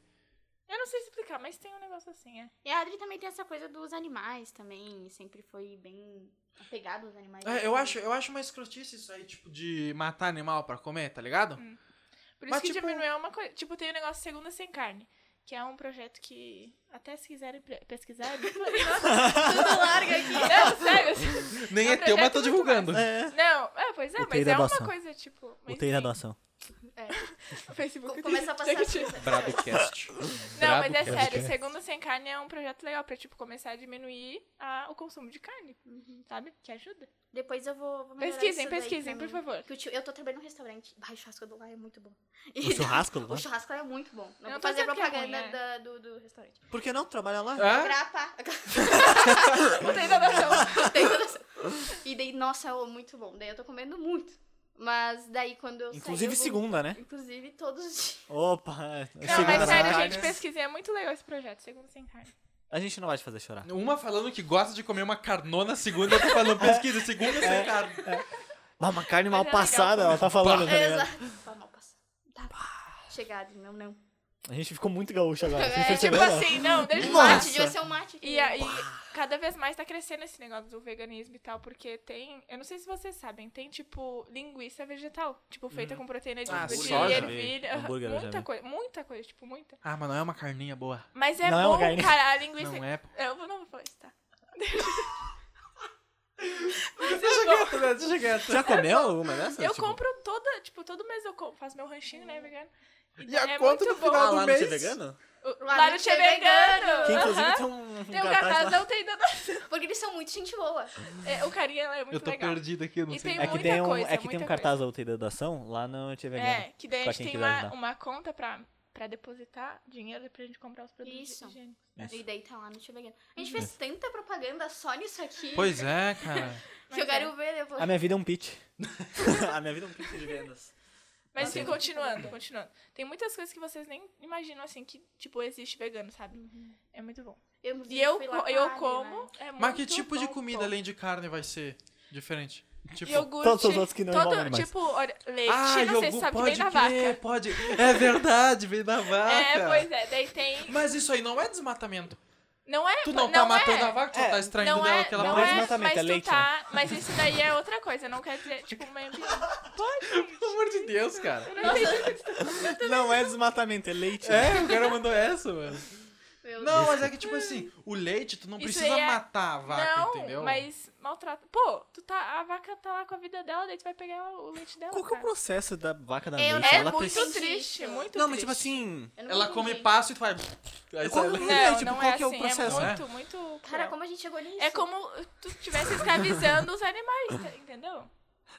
Speaker 1: Eu não sei explicar, mas tem um negócio assim, é.
Speaker 4: E a Adri também tem essa coisa dos animais também. Sempre foi bem apegada aos animais.
Speaker 2: É, eu acho, eu acho uma escrotice isso aí, tipo, de matar animal pra comer, tá ligado?
Speaker 1: Hum. Por isso
Speaker 2: Mas,
Speaker 1: que
Speaker 2: tipo-
Speaker 1: diminuiu é uma coisa. Tipo, tem o negócio Segunda Sem Carne, que é um projeto que, até se quiserem pre- pesquisar, [laughs] é muito legal. tudo larga
Speaker 4: [laughs]
Speaker 1: aqui. Não, sério. assim.
Speaker 2: Nem
Speaker 1: É um
Speaker 2: é teu, mas
Speaker 1: projeto
Speaker 2: tô
Speaker 1: muito
Speaker 2: divulgando. [laughs]
Speaker 3: É.
Speaker 1: Não, é, pois é,
Speaker 3: UTI
Speaker 1: mas
Speaker 3: da
Speaker 1: é uma
Speaker 3: doação.
Speaker 1: coisa, tipo... mas
Speaker 3: UTI da
Speaker 1: enfim,
Speaker 3: doação.
Speaker 1: o [laughs] Facebook...
Speaker 4: Co- Começa a passar
Speaker 1: tem que-
Speaker 4: coisa.
Speaker 2: [laughs] Bradocast.
Speaker 1: Não, mas é
Speaker 2: Bradocast.
Speaker 1: sério, Segunda Sem Carne é um projeto legal pra, tipo, começar a diminuir a- o consumo de carne, sabe? Que ajuda.
Speaker 4: Depois eu vou, Uhum. vou melhorar
Speaker 1: Pesquisem,
Speaker 4: isso daí
Speaker 1: pesquisem,
Speaker 4: também.
Speaker 1: por
Speaker 2: [laughs]
Speaker 1: favor.
Speaker 4: Que o tio- eu tô trabalhando num restaurante. Bah, o churrasco do lá é muito bom.
Speaker 3: O
Speaker 1: [laughs]
Speaker 3: churrasco
Speaker 4: [laughs] O
Speaker 3: lá?
Speaker 4: churrasco lá é muito bom. Não,
Speaker 1: Eu
Speaker 4: vou
Speaker 1: tô
Speaker 4: fazer
Speaker 1: dizendo que é ruim,
Speaker 4: propaganda
Speaker 1: né?
Speaker 4: da- do, do restaurante.
Speaker 3: Por que não? Trabalha lá?
Speaker 1: Ah?
Speaker 2: Hã?
Speaker 4: Grapa.
Speaker 1: [laughs] Não tem nada não.
Speaker 4: Tem toda essa- e daí, nossa, ô, muito bom. Daí eu tô comendo muito. Mas daí quando eu sair,
Speaker 3: Inclusive
Speaker 4: eu vou-
Speaker 3: segunda, né?
Speaker 4: Inclusive todos os dias.
Speaker 3: Opa! é,
Speaker 1: Não, mas
Speaker 3: segunda-
Speaker 1: sério,
Speaker 2: carne.
Speaker 1: gente, pesquisem. É muito legal esse projeto, Segunda Sem Carne.
Speaker 3: A gente não vai te fazer chorar.
Speaker 2: Uma falando que gosta de comer uma carnona, a segunda tá falando pesquisa, segunda sem carne.
Speaker 3: Ah, uma carne mal
Speaker 1: Mas é legal
Speaker 3: passada,
Speaker 1: também.
Speaker 3: ela tá falando, tá ligado?
Speaker 4: Exato. Tá mal passado. Tá. Chegado, não, não.
Speaker 3: A gente ficou muito gaúcho agora. Vocês
Speaker 4: É, tipo
Speaker 1: Tipo
Speaker 3: perceberam?
Speaker 1: assim, não, deixa eu
Speaker 3: Nossa.
Speaker 1: falar.
Speaker 4: Mate, devia ser um mate.
Speaker 1: E aí, cada vez mais tá crescendo esse negócio do veganismo e tal, porque tem. Eu não sei se vocês sabem, tem tipo linguiça vegetal. Tipo, feita
Speaker 3: Hum.
Speaker 1: com proteína de,
Speaker 2: Ah,
Speaker 1: de
Speaker 2: soja.
Speaker 1: ervilha. [laughs]
Speaker 3: Hambúrguer eu já
Speaker 1: muita
Speaker 3: vi.
Speaker 1: coisa, muita coisa, tipo, muita.
Speaker 2: Ah, mas não é uma carninha boa.
Speaker 1: Mas é
Speaker 3: Não é uma
Speaker 1: bom,
Speaker 3: carne.
Speaker 1: cara, a linguiça.
Speaker 2: Não é.
Speaker 1: Eu vou- não vou falar isso, tá?
Speaker 2: Deixa quieto, né? Deixa quieto.
Speaker 3: Já comeu alguma dessas?
Speaker 1: eu
Speaker 3: Tipo,
Speaker 1: compro toda, tipo, todo mês eu compro, faço meu ranchinho, né, vegano.
Speaker 2: E a
Speaker 1: é
Speaker 2: conta
Speaker 1: muito
Speaker 2: no
Speaker 1: bom.
Speaker 2: final
Speaker 3: Ah,
Speaker 2: do
Speaker 3: lá no
Speaker 2: mês?
Speaker 3: Tio Vegano?
Speaker 1: O-
Speaker 4: Lá
Speaker 1: Lá
Speaker 4: no
Speaker 1: no
Speaker 4: Tchê
Speaker 1: Tchê Vegano!
Speaker 3: Que inclusive
Speaker 1: aham.
Speaker 3: tem um, um
Speaker 1: Tem um
Speaker 3: cartaz
Speaker 1: cartaz,
Speaker 3: lá.
Speaker 1: não tem nada.
Speaker 4: Porque eles são muito gente boa.
Speaker 1: É, o carinha é muito
Speaker 2: Eu tô
Speaker 1: legal.
Speaker 2: perdido aqui, eu não
Speaker 1: E
Speaker 2: sei.
Speaker 1: tem
Speaker 3: É que
Speaker 1: muita
Speaker 3: tem um,
Speaker 1: coisa,
Speaker 3: é que tem um
Speaker 1: muita
Speaker 3: cartaz da UTI da doação lá no Tia Vegano.
Speaker 1: É, que daí a
Speaker 3: pra
Speaker 1: gente
Speaker 3: quem
Speaker 1: tem
Speaker 3: quiser
Speaker 1: uma,
Speaker 3: ajudar.
Speaker 1: uma conta pra, pra depositar dinheiro pra gente comprar os produtos
Speaker 4: Isso.
Speaker 1: higiênicos.
Speaker 4: E daí tá lá no Tio Vegano. A gente fez tanta propaganda só nisso aqui.
Speaker 2: Pois é, cara.
Speaker 4: Que eu quero ver depois.
Speaker 3: A minha vida é um pitch. [laughs] a minha vida é um pitch de vendas.
Speaker 1: Mas
Speaker 3: Sim.
Speaker 1: assim, continuando, continuando. Tem muitas coisas que vocês nem imaginam, assim, que, tipo, existe vegano, sabe?
Speaker 4: Uhum.
Speaker 1: É muito bom.
Speaker 4: Eu,
Speaker 1: E eu,
Speaker 4: fui
Speaker 1: co-
Speaker 4: lá com a
Speaker 1: eu
Speaker 4: Adri,
Speaker 1: como,
Speaker 4: né?
Speaker 1: é muito
Speaker 2: Mas que tipo de
Speaker 1: bom,
Speaker 2: comida
Speaker 1: pô.
Speaker 2: além de carne vai ser diferente? Tipo,
Speaker 1: Iogurte,
Speaker 3: Todos os outros que não
Speaker 1: todo,
Speaker 3: envolvem animais.
Speaker 1: Tipo, olha, leite,
Speaker 2: ah,
Speaker 1: não sei
Speaker 2: iogurte
Speaker 1: se sabe que
Speaker 2: pode
Speaker 1: vem da
Speaker 2: crer, Ah, tá.
Speaker 1: vaca.
Speaker 2: pode. É verdade, vem da vaca.
Speaker 1: [laughs] É, pois é, daí tem...
Speaker 2: Mas isso aí não é desmatamento.
Speaker 1: Não é...
Speaker 2: Tu não,
Speaker 1: não
Speaker 2: tá
Speaker 1: é,
Speaker 2: matando a vaca, tu
Speaker 3: É.
Speaker 2: tá extraindo
Speaker 1: não
Speaker 2: dela
Speaker 1: é,
Speaker 2: aquela
Speaker 1: não
Speaker 2: coisa.
Speaker 1: é,
Speaker 3: Exatamente,
Speaker 1: mas
Speaker 3: é
Speaker 1: tu
Speaker 3: leite,
Speaker 1: tá... Mas isso daí é outra coisa, não quer dizer, tipo, meio ambiente.
Speaker 2: Pelo amor de Deus,
Speaker 1: [laughs]
Speaker 2: cara.
Speaker 3: Não é desmatamento, é leite.
Speaker 2: É, o cara mandou essa, mano.
Speaker 4: Meu Deus.
Speaker 2: Não, mas é que, tipo assim, o leite tu não
Speaker 1: Isso
Speaker 2: precisa
Speaker 1: aí é-
Speaker 2: matar a [laughs] vaca,
Speaker 1: não,
Speaker 2: entendeu?
Speaker 1: mas maltrata. Pô, tu tá, a vaca tá lá com a vida dela, daí tu vai pegar o leite dela.
Speaker 3: Qual que é o
Speaker 1: cara.
Speaker 3: processo da vaca da
Speaker 4: Eu-
Speaker 3: leite?
Speaker 1: É
Speaker 3: ela
Speaker 1: muito
Speaker 3: precisa...
Speaker 1: triste, muito
Speaker 3: Não, mas
Speaker 1: triste.
Speaker 3: tipo assim...
Speaker 4: Eu não
Speaker 2: Ela
Speaker 4: entendi.
Speaker 1: é.
Speaker 2: come passo e tu vai. Aí
Speaker 3: Como-
Speaker 2: sai-
Speaker 1: Não,
Speaker 3: É, tipo,
Speaker 1: não
Speaker 3: qual
Speaker 1: é
Speaker 3: que
Speaker 1: assim,
Speaker 3: é o processo,
Speaker 2: né?
Speaker 1: muito, muito.
Speaker 4: Cara,
Speaker 1: cruel.
Speaker 4: como a gente chegou nisso?
Speaker 1: É como tu estivesse escravizando os animais, tá- entendeu?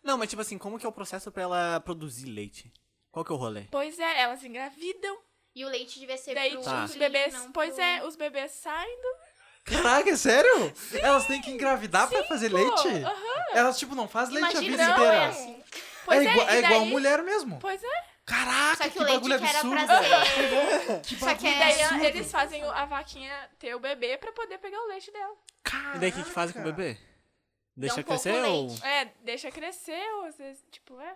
Speaker 3: Não, mas tipo assim, como que é o processo pra ela produzir leite? Qual que é o rolê?
Speaker 1: Pois é, elas engravidam,
Speaker 4: E o leite devia ser
Speaker 1: daí
Speaker 4: pro
Speaker 1: tipo, os
Speaker 4: leite,
Speaker 1: bebês.
Speaker 4: não
Speaker 1: Pois
Speaker 4: pro-
Speaker 1: é, os bebês saem do.
Speaker 2: Caraca, é sério? Elas têm que engravidar pra fazer
Speaker 1: Pô,
Speaker 2: leite?
Speaker 1: aham.
Speaker 2: Elas, tipo, não fazem leite
Speaker 4: Imagina,
Speaker 2: a vida
Speaker 1: Não,
Speaker 2: inteira.
Speaker 1: é assim. Pois é,
Speaker 2: é, igual,
Speaker 1: e
Speaker 2: é igual
Speaker 1: daí-
Speaker 2: mulher mesmo.
Speaker 1: Pois é,
Speaker 2: Caraca,
Speaker 4: Só que,
Speaker 2: que,
Speaker 4: o leite
Speaker 2: bagulho
Speaker 4: que era
Speaker 2: absurdo.
Speaker 4: pra ser.
Speaker 2: Que
Speaker 4: Só que
Speaker 2: bagulho
Speaker 1: e daí
Speaker 2: absurdo.
Speaker 1: eles fazem o- a vaquinha ter o bebê pra poder pegar o leite dela.
Speaker 3: E daí o que, que fazem com o
Speaker 2: Caraca.
Speaker 3: bebê?
Speaker 5: Deixa
Speaker 4: um pouco
Speaker 5: crescer ou.
Speaker 4: leite.
Speaker 1: É, deixa crescer, ou às vezes, tipo, é.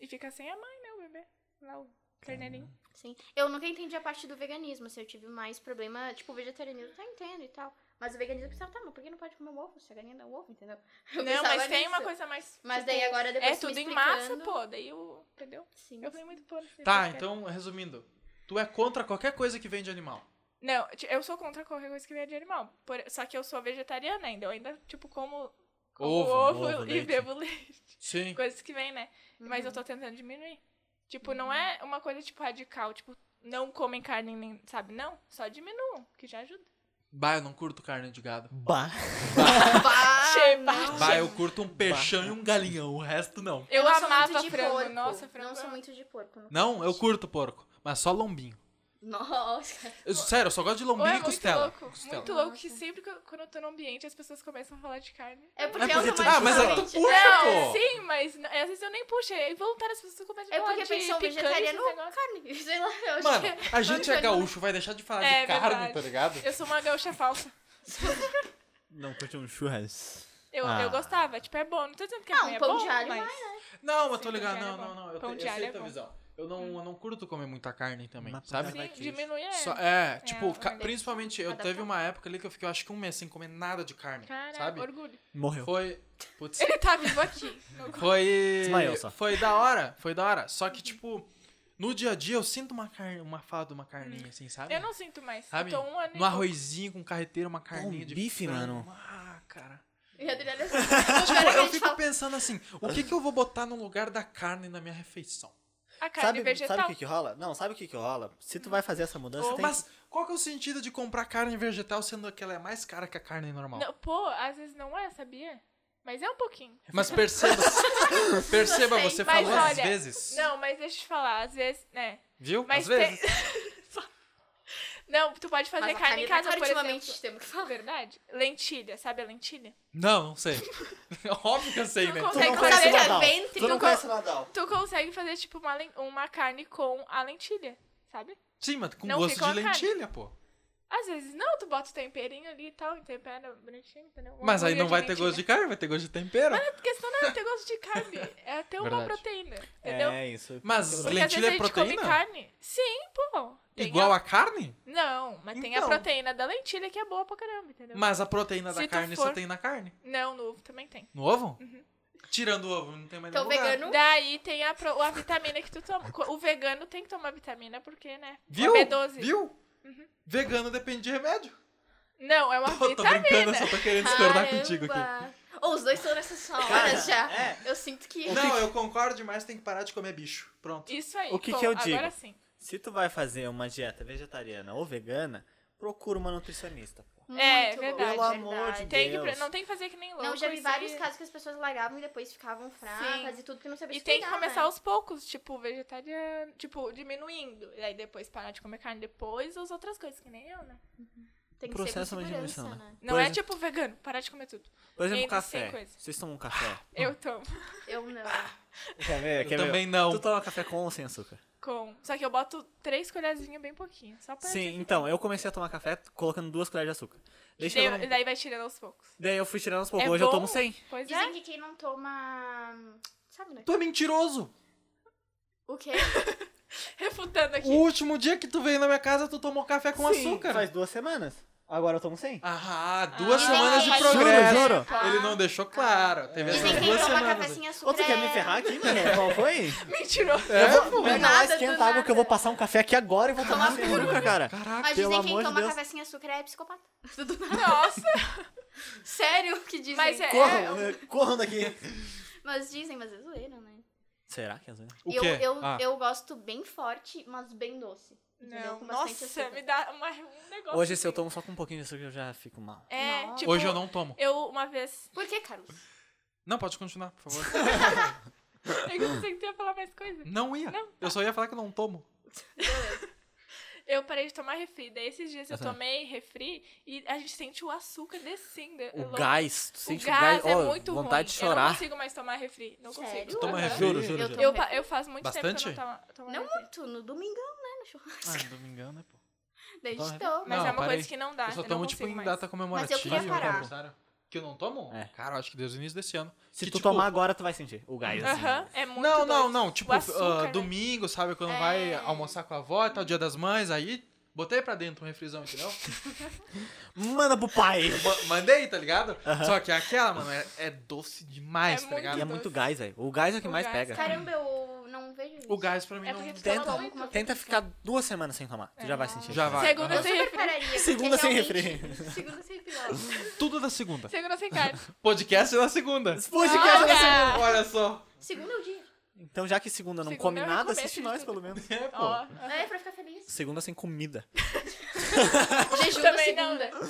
Speaker 1: E fica sem a mãe, né, o bebê? Lá o carneirinho.
Speaker 4: Sim. Eu nunca entendi a parte do veganismo, assim, eu tive mais problema, tipo, o vegetarianismo, tá, entendo e tal. Mas o veganismo eu pensava, tá, mas por que não pode comer um ovo? Se a galinha dá um ovo, entendeu? [laughs] Eu
Speaker 1: Não,
Speaker 4: pensava
Speaker 1: mas tem uma
Speaker 4: nisso.
Speaker 1: coisa mais.
Speaker 4: Mas
Speaker 1: tipo,
Speaker 4: daí agora depois
Speaker 1: É
Speaker 4: tu
Speaker 1: tudo
Speaker 4: me
Speaker 1: em massa,
Speaker 4: explicando-
Speaker 1: pô. Daí o. Entendeu?
Speaker 4: Sim.
Speaker 1: Eu falei muito pô. nesse
Speaker 2: [laughs] Tá,
Speaker 1: podcast.
Speaker 2: então, resumindo. Tu é contra qualquer coisa que vende animal.
Speaker 1: Não, ti- eu sou contra qualquer coisa que venha de animal. por- Só que eu sou vegetariana ainda. Eu ainda, tipo, como. como
Speaker 2: Ovo,
Speaker 1: ovo,
Speaker 5: ovo,
Speaker 1: e
Speaker 5: leite.
Speaker 1: bebo
Speaker 2: [laughs]
Speaker 1: leite.
Speaker 2: Sim.
Speaker 1: Coisas que vêm, né? Mas eu
Speaker 4: Uhum.
Speaker 1: tô tentando diminuir. Tipo, não é uma coisa, tipo, radical. Tipo, não comem carne, nem, sabe? Não, só diminuam, que já ajuda.
Speaker 2: Bah, eu não curto carne de gado.
Speaker 3: Bah.
Speaker 4: [laughs] Bah,
Speaker 1: Cheba.
Speaker 4: Ah, não.
Speaker 2: Bah, eu curto um peixão e um galinhão, o resto não.
Speaker 1: Eu,
Speaker 4: não sou
Speaker 1: amava
Speaker 4: muito de
Speaker 1: frango.
Speaker 4: porco.
Speaker 1: Nossa, frango.
Speaker 4: Não
Speaker 1: é
Speaker 4: sou muito de [laughs] porco. não.
Speaker 2: Não, eu curto porco, mas só lombinho.
Speaker 4: Nossa.
Speaker 2: Eu- sério, eu só gosto de
Speaker 1: Ou
Speaker 2: lombinho
Speaker 1: é
Speaker 2: e
Speaker 1: muito
Speaker 2: costela.
Speaker 1: louco,
Speaker 2: Costela. É
Speaker 1: muito louco que sempre que eu- quando eu tô no ambiente as pessoas começam a falar de carne.
Speaker 4: É porque
Speaker 2: É porque tu-
Speaker 4: automaticamente...
Speaker 2: Ah, mas aí tu puxa,
Speaker 1: Não,
Speaker 2: pô.
Speaker 1: sim, mas não- às vezes eu nem puxo, é voluntário as pessoas começam a
Speaker 4: É
Speaker 1: falar
Speaker 4: porque
Speaker 1: de
Speaker 4: pensou
Speaker 1: picante,
Speaker 4: vegetariano
Speaker 1: esses negócios.
Speaker 4: carne. [laughs] Sei lá, eu acho
Speaker 2: Mano,
Speaker 4: que-
Speaker 2: a gente é
Speaker 4: Mano,
Speaker 2: gaúcho, vai deixar de falar
Speaker 1: É,
Speaker 2: de carne,
Speaker 1: verdade.
Speaker 2: tá ligado?
Speaker 1: Eu sou uma gaúcha falsa.
Speaker 5: Não, curte um churras.
Speaker 1: Eu,
Speaker 5: Ah.
Speaker 1: eu gostava, tipo, é bom. Não tô dizendo que é
Speaker 4: Ah,
Speaker 1: ruim,
Speaker 4: um
Speaker 1: é
Speaker 4: pão
Speaker 1: bom,
Speaker 4: de alho
Speaker 1: mas...
Speaker 2: Não, mas tô
Speaker 1: Sim,
Speaker 2: ligado,
Speaker 1: pão de
Speaker 2: não,
Speaker 1: alho é bom.
Speaker 2: não, não. Eu, te,
Speaker 1: Pão
Speaker 2: eu
Speaker 1: de alho
Speaker 2: sei
Speaker 1: é
Speaker 2: tua
Speaker 1: bom. Hum.
Speaker 2: visão. Eu não, eu não curto comer muita carne também,
Speaker 5: Mas
Speaker 2: sabe?
Speaker 5: pra
Speaker 1: Sim,
Speaker 5: queijo.
Speaker 1: diminui é.
Speaker 2: Só- é,
Speaker 1: é
Speaker 2: tipo,
Speaker 1: uma
Speaker 2: ca-
Speaker 1: delícia.
Speaker 2: principalmente, eu
Speaker 4: Adaptar.
Speaker 2: teve uma época ali que eu fiquei, eu acho que um mês sem comer nada de carne,
Speaker 1: Caraca,
Speaker 2: sabe?
Speaker 1: orgulho. [laughs]
Speaker 5: Morreu.
Speaker 2: Foi. Putz,
Speaker 1: Ele tá vivo aqui. no-
Speaker 2: foi.
Speaker 5: Desmaiou só.
Speaker 2: Foi da hora, foi da hora.
Speaker 1: Uhum.
Speaker 2: Só que, tipo, no dia a dia eu sinto uma carne, uma fala de uma carninha, assim, sabe?
Speaker 1: Eu não sinto mais.
Speaker 2: Sabe?
Speaker 1: Eu tô um ano e
Speaker 2: No
Speaker 1: pouco.
Speaker 2: arrozinho com carreteira, uma carninha de
Speaker 5: Tá um bife,
Speaker 2: frango.
Speaker 5: mano.
Speaker 2: Ah, cara.
Speaker 4: E a
Speaker 1: [laughs]
Speaker 4: Adriana é assim.
Speaker 2: Tipo,
Speaker 4: Cara, que a
Speaker 2: eu
Speaker 4: gente
Speaker 2: fico
Speaker 4: fala-
Speaker 2: pensando assim, o que que eu vou botar no lugar da carne na minha refeição?
Speaker 1: A carne
Speaker 3: Sabe,
Speaker 1: vegetal.
Speaker 3: sabe o que que rola? Não, sabe o que que rola? Se tu vai fazer essa mudança, tem
Speaker 2: Mas qual que é o sentido de comprar carne vegetal sendo que ela é mais cara que a carne normal?
Speaker 1: Não, pô, às vezes não é, sabia? Mas é um pouquinho. [laughs]
Speaker 2: Mas perceba, perceba,
Speaker 4: Gostei.
Speaker 2: você
Speaker 1: Mas
Speaker 2: falou às
Speaker 1: olha,
Speaker 2: vezes,
Speaker 1: Não, mas deixa eu te falar, às vezes, né?
Speaker 2: viu?
Speaker 1: Mas
Speaker 2: às vezes.
Speaker 1: [laughs] Não, tu pode fazer
Speaker 4: Mas a
Speaker 1: carne em
Speaker 4: tá
Speaker 1: casa,
Speaker 4: cara,
Speaker 1: por
Speaker 4: ultimamente,
Speaker 1: exemplo.
Speaker 4: temos que falar.
Speaker 1: Verdade? Lentilha, sabe a lentilha?
Speaker 2: Não, não sei. [laughs] Óbvio que eu sei,
Speaker 1: Tu
Speaker 2: né?
Speaker 1: consegue-
Speaker 3: Tu
Speaker 1: Sabe
Speaker 3: não conhece
Speaker 1: que
Speaker 3: o
Speaker 1: é
Speaker 3: Nadal.
Speaker 4: ventre?
Speaker 3: Tu não
Speaker 1: Tu
Speaker 3: conhece o Nadal.
Speaker 1: Tu consegue fazer, tipo, uma, len- uma carne com a lentilha, sabe?
Speaker 2: Sim, mas com
Speaker 1: Não
Speaker 2: gosto
Speaker 1: ficou
Speaker 2: de
Speaker 1: a carne.
Speaker 2: lentilha, pô.
Speaker 1: Às vezes não, tu bota o temperinho ali e tal, e tempera bonitinho, entendeu? Uma
Speaker 2: Mas aí
Speaker 1: hambúrguer
Speaker 2: não
Speaker 1: de
Speaker 2: vai ter
Speaker 1: lentilha.
Speaker 2: gosto de carne, vai ter gosto de tempero.
Speaker 1: A questão não é ter gosto de carne, é ter uma
Speaker 2: Verdade.
Speaker 1: proteína, entendeu?
Speaker 5: É isso.
Speaker 2: Mas
Speaker 1: Porque às
Speaker 2: lentilha
Speaker 1: vezes
Speaker 2: é
Speaker 1: a gente come
Speaker 2: proteína?
Speaker 1: carne. Sim, pô. Tem
Speaker 2: Igual
Speaker 1: a...
Speaker 2: a carne?
Speaker 1: Não, mas tem a
Speaker 2: Então.
Speaker 1: proteína da lentilha que é boa pra caramba, entendeu?
Speaker 2: Mas a proteína da
Speaker 1: Se tu
Speaker 2: carne
Speaker 1: for- Uhum.
Speaker 2: só tem na carne.
Speaker 1: Não, no ovo também tem.
Speaker 2: No ovo? Tirando o ovo, não tem mais
Speaker 4: Então,
Speaker 2: nenhum lugar.
Speaker 4: vegano...
Speaker 1: Daí tem a, pro- a vitamina que tu toma. Co- O vegano tem que tomar vitamina, porque, né?
Speaker 2: Viu?
Speaker 1: O B12.
Speaker 2: Viu?
Speaker 1: Uhum.
Speaker 2: Vegano depende de remédio.
Speaker 1: Não, é uma
Speaker 2: Eu tô brincando, eu
Speaker 1: vitamina.
Speaker 2: só tô querendo discordar
Speaker 4: Caramba.
Speaker 2: contigo aqui.
Speaker 4: Ô, os dois estão nessas horas já.
Speaker 3: é.
Speaker 4: Eu sinto que...
Speaker 2: Não, eu concordo demais, tem que parar de comer bicho. Pronto.
Speaker 1: Isso aí.
Speaker 5: O que
Speaker 1: Bom,
Speaker 5: que eu
Speaker 1: Agora
Speaker 5: digo?
Speaker 1: sim.
Speaker 3: Se tu vai fazer uma dieta vegetariana ou vegana, procura uma nutricionista. pô.
Speaker 4: Hum, Muito
Speaker 1: É,
Speaker 4: bom.
Speaker 1: verdade. Pelo
Speaker 3: amor de
Speaker 1: Tem que,
Speaker 3: Deus.
Speaker 1: pre- não tem que fazer que nem louco.
Speaker 4: Não, já vi
Speaker 1: isso
Speaker 4: vários
Speaker 1: aí.
Speaker 4: casos que as pessoas largavam e depois ficavam fracas
Speaker 1: Sim.
Speaker 4: e tudo, porque não sabia
Speaker 1: E
Speaker 4: se
Speaker 1: tem que
Speaker 4: cuidar,
Speaker 1: começar
Speaker 4: né?
Speaker 1: aos poucos, tipo, vegetariano, tipo, diminuindo. E aí depois parar de comer carne depois, as outras coisas, que nem eu, né?
Speaker 4: Tem que
Speaker 5: processo
Speaker 4: ser com
Speaker 5: de
Speaker 4: segurança,
Speaker 5: diminuição, né?
Speaker 4: né?
Speaker 1: Não
Speaker 5: Por
Speaker 1: é
Speaker 5: exemplo-
Speaker 1: tipo vegano, parar de comer tudo.
Speaker 5: Por exemplo,
Speaker 1: Entre cem
Speaker 5: café.
Speaker 1: coisas.
Speaker 5: Vocês tomam café?
Speaker 1: Eu tomo
Speaker 4: Eu não.
Speaker 3: [laughs] Quer ver?
Speaker 2: Eu
Speaker 3: Quer ver?
Speaker 2: também não.
Speaker 3: Tu toma café com ou sem açúcar?
Speaker 1: [laughs] com. Só que eu boto três colherzinhas bem pouquinho. Só pra. assim,
Speaker 5: Sim, então, eu comecei a tomar café colocando duas colheres de açúcar. Daí,
Speaker 1: Daí,
Speaker 5: chegou num-
Speaker 1: daí vai tirando aos poucos.
Speaker 5: daí eu fui tirando aos poucos.
Speaker 1: É
Speaker 5: Hoje eu
Speaker 1: bom?
Speaker 5: tomo 100.
Speaker 1: Pois é. [laughs]
Speaker 4: Dizem que quem não toma... Sabe, né?
Speaker 2: Tu é mentiroso.
Speaker 4: O quê?
Speaker 1: Refutando aqui.
Speaker 2: O último dia que tu veio na minha casa, tu tomou café com
Speaker 3: Sim,
Speaker 2: açúcar.
Speaker 3: Faz duas semanas. Agora eu tomo 100.
Speaker 2: Ah, duas
Speaker 1: Ah,
Speaker 2: semanas de
Speaker 4: mas-
Speaker 2: progresso.
Speaker 5: Juro, juro.
Speaker 2: Ele não deixou claro. Teve essas
Speaker 4: Dizem que quem
Speaker 2: duas
Speaker 4: toma
Speaker 2: semanas.
Speaker 4: café sem açúcar é-
Speaker 3: Ô, tu
Speaker 1: É.
Speaker 3: quer me ferrar aqui, mano? [laughs] Qual foi?
Speaker 4: [laughs]
Speaker 1: Mentiroso.
Speaker 2: É, pô.
Speaker 3: Pega lá,
Speaker 4: nada, do
Speaker 3: esquenta a água que eu vou
Speaker 4: nada.
Speaker 3: passar um café aqui agora e vou tomar
Speaker 4: Toma
Speaker 3: sem açúcar, cara.
Speaker 2: Caraca.
Speaker 4: Mas
Speaker 3: Pelo
Speaker 4: dizem que
Speaker 3: amor
Speaker 4: quem
Speaker 3: de
Speaker 4: toma
Speaker 3: Deus.
Speaker 4: café sem açúcar é psicopata.
Speaker 1: Nossa.
Speaker 4: Sério que dizem.
Speaker 1: Mas
Speaker 3: [laughs]
Speaker 1: é-
Speaker 3: Corram, eh, corram daqui.
Speaker 4: Mas dizem, mas é zoeira, né?
Speaker 3: Será que é zoeira?
Speaker 2: O
Speaker 4: eu,
Speaker 2: quê?
Speaker 4: Eu,
Speaker 2: Ah.
Speaker 4: eu gosto bem forte, mas bem doce. entendeu?
Speaker 1: Não,
Speaker 4: Com bastante
Speaker 1: nossa,
Speaker 4: açúcar.
Speaker 1: me dá uma- um negócio.
Speaker 5: Hoje, se eu
Speaker 1: assim.
Speaker 5: tomo só com um pouquinho de açúcar, eu já fico mal.
Speaker 1: É,
Speaker 4: Nossa.
Speaker 1: tipo,
Speaker 2: Hoje eu não tomo.
Speaker 1: Eu, uma vez. [laughs]
Speaker 4: Por que, Carlos?
Speaker 2: Não, pode continuar, por favor.
Speaker 1: Eu não sei que tu ia falar mais coisa.
Speaker 2: Não ia.
Speaker 1: Não,
Speaker 2: Eu só ia falar que eu não tomo.
Speaker 1: Eu parei de tomar refri. Daí esses dias eu
Speaker 5: Aham.
Speaker 1: tomei refri e a gente sente o açúcar descendo.
Speaker 5: O
Speaker 1: Eu-
Speaker 5: gás, tu
Speaker 1: o
Speaker 5: sente o
Speaker 1: gás
Speaker 5: gás.
Speaker 1: é
Speaker 5: ó,
Speaker 1: muito
Speaker 5: vontade de
Speaker 1: ruim. Eu não
Speaker 5: chorar.
Speaker 1: consigo mais tomar refri. Não
Speaker 4: Sério?
Speaker 1: consigo.
Speaker 2: Toma
Speaker 1: Aham.
Speaker 2: refri?
Speaker 5: Juro, juro,
Speaker 4: Eu
Speaker 5: juro.
Speaker 4: tomo
Speaker 1: Eu, fa- eu faço muito
Speaker 2: Bastante?
Speaker 1: tempo que eu não tomo, tomo
Speaker 4: Não
Speaker 1: refri.
Speaker 4: muito, no domingão, né? No churrasco.
Speaker 2: Ah, não me engano, né, pô.
Speaker 4: Daí a gente
Speaker 5: Não,
Speaker 4: toma.
Speaker 1: Mas é uma
Speaker 2: parei.
Speaker 1: coisa que não dá.
Speaker 2: eu só
Speaker 1: Tá, não
Speaker 2: tomo, tipo,
Speaker 1: consigo
Speaker 2: em
Speaker 1: mais.
Speaker 2: data comemorativa.
Speaker 4: parar.
Speaker 2: aniversário. Que eu não tomo?
Speaker 3: É.
Speaker 2: Cara, eu acho que desde o início desse ano.
Speaker 3: Se
Speaker 2: que,
Speaker 3: tu
Speaker 2: tipo,
Speaker 3: tomar agora, tu vai sentir o gás, assim.
Speaker 1: Aham, é muito
Speaker 2: Não, não,
Speaker 1: doido.
Speaker 2: não. Tipo,
Speaker 1: O açúcar,
Speaker 2: ah,
Speaker 1: né?
Speaker 2: domingo, sabe? Quando
Speaker 4: É.
Speaker 2: vai almoçar com a avó, tá o dia das mães, aí. Botei pra dentro um refrisão, entendeu?
Speaker 3: Manda pro pai!
Speaker 1: [laughs]
Speaker 2: Ma- Mandei, tá ligado? Só que aquela, mano, é, é doce demais,
Speaker 1: É
Speaker 2: tá ligado?
Speaker 3: E é muito gás, velho. O gás é o que
Speaker 1: O
Speaker 3: mais
Speaker 1: gás,
Speaker 3: pega.
Speaker 1: cara.
Speaker 4: Caramba, eu não vejo isso.
Speaker 2: O gás pra mim
Speaker 1: É
Speaker 2: não.
Speaker 1: porque
Speaker 2: [laughs]
Speaker 1: tu
Speaker 3: Tenta-
Speaker 1: toma muito. É.
Speaker 3: Tenta ficar duas semanas sem tomar. Tu já vai sentir.
Speaker 2: Já vai.
Speaker 1: Segunda
Speaker 4: Eu
Speaker 2: Aham.
Speaker 1: sem
Speaker 4: super
Speaker 1: refri.
Speaker 4: pararia. porque
Speaker 3: Segunda sem
Speaker 4: realmente- Segunda sem refri.
Speaker 3: é
Speaker 2: Tudo da segunda.
Speaker 1: Segunda sem carne. Ah,
Speaker 2: Podcast é
Speaker 1: [laughs]
Speaker 2: na segunda.
Speaker 3: Explode
Speaker 1: Olha!
Speaker 3: gás.
Speaker 2: Olha só.
Speaker 4: Segunda é o dia.
Speaker 3: Então, já que segunda não
Speaker 1: Segunda
Speaker 3: come
Speaker 1: é o
Speaker 3: nada,
Speaker 1: começo
Speaker 3: assiste
Speaker 1: de
Speaker 3: nós,
Speaker 1: tudo.
Speaker 3: pelo menos.
Speaker 2: É, pô.
Speaker 1: Ó.
Speaker 4: É, pra
Speaker 1: [laughs]
Speaker 4: ficar feliz.
Speaker 3: Segunda sem comida.
Speaker 4: Jejum na
Speaker 1: Também não,
Speaker 4: segunda.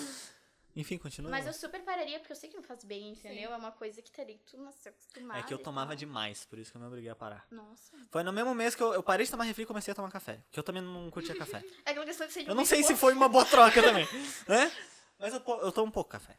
Speaker 3: Enfim, continua.
Speaker 4: Mas eu super pararia, porque eu sei que não faz bem, entendeu? É uma coisa que teria que tu nascer acostumado.
Speaker 3: É que eu
Speaker 4: e
Speaker 3: tomava
Speaker 4: tal.
Speaker 1: então.
Speaker 3: demais, por isso que eu me obriguei a parar.
Speaker 4: Nossa.
Speaker 3: Foi no mesmo mês que eu, eu parei de tomar refri e comecei a tomar café. Porque eu também não curtia café.
Speaker 4: É aquela questão que você
Speaker 3: Eu não sei se
Speaker 4: dividiu.
Speaker 3: foi uma boa troca também. né? Mas eu, po- eu tomo um pouco café.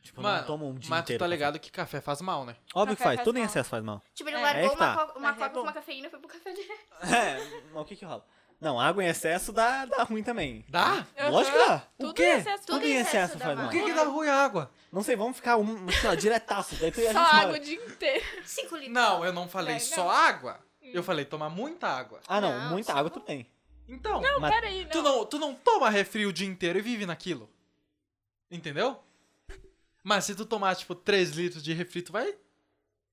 Speaker 3: Tipo, eu
Speaker 2: Mano,
Speaker 3: não tomo um dia
Speaker 2: mas tu
Speaker 3: inteiro.
Speaker 2: tá
Speaker 3: café.
Speaker 2: ligado que café faz mal, né?
Speaker 3: Óbvio que
Speaker 1: Café
Speaker 3: faz.
Speaker 1: faz
Speaker 3: Tudo em
Speaker 1: mal.
Speaker 3: excesso faz mal. [laughs]
Speaker 4: Tipo, ele
Speaker 1: É.
Speaker 4: largou
Speaker 3: É que tá.
Speaker 4: uma, co- uma
Speaker 1: Mas é
Speaker 4: coca com
Speaker 1: bom.
Speaker 4: uma cafeína e foi pro café
Speaker 1: [laughs]
Speaker 4: dele.
Speaker 3: É, mas o que que rola? Não, água em excesso dá, dá ruim também.
Speaker 2: Dá?
Speaker 1: Aham.
Speaker 3: Lógico que dá.
Speaker 1: Tudo
Speaker 3: o quê?
Speaker 1: em excesso-
Speaker 3: tudo, em excesso faz
Speaker 4: dá
Speaker 3: mal.
Speaker 2: O que que dá ruim a água?
Speaker 3: Não sei, vamos ficar um, sei lá, diretaço. Daí tu e a
Speaker 1: Só
Speaker 3: gente
Speaker 1: água
Speaker 3: mora.
Speaker 1: o dia inteiro.
Speaker 4: 5 litros.
Speaker 2: Não, eu não falei
Speaker 1: É,
Speaker 2: só
Speaker 1: não. Hum.
Speaker 2: água. Eu falei tomar muita água.
Speaker 3: Ah, não,
Speaker 4: Não,
Speaker 3: muita
Speaker 4: só-
Speaker 3: água tudo bem.
Speaker 2: Então,
Speaker 1: Não,
Speaker 3: Mas
Speaker 1: peraí, não.
Speaker 2: Tu, não, tu não toma refri o dia inteiro e vive naquilo. Entendeu? Mas se tu tomar, tipo, 3 litros de refri, tu vai.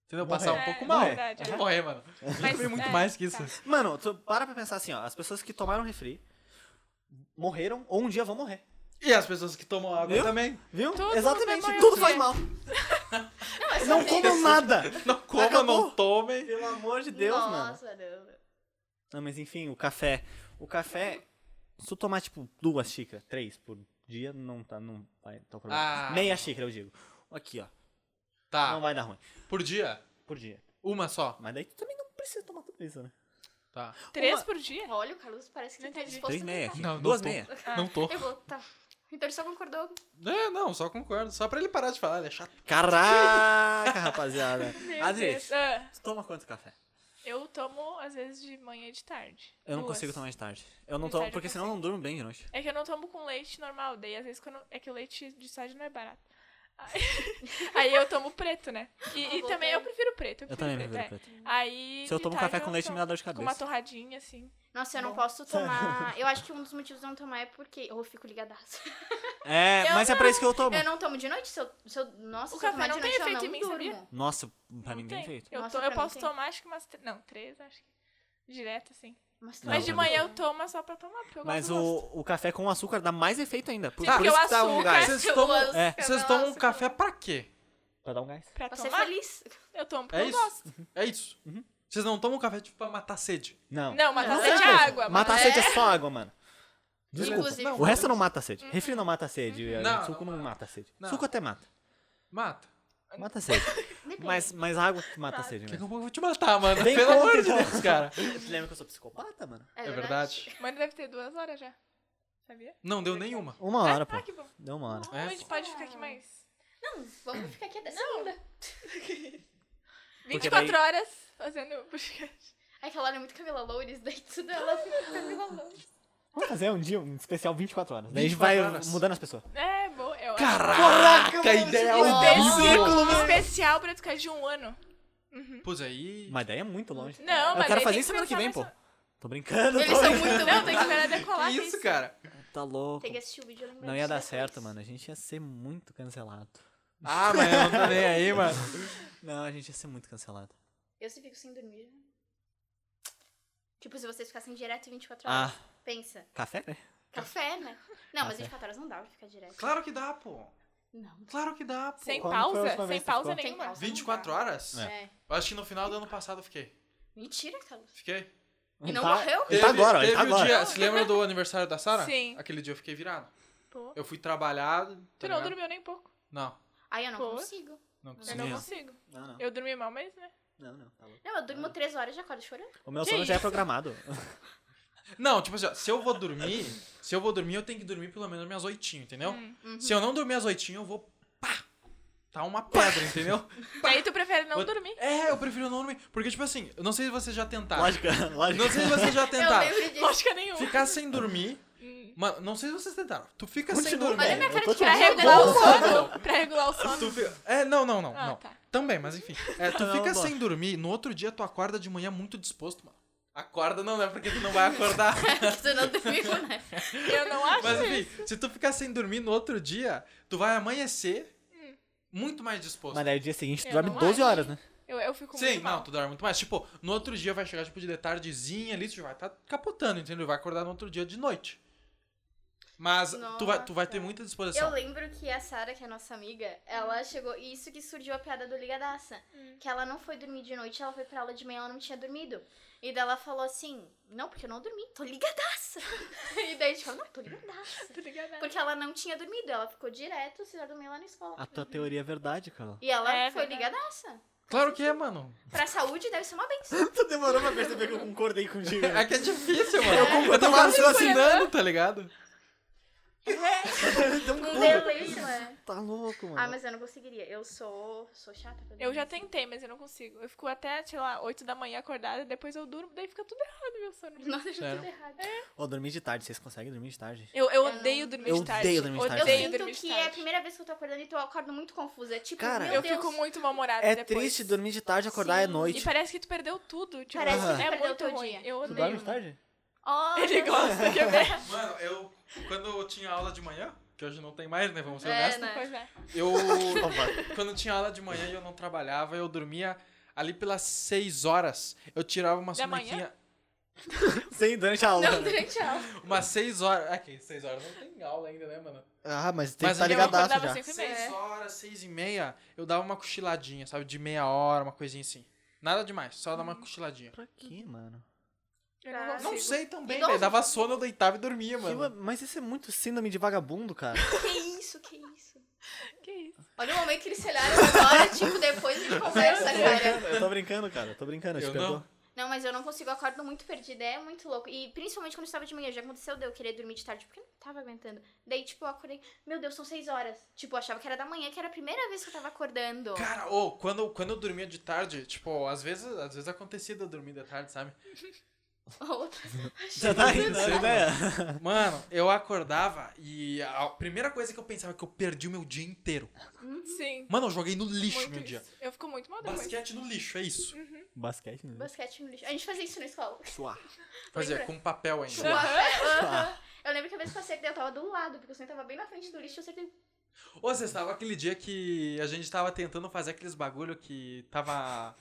Speaker 2: Entendeu? Passar
Speaker 3: Morrer.
Speaker 2: um
Speaker 1: É,
Speaker 2: pouco mal.
Speaker 1: é verdade,
Speaker 2: Tu
Speaker 1: é.
Speaker 2: morrer, mano.
Speaker 1: Mas,
Speaker 2: Mas, muito
Speaker 1: é,
Speaker 2: mais que isso.
Speaker 1: tá.
Speaker 3: Mano, tu para pra pensar assim, ó. As pessoas que tomaram refri morreram ou um dia vão morrer.
Speaker 2: E as pessoas que tomam água
Speaker 3: Viu? [laughs]
Speaker 2: também.
Speaker 3: Viu?
Speaker 1: Tudo
Speaker 3: Exatamente.
Speaker 1: vai morrer
Speaker 3: Tudo
Speaker 1: um
Speaker 3: faz
Speaker 1: dia.
Speaker 3: mal.
Speaker 1: [laughs]
Speaker 4: Não, é só
Speaker 3: Não
Speaker 4: ver.
Speaker 3: comam nada.
Speaker 2: Não comam,
Speaker 3: Acabou.
Speaker 2: não tomem.
Speaker 3: Pelo amor de Deus, mano.
Speaker 4: Nossa, não.
Speaker 3: Não, mas enfim, o café. O café, se tu tomar, tipo, duas xícaras, três por dia, não tá, não vai tá um problema.
Speaker 2: Ah.
Speaker 3: Meia xícara, eu digo. Aqui, ó.
Speaker 1: Ah.
Speaker 2: Tá,
Speaker 3: Não vai dar ruim.
Speaker 2: por dia?
Speaker 3: Por dia.
Speaker 2: Uma só.
Speaker 3: Mas daí tu também não precisa tomar tudo isso, né?
Speaker 2: Tá.
Speaker 1: Três
Speaker 3: Uma-
Speaker 1: por dia?
Speaker 4: Olha, o Carlos parece que
Speaker 1: Não
Speaker 4: ele tá
Speaker 1: entendi.
Speaker 4: disposto
Speaker 3: Três
Speaker 4: a
Speaker 3: meia
Speaker 4: tentar.
Speaker 3: aqui.
Speaker 2: Não, não
Speaker 3: duas
Speaker 2: tô.
Speaker 3: meia.
Speaker 2: Não tô.
Speaker 4: Eu vou, tá. Então ele só concordou.
Speaker 2: É, não, só concordo. Só pra ele parar de falar, ele é chato.
Speaker 3: Caraca, rapaziada.
Speaker 1: [laughs] Meu
Speaker 3: Adri,
Speaker 1: Deus. Ah,
Speaker 3: tu toma quanto café?
Speaker 1: eu tomo, às vezes, de manhã e de tarde.
Speaker 3: Eu não
Speaker 1: Duas.
Speaker 3: consigo tomar de tarde. Eu não
Speaker 1: De
Speaker 3: tomo,
Speaker 1: tarde eu
Speaker 3: porque senão eu não durmo bem de noite.
Speaker 1: É que eu não tomo com leite normal, daí às vezes quando. É que o leite de soja não é barato.
Speaker 4: [laughs]
Speaker 1: Aí, aí eu tomo preto, né?
Speaker 4: Ah,
Speaker 1: E, e também eu prefiro preto. Eu,
Speaker 3: Eu
Speaker 1: prefiro
Speaker 3: também
Speaker 1: preto,
Speaker 3: prefiro
Speaker 1: é.
Speaker 3: preto.
Speaker 1: Aí.
Speaker 3: Se eu
Speaker 1: de
Speaker 3: tomo
Speaker 1: tarde
Speaker 3: café
Speaker 1: eu
Speaker 3: com leite, me
Speaker 1: tomo.
Speaker 3: dá dor de
Speaker 1: Com uma
Speaker 3: cabeça.
Speaker 1: torradinha, assim.
Speaker 4: Nossa, eu não posso tomar. Eu acho que um dos motivos de eu não tomar é porque. Ou eu fico ligadaço.
Speaker 3: É,
Speaker 4: Eu
Speaker 3: mas é pra isso que eu tomo.
Speaker 4: Eu não tomo de noite? Se eu, se eu, nossa,
Speaker 1: O
Speaker 4: se
Speaker 1: café
Speaker 4: eu tomar
Speaker 1: não
Speaker 4: de
Speaker 1: tem
Speaker 4: noite, eu
Speaker 1: efeito
Speaker 4: não
Speaker 1: em mim,
Speaker 4: durmo.
Speaker 1: sabia?
Speaker 3: Nossa, pra mim nem
Speaker 1: tem.
Speaker 3: feito.
Speaker 1: Eu,
Speaker 4: Nossa,
Speaker 1: to-
Speaker 4: pra
Speaker 1: eu
Speaker 4: mim
Speaker 1: posso
Speaker 4: tem.
Speaker 1: tomar, acho que umas. tre- Não, três, acho que. Direto, assim.
Speaker 4: Mas, tá
Speaker 3: Não,
Speaker 1: Mas de
Speaker 3: mas-
Speaker 1: manhã eu tomo só pra tomar, porque eu
Speaker 3: Mas
Speaker 1: gosto do gosto.
Speaker 3: o, o café com açúcar dá mais efeito ainda. Por,
Speaker 1: Sim,
Speaker 3: por
Speaker 1: porque
Speaker 3: isso
Speaker 1: o
Speaker 3: que dá um
Speaker 1: açúcar-
Speaker 3: gás.
Speaker 2: Vocês tomam,
Speaker 3: É.
Speaker 2: vocês tomam um café pra quê?
Speaker 3: Pra dar um gás.
Speaker 1: Pra
Speaker 4: Pra ser
Speaker 1: tomar,
Speaker 4: é feliz.
Speaker 1: eu tomo porque
Speaker 2: É
Speaker 1: eu
Speaker 2: isso?
Speaker 1: gosto.
Speaker 2: É isso. Vocês não tomam café, tipo, pra matar sede.
Speaker 3: Não.
Speaker 1: Não, mas
Speaker 4: Não,
Speaker 1: tá de
Speaker 4: não.
Speaker 1: água.
Speaker 3: Matar
Speaker 1: mano. Uhum.
Speaker 3: a sede é só água, mano. Desculpa.
Speaker 4: Inclusive.
Speaker 2: Não,
Speaker 3: O resto não mata a sede. Refri não mata a sede. É,
Speaker 2: Não,
Speaker 3: suco
Speaker 2: não
Speaker 3: não, mata a sede.
Speaker 2: Não.
Speaker 3: Suco até mata.
Speaker 2: Mata.
Speaker 3: Mata
Speaker 1: [laughs]
Speaker 3: a sede.
Speaker 4: Depende.
Speaker 3: mas, mas água que
Speaker 1: Tá.
Speaker 3: mata a sede né?
Speaker 2: Daqui
Speaker 3: mesmo.
Speaker 2: a pouco eu vou te matar, mano.
Speaker 3: É. Vem
Speaker 2: Pelo
Speaker 3: conta,
Speaker 2: amor de
Speaker 3: então.
Speaker 2: Deus, cara.
Speaker 3: Tu lembra que eu sou psicopata, mano?
Speaker 2: É verdade.
Speaker 1: Mano, deve ter duas horas já. Sabia?
Speaker 2: Não deu nenhuma.
Speaker 3: Uma hora,
Speaker 1: ah,
Speaker 3: pô.
Speaker 1: tá, que bom.
Speaker 3: Deu uma hora.
Speaker 1: A
Speaker 2: É,
Speaker 1: gente pode ficar aqui mais.
Speaker 4: Não, vamos ficar aqui até segunda.
Speaker 1: 24
Speaker 3: daí-
Speaker 1: horas fazendo [laughs] podcast.
Speaker 4: Ai, É que ela olha muito Camila Loures, daí
Speaker 1: [laughs]
Speaker 4: tudo ela fica Camila Loures.
Speaker 3: Vamos fazer um dia, um especial 24 horas. Daí a gente
Speaker 2: 24
Speaker 3: vai
Speaker 2: horas.
Speaker 3: mudando as pessoas.
Speaker 1: É, boa. Eu acho.
Speaker 2: Caraca,
Speaker 3: é
Speaker 1: Especial,
Speaker 2: ideia
Speaker 1: um
Speaker 2: horrível.
Speaker 1: especial pra tu ficar de um ano.
Speaker 2: Pois aí.
Speaker 3: Mas daí é muito longe.
Speaker 1: Não,
Speaker 3: eu
Speaker 1: mas
Speaker 3: quero
Speaker 1: aí
Speaker 3: fazer
Speaker 1: tem
Speaker 3: isso semana que
Speaker 1: pensar
Speaker 3: vem, pô.
Speaker 1: nessa-
Speaker 3: Tô brincando.
Speaker 4: Eles
Speaker 3: tô
Speaker 4: são
Speaker 3: brincando.
Speaker 4: muito
Speaker 1: Não, tem que esperar decolar.
Speaker 2: Que
Speaker 1: tem
Speaker 2: isso, cara?
Speaker 3: Tá louco.
Speaker 4: Tem que assistir o vídeo lembrar
Speaker 3: Não ia
Speaker 4: disso
Speaker 3: dar
Speaker 4: depois.
Speaker 3: certo, mano. A gente ia ser muito cancelado.
Speaker 2: Ah, mas eu não tô nem aí, mano.
Speaker 3: Não, a gente ia ser muito cancelado.
Speaker 4: Eu se fico sem dormir. Tipo, se vocês ficassem direto 24
Speaker 3: Ah,
Speaker 4: horas. Pensa.
Speaker 3: café, né?
Speaker 4: Café, né? Não, mas
Speaker 3: Café.
Speaker 4: 24 horas não dá pra ficar direto.
Speaker 2: Claro que dá, pô.
Speaker 4: Não.
Speaker 2: Claro que dá, pô.
Speaker 1: Sem
Speaker 3: Quando foi a última
Speaker 1: pausa?
Speaker 3: vez
Speaker 1: Sem
Speaker 3: que
Speaker 1: pausa
Speaker 3: ficou?
Speaker 4: Sem
Speaker 1: nenhuma.
Speaker 4: pausa.
Speaker 2: 24 horas?
Speaker 4: É.
Speaker 2: Eu acho que no final do ano passado eu fiquei.
Speaker 4: Mentira, Carlos.
Speaker 2: Fiquei.
Speaker 4: E não
Speaker 3: Tá-
Speaker 4: morreu?
Speaker 3: Ele tá agora, ó, ele
Speaker 2: teve
Speaker 3: tá
Speaker 2: o
Speaker 3: agora.
Speaker 2: dia, se lembra do aniversário da Sara?
Speaker 1: Sim.
Speaker 2: Aquele dia eu fiquei virado.
Speaker 1: Pô.
Speaker 2: Eu fui trabalhar. tá
Speaker 1: Tu não
Speaker 2: ligado?
Speaker 1: dormiu nem um pouco.
Speaker 2: Não,
Speaker 4: Ai, eu não
Speaker 1: Pô.
Speaker 4: consigo.
Speaker 2: não
Speaker 1: Eu
Speaker 2: consegui.
Speaker 1: não
Speaker 3: Sim.
Speaker 1: consigo.
Speaker 3: Não, não.
Speaker 1: Eu dormi mal, mas né?
Speaker 3: Não, não. Tá louco.
Speaker 4: Não, eu
Speaker 1: Ah.
Speaker 4: durmo 3 horas e já acordo chorando.
Speaker 3: O meu
Speaker 1: Que
Speaker 3: sono já é
Speaker 1: isso?
Speaker 3: programado.
Speaker 2: Não, tipo assim, ó, se eu vou dormir, se eu vou dormir, eu tenho que dormir pelo menos minhas oitinho, entendeu?
Speaker 1: Hum, uhum.
Speaker 2: Se eu não dormir as oitinho, eu vou. Pá! Tá uma pedra, entendeu?
Speaker 1: Daí tu prefere não
Speaker 2: Eu-
Speaker 1: dormir.
Speaker 2: É, eu prefiro não dormir. Porque, tipo assim, eu não
Speaker 3: [laughs]
Speaker 2: sei se vocês já tentaram.
Speaker 3: Lógica, lógica.
Speaker 2: Tá.
Speaker 3: [laughs]
Speaker 2: Não sei se vocês já
Speaker 4: Eu
Speaker 2: tentaram.
Speaker 4: lembro disso.
Speaker 1: Lógica nenhuma.
Speaker 2: Ficar sem dormir, Mano, não sei se vocês tentaram. Tu fica sem
Speaker 3: Continua,
Speaker 2: dormir.
Speaker 1: Olha
Speaker 3: velho.
Speaker 1: a minha
Speaker 3: É, eu
Speaker 1: cara
Speaker 3: tô
Speaker 1: de pra
Speaker 3: te ouvindo,
Speaker 1: regular o
Speaker 3: eu tô
Speaker 1: sono. Pra regular o sono.
Speaker 2: Tu fica- É, não, não, não.
Speaker 1: Ah,
Speaker 2: não.
Speaker 1: tá.
Speaker 2: Também, mas enfim. É, tu
Speaker 3: Não,
Speaker 2: fica
Speaker 3: boa.
Speaker 2: sem dormir, no outro dia tu acorda de manhã muito disposto, mano. Acorda não, né? Porque tu não vai acordar.
Speaker 4: tu não dormiu, né?
Speaker 1: Eu não acho
Speaker 2: [laughs] mas
Speaker 1: isso.
Speaker 2: enfim, se tu ficar sem dormir no outro dia, tu vai amanhecer muito mais disposto.
Speaker 3: Mas aí o dia seguinte tu
Speaker 1: Eu
Speaker 3: dorme
Speaker 1: não
Speaker 3: 12
Speaker 1: acho.
Speaker 3: horas, né?
Speaker 1: Eu, eu fico
Speaker 2: Sim,
Speaker 1: muito
Speaker 2: não,
Speaker 1: mal.
Speaker 2: tu dorme muito mais. Tipo, no outro dia vai chegar, tipo, de tardezinha ali, tu já vai estar capotando, entendeu? Vai acordar no outro dia de noite. Mas tu vai, tu vai ter
Speaker 4: Nossa.
Speaker 2: muita
Speaker 4: Eu
Speaker 2: disposição.
Speaker 4: lembro que a Sara, que é nossa amiga,
Speaker 1: Hum.
Speaker 4: ela chegou. E isso que surgiu a piada do Ligadaça. Que ela não foi dormir de noite, ela foi pra aula de manhã, ela não tinha dormido. E daí ela falou assim: Não, porque eu não dormi,
Speaker 1: [laughs]
Speaker 4: tô ligadaça. e daí a gente falou: Não, tô ligadaça.
Speaker 1: Tô ligada.
Speaker 4: Porque ela não tinha dormido, ela ficou direto, se ela dormir lá na escola.
Speaker 3: A tua teoria é verdade, cara.
Speaker 2: [laughs]
Speaker 4: E ela
Speaker 1: É
Speaker 4: foi
Speaker 1: verdade.
Speaker 4: ligadaça.
Speaker 2: Claro que é, mano.
Speaker 4: Pra saúde deve ser uma [laughs] benção.
Speaker 3: Tu demorou pra perceber que eu concordei contigo.
Speaker 2: É que é difícil, mano. Eu,
Speaker 3: eu
Speaker 2: tava
Speaker 3: quase
Speaker 2: raciocinando, tá ligado?
Speaker 4: Um delírio, né?
Speaker 3: Tá louco, mano.
Speaker 4: Ah, mas eu não conseguiria. Eu sou. sou chata pra [laughs]
Speaker 1: Eu já
Speaker 4: dormir.
Speaker 1: tentei, mas eu não consigo. Eu fico até, sei lá, 8 da manhã acordada, depois eu durmo, daí fica tudo errado meu sono.
Speaker 4: Nossa, eu
Speaker 2: Sério?
Speaker 4: tudo errado.
Speaker 3: Ô, dormir de tarde, vocês conseguem dormir de tarde?
Speaker 1: Eu, eu
Speaker 4: Eu não-
Speaker 1: odeio dormir
Speaker 3: Eu
Speaker 1: de tarde.
Speaker 3: odeio dormir de tarde
Speaker 4: Eu
Speaker 1: Odeio
Speaker 3: também.
Speaker 1: dormir
Speaker 4: sinto
Speaker 1: de
Speaker 4: que
Speaker 1: tarde.
Speaker 4: é a primeira vez que eu tô acordando, então eu acordo muito confusa. É Tipo,
Speaker 3: Cara,
Speaker 4: meu
Speaker 1: Eu
Speaker 4: Deus.
Speaker 1: fico muito mal-humorada
Speaker 3: É
Speaker 1: depois.
Speaker 3: triste dormir de tarde e acordar é
Speaker 4: Sim.
Speaker 1: E
Speaker 3: noite.
Speaker 1: parece que tu perdeu tudo. Tipo,
Speaker 4: Parece
Speaker 3: que tu
Speaker 1: é
Speaker 4: perdeu
Speaker 1: muito
Speaker 4: teu
Speaker 1: ruim.
Speaker 4: dia.
Speaker 1: Eu
Speaker 3: Tu
Speaker 1: odeio.
Speaker 3: dorme de tarde?
Speaker 4: Olha,
Speaker 1: Ele gosta, é quer ver?
Speaker 2: Mano, eu. Quando eu tinha aula de manhã, que hoje não tem mais, né? Vamos ser
Speaker 4: É,
Speaker 2: honestos.
Speaker 4: né?
Speaker 1: Pois é.
Speaker 2: Eu.
Speaker 3: [laughs]
Speaker 2: quando eu tinha aula de manhã e eu não trabalhava, eu dormia ali pelas 6 horas. Eu tirava uma
Speaker 1: Da manhã?
Speaker 2: sonequinha.
Speaker 3: Sim, durante a aula.
Speaker 4: [laughs] Não, durante a aula.
Speaker 2: Umas 6 horas. Aqui, 6 horas não tem aula ainda, né, mano?
Speaker 3: Ah, mas tem
Speaker 2: Mas
Speaker 3: que tá
Speaker 2: eu
Speaker 3: ligadaço
Speaker 1: acordava
Speaker 3: já.
Speaker 1: sempre- Cinco e meia.
Speaker 2: 6 horas, 6 e meia, eu dava uma cochiladinha, sabe? De meia hora, uma coisinha assim. Nada demais, só dar uma cochiladinha.
Speaker 3: Pra quê, mano?
Speaker 1: Eu não
Speaker 4: Não
Speaker 1: consigo.
Speaker 2: Uhum. Não sei também,
Speaker 4: Idoso.
Speaker 2: velho. Dava sono, eu deitava e dormia,
Speaker 3: Que-
Speaker 2: mano.
Speaker 3: Mas isso é muito síndrome de vagabundo, cara.
Speaker 4: Que isso, que isso.
Speaker 1: Que isso?
Speaker 4: Olha o momento que eles se olharam agora, tipo, depois a gente conversa,
Speaker 1: Tá
Speaker 4: cara.
Speaker 3: Eu tô brincando, cara. Eu tô brincando, eu,
Speaker 2: Eu
Speaker 3: te perdoo.
Speaker 2: não.
Speaker 4: Não, mas eu não consigo, eu acordo muito perdida, é muito louco. E principalmente quando eu estava de manhã, já aconteceu de eu querer dormir de tarde, porque eu não tava aguentando. Daí, tipo, eu acordei, meu Deus, são seis horas. Tipo, eu achava que era da manhã, que era a primeira vez que eu tava acordando.
Speaker 2: Cara, ô, quando, quando eu dormia de tarde, tipo, às vezes, às vezes acontecia de eu dormir de tarde,
Speaker 3: [laughs]
Speaker 2: sabe?
Speaker 4: [laughs] Outra.
Speaker 3: Já tá rindo,
Speaker 2: Sim.
Speaker 3: né?
Speaker 2: Mano, eu acordava e a primeira coisa que eu pensava é que eu perdi o meu dia inteiro.
Speaker 4: Hum.
Speaker 1: Sim.
Speaker 2: Mano, eu joguei no lixo
Speaker 1: Muito
Speaker 2: meu dia.
Speaker 1: isso. Eu fico muito mal depois.
Speaker 2: Basquete no lixo, é isso.
Speaker 4: Hum,
Speaker 3: Basquete, né?
Speaker 4: Basquete no lixo. A gente fazia isso na escola.
Speaker 3: Suar.
Speaker 2: Fazia
Speaker 4: Lembra?
Speaker 2: com papel ainda.
Speaker 3: Suar.
Speaker 4: Eu lembro que a vez que eu acertei, eu tava do lado, porque eu sentava bem na frente do lixo, eu acertei.
Speaker 2: Ô, vocês estavam aquele dia que a gente tava tentando fazer aqueles bagulho que tava.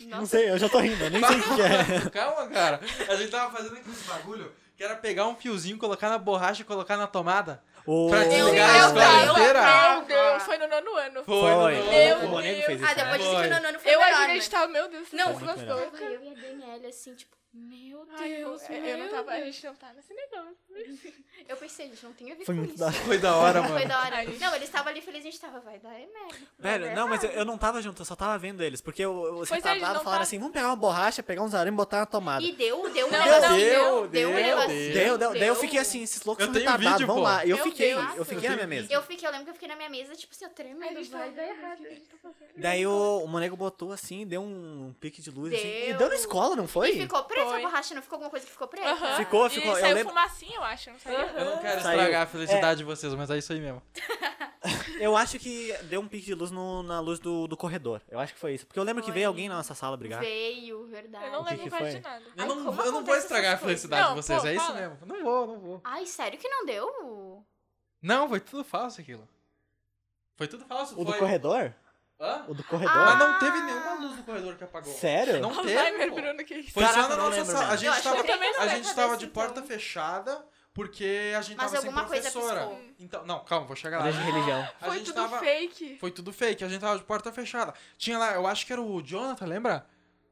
Speaker 3: Não sei, eu já tô rindo, eu nem sei o que
Speaker 1: [laughs]
Speaker 3: que [laughs]
Speaker 2: [laughs]
Speaker 3: é.
Speaker 2: Calma, cara. A gente tava fazendo aqueles bagulho que era pegar um fiozinho, colocar na borracha e colocar na tomada.
Speaker 3: O...
Speaker 2: Pra
Speaker 1: é
Speaker 2: desligar a
Speaker 4: Eu
Speaker 2: escola
Speaker 4: tava-
Speaker 2: inteira.
Speaker 1: Meu Deus, foi no nono ano.
Speaker 3: Foi.
Speaker 2: no-
Speaker 1: Meu
Speaker 3: o Bonego
Speaker 1: Deus.
Speaker 3: fez isso.
Speaker 4: Ah, depois
Speaker 3: né?
Speaker 4: disso que
Speaker 2: Foi.
Speaker 4: o nono foi
Speaker 1: Eu
Speaker 4: melhor, né?
Speaker 1: acreditava, meu Deus,
Speaker 4: Não,
Speaker 1: não,
Speaker 3: Foi muito melhor.
Speaker 4: Tava eu e a Daniela, assim, tipo, meu
Speaker 1: Ai, eu,
Speaker 4: Deus,
Speaker 1: eu, eu não
Speaker 4: meu
Speaker 1: tava, a
Speaker 4: Deus.
Speaker 1: gente não tá nesse negócio.
Speaker 4: Eu pensei, gente, não tem a ver
Speaker 3: Foi
Speaker 4: com
Speaker 3: muito
Speaker 4: isso.
Speaker 3: da...
Speaker 2: Foi da hora, mano.
Speaker 4: Foi da hora.
Speaker 1: Ai, gente.
Speaker 4: Não, eles estavam ali felizes, a gente tava, vai dar é merda.
Speaker 5: Velho, não, mas eu, eu não tava junto, eu só tava vendo eles. Porque eu, eu os
Speaker 1: Pois é, eles
Speaker 5: retardados
Speaker 1: não
Speaker 5: falaram
Speaker 1: tá-
Speaker 5: assim, vamos pegar uma borracha, pegar uns arames e botar na tomada.
Speaker 4: E deu, deu um
Speaker 1: Não,
Speaker 4: negócio,
Speaker 1: não,
Speaker 2: deu,
Speaker 4: deu, deu, um
Speaker 2: deu,
Speaker 4: negócio.
Speaker 3: Deu, deu, daí eu fiquei assim, esses loucos
Speaker 2: Eu
Speaker 3: são
Speaker 2: tenho
Speaker 3: retardados,
Speaker 2: vídeo,
Speaker 3: vamos
Speaker 2: pô.
Speaker 3: lá. Eu
Speaker 1: Meu
Speaker 3: fiquei,
Speaker 1: Deus.
Speaker 3: eu fiquei na minha mesa.
Speaker 4: Eu fiquei, eu lembro que eu fiquei na minha mesa, tipo assim, eu
Speaker 1: Ai,
Speaker 4: tremendo,
Speaker 1: gente,
Speaker 4: vai
Speaker 1: tá-
Speaker 4: dar errado.
Speaker 3: Daí o, o Monego botou assim, deu um pique de luz assim. E
Speaker 4: Deu.
Speaker 3: deu na escola, não foi?
Speaker 4: E ficou preta
Speaker 1: Foi.
Speaker 4: a borracha, não ficou alguma coisa que ficou preta?
Speaker 1: Aham.
Speaker 3: Ficou,
Speaker 1: E
Speaker 3: ficou, eu
Speaker 1: saiu
Speaker 3: lembro-
Speaker 1: fumacinha, eu acho, não saiu?
Speaker 2: Eu não quero
Speaker 3: Saiu.
Speaker 2: estragar a felicidade de vocês, mas é isso aí mesmo.
Speaker 3: Eu acho que deu um pique de luz no- na luz do, do corredor. Eu acho que foi isso. Porque eu lembro que
Speaker 4: Foi.
Speaker 3: veio alguém na nossa sala brigar.
Speaker 4: Veio, verdade.
Speaker 1: Eu não
Speaker 3: O que
Speaker 1: lembro
Speaker 3: Ah, que
Speaker 1: quase
Speaker 3: foi?
Speaker 1: de nada. Ah,
Speaker 2: Eu não,
Speaker 4: Ai, como
Speaker 2: eu não vou
Speaker 4: acontece
Speaker 2: estragar a
Speaker 4: essas coisas?
Speaker 2: felicidade
Speaker 1: Não,
Speaker 2: de vocês,
Speaker 1: pô,
Speaker 2: é isso
Speaker 1: fala.
Speaker 2: mesmo. Não vou, não vou.
Speaker 4: Ai, sério que não deu?
Speaker 2: Não, foi tudo falso aquilo. Foi tudo falso,
Speaker 3: O do
Speaker 2: foi. Ah,
Speaker 3: corredor?
Speaker 2: Hã?
Speaker 3: O do corredor?
Speaker 2: Mas não teve nenhuma luz no corredor que apagou.
Speaker 3: Sério?
Speaker 2: Não teve.
Speaker 1: Alzheimer,
Speaker 2: pô.
Speaker 1: Bruno, que isso?
Speaker 2: Foi
Speaker 3: Caraca,
Speaker 2: só na
Speaker 3: não
Speaker 2: nossa
Speaker 3: lembro
Speaker 2: sala. A
Speaker 3: mesmo.
Speaker 4: Eu
Speaker 2: gente
Speaker 4: acho
Speaker 2: tava,
Speaker 4: que eu também não
Speaker 2: a
Speaker 4: lembro,
Speaker 2: gente tava de
Speaker 4: desse,
Speaker 2: porta
Speaker 4: então.
Speaker 2: fechada porque a gente
Speaker 4: Mas
Speaker 2: tava sem
Speaker 4: alguma coisa
Speaker 2: professora.
Speaker 4: piscou.
Speaker 2: então, não, calma, vou chegar lá.
Speaker 3: Era de religião.
Speaker 2: A
Speaker 1: Foi
Speaker 2: gente
Speaker 1: tudo
Speaker 2: tava-
Speaker 1: fake.
Speaker 2: Foi tudo fake, a gente tava de porta fechada. Tinha lá, eu acho que era o Jonathan, lembra?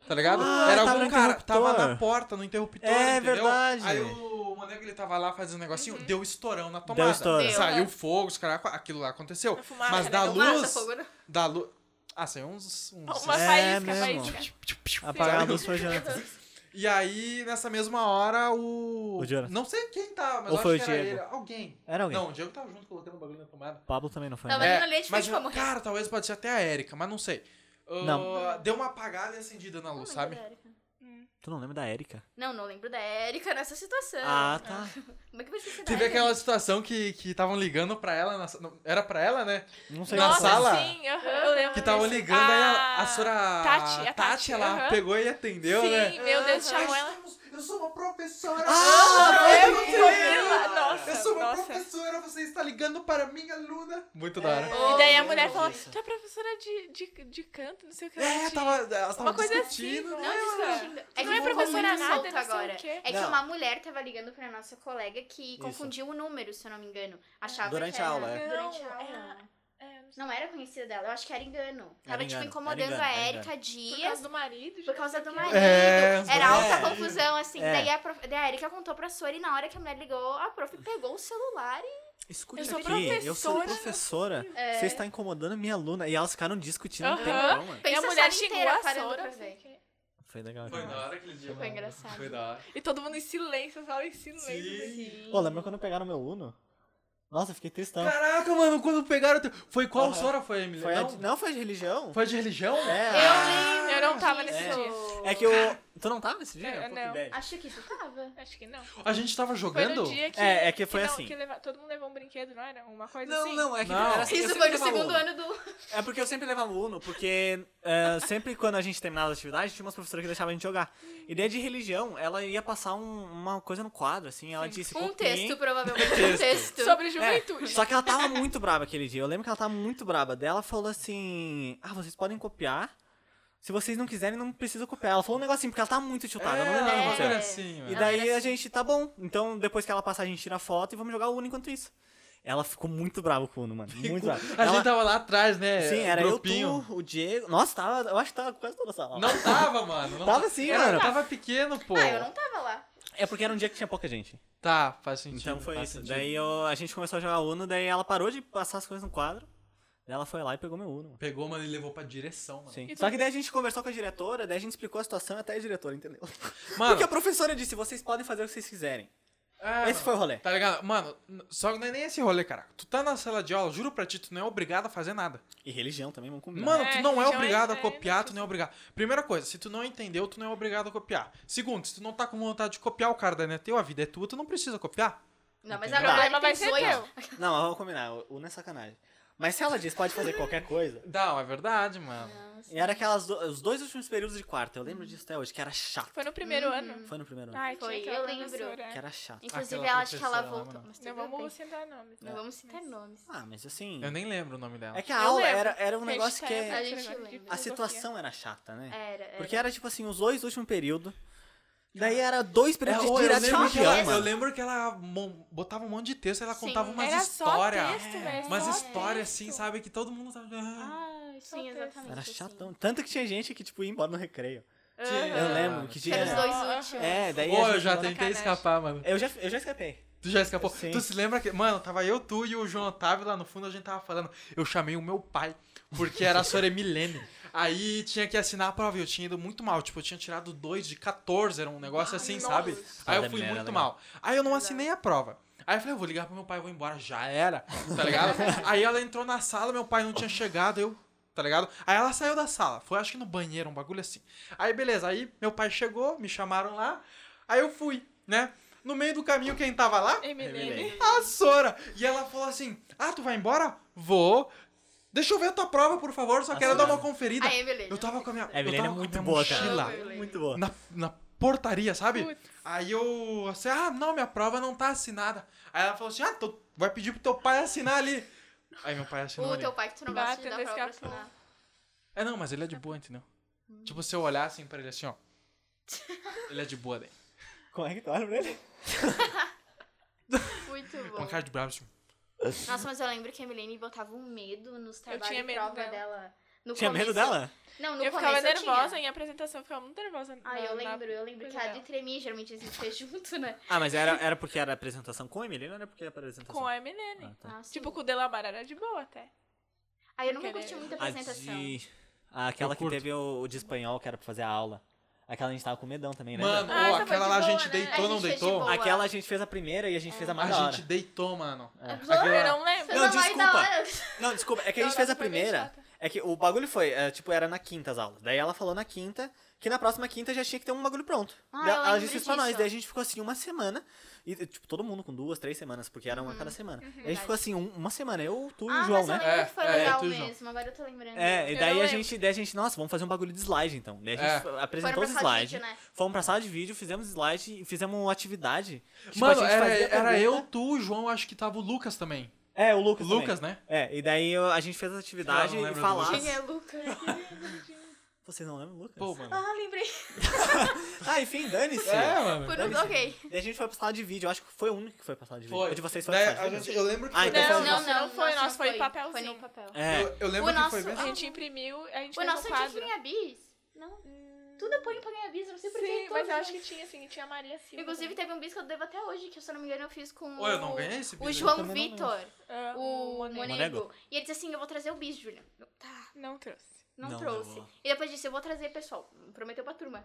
Speaker 2: Tá ligado?
Speaker 3: Ah,
Speaker 2: era
Speaker 3: tava
Speaker 2: algum
Speaker 3: no
Speaker 2: cara, tava na
Speaker 3: interruptor.
Speaker 2: porta, no interruptor,
Speaker 3: É
Speaker 2: entendeu?
Speaker 3: verdade.
Speaker 2: Aí o Monego, ele tava lá fazendo um negocinho,
Speaker 1: Uhum.
Speaker 2: deu estourão na tomada.
Speaker 3: Deu estouro.
Speaker 4: Deu.
Speaker 1: né?
Speaker 2: Saiu fogo, os caras, aquilo lá aconteceu.
Speaker 1: A fumaça,
Speaker 2: Mas
Speaker 1: né?
Speaker 2: da
Speaker 1: Não
Speaker 4: Massa,
Speaker 2: luz,
Speaker 4: fogo, não.
Speaker 2: da luz... Ah, saiu uns... uns
Speaker 1: Uma
Speaker 3: É
Speaker 1: faísca,
Speaker 3: mesmo.
Speaker 1: faísca.
Speaker 3: Apagar a luz foi janta.
Speaker 2: E aí, nessa mesma hora, o...
Speaker 3: O Jonathan.
Speaker 2: Não sei quem tava, mas
Speaker 3: Ou
Speaker 2: eu
Speaker 3: foi
Speaker 2: acho
Speaker 3: o
Speaker 2: que era
Speaker 3: Diego?
Speaker 2: ele. Alguém.
Speaker 3: Era alguém.
Speaker 2: Não, o Diego tava junto colocando o bagulho na tomada.
Speaker 3: O Pablo também não foi.
Speaker 4: Não,
Speaker 3: né?
Speaker 4: mas-
Speaker 1: é
Speaker 4: Imagina ali, a gente
Speaker 2: É, mas
Speaker 4: finge como-
Speaker 2: Cara, talvez pode ser até a Érica, mas não sei. Ah,
Speaker 3: Não.
Speaker 1: Ah, é
Speaker 2: Deu uma apagada e acendida na luz, sabe?
Speaker 3: Tu não lembra da Erika?
Speaker 4: Não, não lembro da Érica nessa situação.
Speaker 3: Ah, tá.
Speaker 4: Como é que vai esquecer da
Speaker 2: Teve
Speaker 4: Érica?
Speaker 2: aquela situação que que estavam ligando pra ela. na sa- não, era pra ela, né?
Speaker 3: Não sei é.
Speaker 2: Na
Speaker 1: Nossa,
Speaker 2: sala?
Speaker 1: sim, aham, eu lembro.
Speaker 2: Que estavam
Speaker 1: desse-
Speaker 2: ligando, aí a, a senhora
Speaker 1: Ah, Tati, é a Tati,
Speaker 2: ela
Speaker 1: aham.
Speaker 2: pegou e atendeu,
Speaker 1: Sim,
Speaker 2: né?
Speaker 1: meu Deus, chamou ela.
Speaker 2: Eu sou uma professora!
Speaker 1: Camila, nossa, nossa.
Speaker 2: professora, você está ligando para minha aluna. Muito da hora.
Speaker 1: E daí a
Speaker 3: Oh,
Speaker 1: mulher
Speaker 3: meu
Speaker 1: fala,
Speaker 3: Deus.
Speaker 1: tu é professora de, de, de canto, não sei o que. lá,
Speaker 2: É,
Speaker 1: de-
Speaker 2: tava, elas estavam
Speaker 1: Uma coisa
Speaker 2: discutindo.
Speaker 1: assim,
Speaker 2: né?
Speaker 4: Não discutindo. É que
Speaker 1: Não é
Speaker 4: eu vou
Speaker 1: professora
Speaker 4: muito
Speaker 1: nada,
Speaker 4: solta
Speaker 1: não sei o
Speaker 4: agora.
Speaker 1: quê.
Speaker 4: É que
Speaker 3: Não.
Speaker 4: uma mulher tava ligando pra nossa colega que confundiu o número, se eu não me engano. Achava
Speaker 3: Durante
Speaker 4: que
Speaker 3: a
Speaker 4: era...
Speaker 3: aula,
Speaker 1: é.
Speaker 4: Durante
Speaker 1: Não,
Speaker 4: a
Speaker 1: era-
Speaker 4: aula.
Speaker 1: É, não sei,
Speaker 4: Não era conhecida dela, eu acho que era engano.
Speaker 3: Era
Speaker 4: Tava, tipo,
Speaker 3: engano,
Speaker 4: incomodando
Speaker 3: era engano,
Speaker 4: a
Speaker 3: era
Speaker 4: Erika
Speaker 1: por
Speaker 4: dias
Speaker 1: causa do marido.
Speaker 4: por causa do
Speaker 1: não sei o
Speaker 4: marido.
Speaker 1: quê.
Speaker 2: É,
Speaker 4: Era
Speaker 3: é.
Speaker 4: alta confusão, assim.
Speaker 3: É.
Speaker 4: Daí a, prof... Daí a Erika contou pra Sora e na hora que a mulher ligou, a prof pegou o celular e...
Speaker 3: Escute
Speaker 1: Eu sou
Speaker 3: aqui, eu sou
Speaker 1: professora.
Speaker 3: professora.
Speaker 4: É.
Speaker 3: Você está incomodando a minha aluna. E elas ficaram discutindo um
Speaker 1: Aham.
Speaker 3: tempão, mano.
Speaker 1: E
Speaker 4: Pensa
Speaker 1: a
Speaker 4: a
Speaker 1: mulher
Speaker 4: sala
Speaker 1: xingou
Speaker 4: inteira
Speaker 1: a
Speaker 4: parando
Speaker 1: Sora.
Speaker 4: pra
Speaker 1: não sei o quê.
Speaker 3: Foi legal.
Speaker 2: Foi da
Speaker 3: demais.
Speaker 2: hora aquele dia.
Speaker 4: Foi
Speaker 2: mano.
Speaker 4: engraçado.
Speaker 2: Foi da hora.
Speaker 1: E todo mundo em silêncio, só em silêncio. assim.
Speaker 2: Sim.
Speaker 3: Ô, lembra quando pegaram meu Uno? Nossa, eu fiquei tristão.
Speaker 2: Caraca, mano, quando pegaram. o teu- Foi qual
Speaker 3: Então. Aham.
Speaker 2: senhora foi, Emily?
Speaker 3: Foi a
Speaker 2: não?
Speaker 3: de- não, foi de religião?
Speaker 2: Foi a de religião?
Speaker 3: É.
Speaker 4: Eu lembro
Speaker 1: Eu não tava nesse
Speaker 4: disso.
Speaker 1: dia.
Speaker 3: É que eu. Tu não tava nesse dia?
Speaker 1: É,
Speaker 3: Pô, que
Speaker 1: não.
Speaker 3: bad.
Speaker 4: Acho que isso tava.
Speaker 1: Acho que não.
Speaker 2: A gente tava
Speaker 1: Foi no
Speaker 2: jogando?
Speaker 1: dia que...
Speaker 3: É, é que foi
Speaker 1: não,
Speaker 3: assim.
Speaker 1: que leva- todo mundo levou um brinquedo, não era? Uma coisa
Speaker 3: Não,
Speaker 1: assim?
Speaker 3: não, é que
Speaker 2: Não.
Speaker 3: era assim, eu
Speaker 4: Isso
Speaker 3: sempre
Speaker 4: foi no
Speaker 3: levava
Speaker 4: segundo
Speaker 3: Uno.
Speaker 4: ano do...
Speaker 3: É porque eu sempre levava Uno, porque é, sempre quando a gente terminava as atividades, tinha umas professoras que deixavam a gente jogar. E daí de religião, ela ia passar um- uma coisa no quadro, assim, ela disse...
Speaker 4: Um
Speaker 3: "Opinem".
Speaker 4: texto, provavelmente. Um texto.
Speaker 1: Sobre
Speaker 3: É,
Speaker 1: juventude.
Speaker 3: só que ela [laughs] tava muito braba aquele dia, eu lembro que ela tava muito braba. Daí ela falou assim, ah, vocês podem copiar, se vocês não quiserem, não precisa copiar. Ela falou um negócio assim, porque ela tava muito tiltada, eu não lembro o que
Speaker 2: é,
Speaker 3: aconteceu.
Speaker 2: era assim,
Speaker 3: E
Speaker 2: mano.
Speaker 4: Ela
Speaker 3: daí
Speaker 4: era
Speaker 3: a
Speaker 4: assim.
Speaker 3: gente, tá bom, então depois que ela passar a gente tira a foto e vamos jogar o Uno enquanto isso. Ela ficou muito brava com o Uno, mano, muito brava.
Speaker 2: A
Speaker 3: Ela-
Speaker 2: gente tava lá atrás, né?
Speaker 3: Sim, era
Speaker 2: grupinho.
Speaker 3: eu, tu, o Diego. Nossa, tava, eu acho que tava quase toda a sala.
Speaker 2: Não tava, mano. Não
Speaker 3: Tava sim,
Speaker 2: Era-
Speaker 3: mano.
Speaker 2: Tava pequeno, pô.
Speaker 4: Ah, eu não tava lá.
Speaker 3: É porque era um dia que tinha pouca gente.
Speaker 2: Tá, faz sentido.
Speaker 3: Então foi
Speaker 2: faz
Speaker 3: isso.
Speaker 2: sentido.
Speaker 3: Daí eu- a gente começou a jogar Uno, daí ela parou de passar as coisas no quadro. Daí ela foi lá e pegou meu Uno. mano.
Speaker 2: Pegou, mano, e levou pra direção, mano.
Speaker 3: Sim.
Speaker 1: E
Speaker 3: Só
Speaker 1: tu-
Speaker 3: que daí a gente conversou com a diretora, daí a gente explicou a situação e até a diretora, entendeu?
Speaker 2: Mano,
Speaker 3: Porque a professora disse, vocês podem fazer o que vocês quiserem.
Speaker 2: é,
Speaker 3: Esse
Speaker 2: mano,
Speaker 3: foi o rolê.
Speaker 2: Tá ligado? Mano, n- só que não é nem esse rolê, cara. Tu tá na sala de aula, juro pra ti, tu não é obrigado a fazer nada.
Speaker 3: E religião também, vamos combinar.
Speaker 2: Mano,
Speaker 1: É,
Speaker 2: tu não é
Speaker 1: religião é-
Speaker 2: obrigado a
Speaker 1: é
Speaker 2: copiar, tu
Speaker 1: inútil.
Speaker 2: não é obrigado. Primeira coisa, se tu não entendeu, tu não é obrigado a copiar. Segundo, se tu não tá com vontade de copiar o cara da NET, a vida é tua, tu não precisa copiar.
Speaker 4: Não, mas
Speaker 1: O
Speaker 4: agora
Speaker 1: problema
Speaker 4: tem
Speaker 1: vai ser
Speaker 4: 18.
Speaker 1: teu.
Speaker 3: Não, mas vamos combinar, o Uno é sacanagem. Mas se ela diz, pode fazer qualquer coisa.
Speaker 2: Não, é verdade, mano.
Speaker 3: E era aquelas do- os dois últimos períodos de quarta, eu lembro disso até hoje, que era chato.
Speaker 1: Foi no primeiro
Speaker 3: Hum.
Speaker 1: ano.
Speaker 3: Foi no primeiro ano.
Speaker 1: Ai, tinha
Speaker 4: Foi,
Speaker 1: aquela
Speaker 4: eu lembro.
Speaker 1: professora.
Speaker 3: Que era chato.
Speaker 4: Inclusive,
Speaker 2: Aquela
Speaker 4: ela acho que ela
Speaker 2: professora lá,
Speaker 4: voltou.
Speaker 2: mano.
Speaker 4: Mas
Speaker 1: Não
Speaker 4: tudo bem.
Speaker 1: vamos citar nomes.
Speaker 4: Não
Speaker 3: É
Speaker 4: vamos citar nomes.
Speaker 3: Ah, mas assim.
Speaker 2: Eu nem lembro o nome dela.
Speaker 3: É que a
Speaker 1: Eu
Speaker 3: aula
Speaker 1: lembro.
Speaker 3: era, era um
Speaker 1: Porque
Speaker 3: negócio que.
Speaker 1: gente tá
Speaker 4: A
Speaker 1: nesse
Speaker 4: gente
Speaker 1: negócio de
Speaker 4: lembra.
Speaker 3: A
Speaker 1: filosofia.
Speaker 3: situação era chata, né?
Speaker 1: É.
Speaker 4: Era, era.
Speaker 3: Porque era tipo assim, os dois últimos períodos. Daí era dois períodos de
Speaker 2: É, eu,
Speaker 3: direto de
Speaker 2: lembro que ela,
Speaker 3: religião,
Speaker 2: eu
Speaker 3: mano.
Speaker 2: lembro que ela mon- botava um monte de texto, ela
Speaker 4: Sim,
Speaker 2: contava umas
Speaker 1: Era só
Speaker 2: histórias.
Speaker 4: É.
Speaker 1: texto, velho.
Speaker 2: Umas
Speaker 1: só
Speaker 2: histórias,
Speaker 1: texto.
Speaker 2: assim, sabe? Que todo mundo tava.
Speaker 4: Ah, sim,
Speaker 1: texto.
Speaker 4: exatamente.
Speaker 3: Era
Speaker 4: assim.
Speaker 3: chatão. Tanto que tinha gente que, tipo, ia embora no recreio.
Speaker 4: Aham.
Speaker 3: Eu lembro que
Speaker 2: Que
Speaker 4: Que
Speaker 3: tinha.
Speaker 4: eram Ah, os dois
Speaker 1: Aham.
Speaker 4: últimos.
Speaker 3: É, daí. a
Speaker 2: Pô, eu
Speaker 3: gente
Speaker 2: já
Speaker 3: andava-
Speaker 2: tentei
Speaker 1: sacanagem.
Speaker 2: escapar, mano.
Speaker 3: Eu já, eu já escapei.
Speaker 2: Tu já escapou?
Speaker 3: Sim.
Speaker 2: Tu se lembra que. Mano, tava eu, tu e o João Otávio lá no fundo, a gente tava falando. Eu chamei o meu pai, porque era a senhora Milene. Aí tinha que assinar a prova e eu tinha ido muito mal. Tipo, eu tinha tirado dois de 14, era um negócio assim,
Speaker 1: nossa.
Speaker 2: sabe? Aí eu
Speaker 3: da
Speaker 2: fui
Speaker 3: Milene era
Speaker 2: muito
Speaker 3: legal.
Speaker 2: mal. Aí eu não assinei a prova. Aí eu falei, eu vou ligar pro meu pai, vou embora. Já era, tá ligado? Aí ela entrou na sala, meu pai não tinha chegado, eu. Tá ligado? Aí ela saiu da sala, foi acho que no banheiro, um bagulho assim. Aí beleza, aí meu pai chegou, me chamaram lá, aí eu fui, né? No meio do caminho, quem tava lá?
Speaker 1: Eminem.
Speaker 2: A Sora! E ela falou assim: Ah, tu vai embora? Vou. Deixa eu ver a tua prova, por favor, só quero dar uma conferida.
Speaker 4: A Evelyn.
Speaker 2: eu tava com a minha.
Speaker 3: A Evelyn
Speaker 2: eu
Speaker 3: é
Speaker 2: tava com a
Speaker 3: muito
Speaker 2: minha
Speaker 3: boa,
Speaker 2: mochila
Speaker 3: cara.
Speaker 4: mochila.
Speaker 3: Muito boa.
Speaker 2: na, na portaria, sabe?
Speaker 1: Putz.
Speaker 2: Aí eu. Assim, ah, não, minha prova não tá assinada. Aí ela falou assim: Ah, tu vai pedir pro teu pai assinar ali. Aí meu pai assinou.
Speaker 4: O
Speaker 2: ali.
Speaker 4: teu pai que tu não gosta de
Speaker 1: Bata
Speaker 4: dar
Speaker 1: nesse
Speaker 4: prova pra
Speaker 1: capô.
Speaker 4: assinar.
Speaker 2: É, não, mas ele é de boa, entendeu? Tipo, se eu olhar assim pra ele assim, ó. Ele é de boa, daí.
Speaker 3: Como é que tu olha pra ele?
Speaker 4: Muito
Speaker 2: Com
Speaker 4: bom.
Speaker 2: a cara de bravo, assim.
Speaker 4: Nossa, mas eu lembro que a Emilene botava um medo nos trabalhos
Speaker 1: tinha
Speaker 4: de
Speaker 1: medo
Speaker 4: prova
Speaker 1: dela.
Speaker 4: dela. No
Speaker 3: Tinha medo
Speaker 4: começo-
Speaker 3: dela?
Speaker 4: Não, no
Speaker 1: Eu
Speaker 4: começo
Speaker 1: ficava nervosa
Speaker 4: tinha.
Speaker 1: em apresentação, eu ficava muito nervosa.
Speaker 4: Ah, eu lembro, eu lembro que
Speaker 1: coisa
Speaker 4: a
Speaker 1: dela.
Speaker 4: Adri tremia, geralmente a gente fez junto, né?
Speaker 3: Ah, mas era, era porque era apresentação com a Emily, não era porque era apresentação.
Speaker 1: Com a Eminem.
Speaker 3: Ah, tá.
Speaker 4: Ah, sim.
Speaker 1: Tipo, com o Delamar era de boa até.
Speaker 4: Aí eu nunca
Speaker 1: Querer.
Speaker 4: curti muito a
Speaker 3: A
Speaker 4: apresentação.
Speaker 3: de- a- Aquela
Speaker 2: Eu
Speaker 3: que
Speaker 2: curto.
Speaker 3: teve o, o de espanhol, que era pra fazer a aula. Aquela a gente tava com medão também, né?
Speaker 2: Mano,
Speaker 1: Ah,
Speaker 2: ô,
Speaker 1: essa foi
Speaker 2: aquela
Speaker 1: de
Speaker 2: lá a
Speaker 1: boa,
Speaker 2: gente
Speaker 1: né?
Speaker 2: deitou, não
Speaker 4: A gente fez de
Speaker 2: deitou?
Speaker 4: boa.
Speaker 3: Aquela a gente fez a primeira e a gente fez a mais é da
Speaker 2: A
Speaker 3: hora.
Speaker 2: gente deitou, mano.
Speaker 4: É.
Speaker 1: Eu não lembro.
Speaker 3: Não,
Speaker 4: Foi uma live da
Speaker 3: desculpa.
Speaker 4: hora.
Speaker 3: Não, desculpa, é que a gente
Speaker 1: Não,
Speaker 3: fez
Speaker 1: não,
Speaker 3: a
Speaker 1: foi bem
Speaker 3: primeira.
Speaker 1: chata.
Speaker 3: É que o bagulho foi, é, tipo, era na quinta as aulas. Daí ela falou na quinta que na próxima quinta já tinha que ter um bagulho pronto.
Speaker 4: Ah,
Speaker 3: Daí
Speaker 4: eu
Speaker 3: ela
Speaker 4: lembro
Speaker 3: disse isso pra nós.
Speaker 4: disso.
Speaker 3: Daí a gente ficou assim uma semana. E, tipo, todo mundo com duas, três semanas, porque era um a cada semana. a gente ficou assim um- uma semana, eu, tu e
Speaker 4: Uhum. Ah,
Speaker 3: o João,
Speaker 4: mas eu
Speaker 3: né?
Speaker 4: lembro
Speaker 2: É,
Speaker 4: que foi
Speaker 2: é,
Speaker 4: legal
Speaker 2: tu e o João.
Speaker 4: mesmo. Agora eu tô lembrando.
Speaker 3: É,
Speaker 1: Eu
Speaker 3: e daí
Speaker 1: não
Speaker 3: a
Speaker 1: lembro.
Speaker 3: gente, daí a gente, nossa, vamos fazer um bagulho de slide então. Daí a
Speaker 2: É.
Speaker 3: gente apresentou
Speaker 4: Foram
Speaker 3: os
Speaker 4: pra sala de
Speaker 3: slides.
Speaker 4: vídeo, né?
Speaker 3: Fomos pra sala de vídeo, fizemos slide e fizemos uma atividade. que, tipo,
Speaker 2: Mano,
Speaker 3: a gente
Speaker 2: era,
Speaker 3: fazia né?
Speaker 2: era
Speaker 3: pergunta-
Speaker 2: eu, tu, o João, acho que tava o Lucas também.
Speaker 3: É, o Lucas. também.
Speaker 2: Lucas, né?
Speaker 3: É, e daí eu- a gente fez a atividade
Speaker 2: Eu não
Speaker 3: e
Speaker 2: lembro do
Speaker 3: falava.
Speaker 4: Quem
Speaker 1: [laughs]
Speaker 4: é Lucas?
Speaker 3: Vocês não lembram, Lucas?
Speaker 2: Pô, mano.
Speaker 4: ah, lembrei.
Speaker 3: Ah, enfim, dane-se.
Speaker 2: É, mano.
Speaker 4: Por um... Ok.
Speaker 3: Daí a gente foi pra sala de vídeo, eu acho que foi o único que foi pra sala de vídeo.
Speaker 2: Foi.
Speaker 3: O de vocês foi
Speaker 2: Daí
Speaker 3: pra sala
Speaker 2: Né, a
Speaker 3: de vídeo.
Speaker 2: gente- eu lembro que
Speaker 3: Ah,
Speaker 2: foi
Speaker 3: então
Speaker 2: pra
Speaker 1: Não,
Speaker 2: sala de
Speaker 1: não,
Speaker 2: vídeo.
Speaker 1: não foi nosso, foi
Speaker 4: Foi
Speaker 1: papelzinho.
Speaker 4: no papel.
Speaker 3: É.
Speaker 2: Eu, eu lembro
Speaker 4: O
Speaker 2: que foi
Speaker 4: nosso-
Speaker 1: A
Speaker 2: mesmo.
Speaker 1: gente imprimiu, a gente
Speaker 4: O
Speaker 1: fez
Speaker 4: nosso é
Speaker 1: um
Speaker 4: eu tinha
Speaker 1: quadro.
Speaker 4: que ganhar bis. Não. Tudo eu ponho pra ganhar bis, eu não sei porquê.
Speaker 1: Sim, mas eu acho que tinha, assim, tinha a Maria Silva.
Speaker 4: Inclusive, teve um bis que eu devo até hoje, que se eu não me engano eu fiz com
Speaker 2: Ô, eu
Speaker 4: o-
Speaker 2: não ganhei esse
Speaker 4: o
Speaker 2: bis aí?
Speaker 4: João
Speaker 3: também não
Speaker 4: Vitor,
Speaker 1: Ah,
Speaker 4: o
Speaker 1: Monet.
Speaker 4: Monego. E ele disse assim, eu vou trazer o bis, Julia. Eu, Tá,
Speaker 1: Não trouxe.
Speaker 4: não,
Speaker 3: Não,
Speaker 4: trouxe.
Speaker 3: levou.
Speaker 4: E depois disse, eu vou trazer, pessoal. Prometeu pra turma.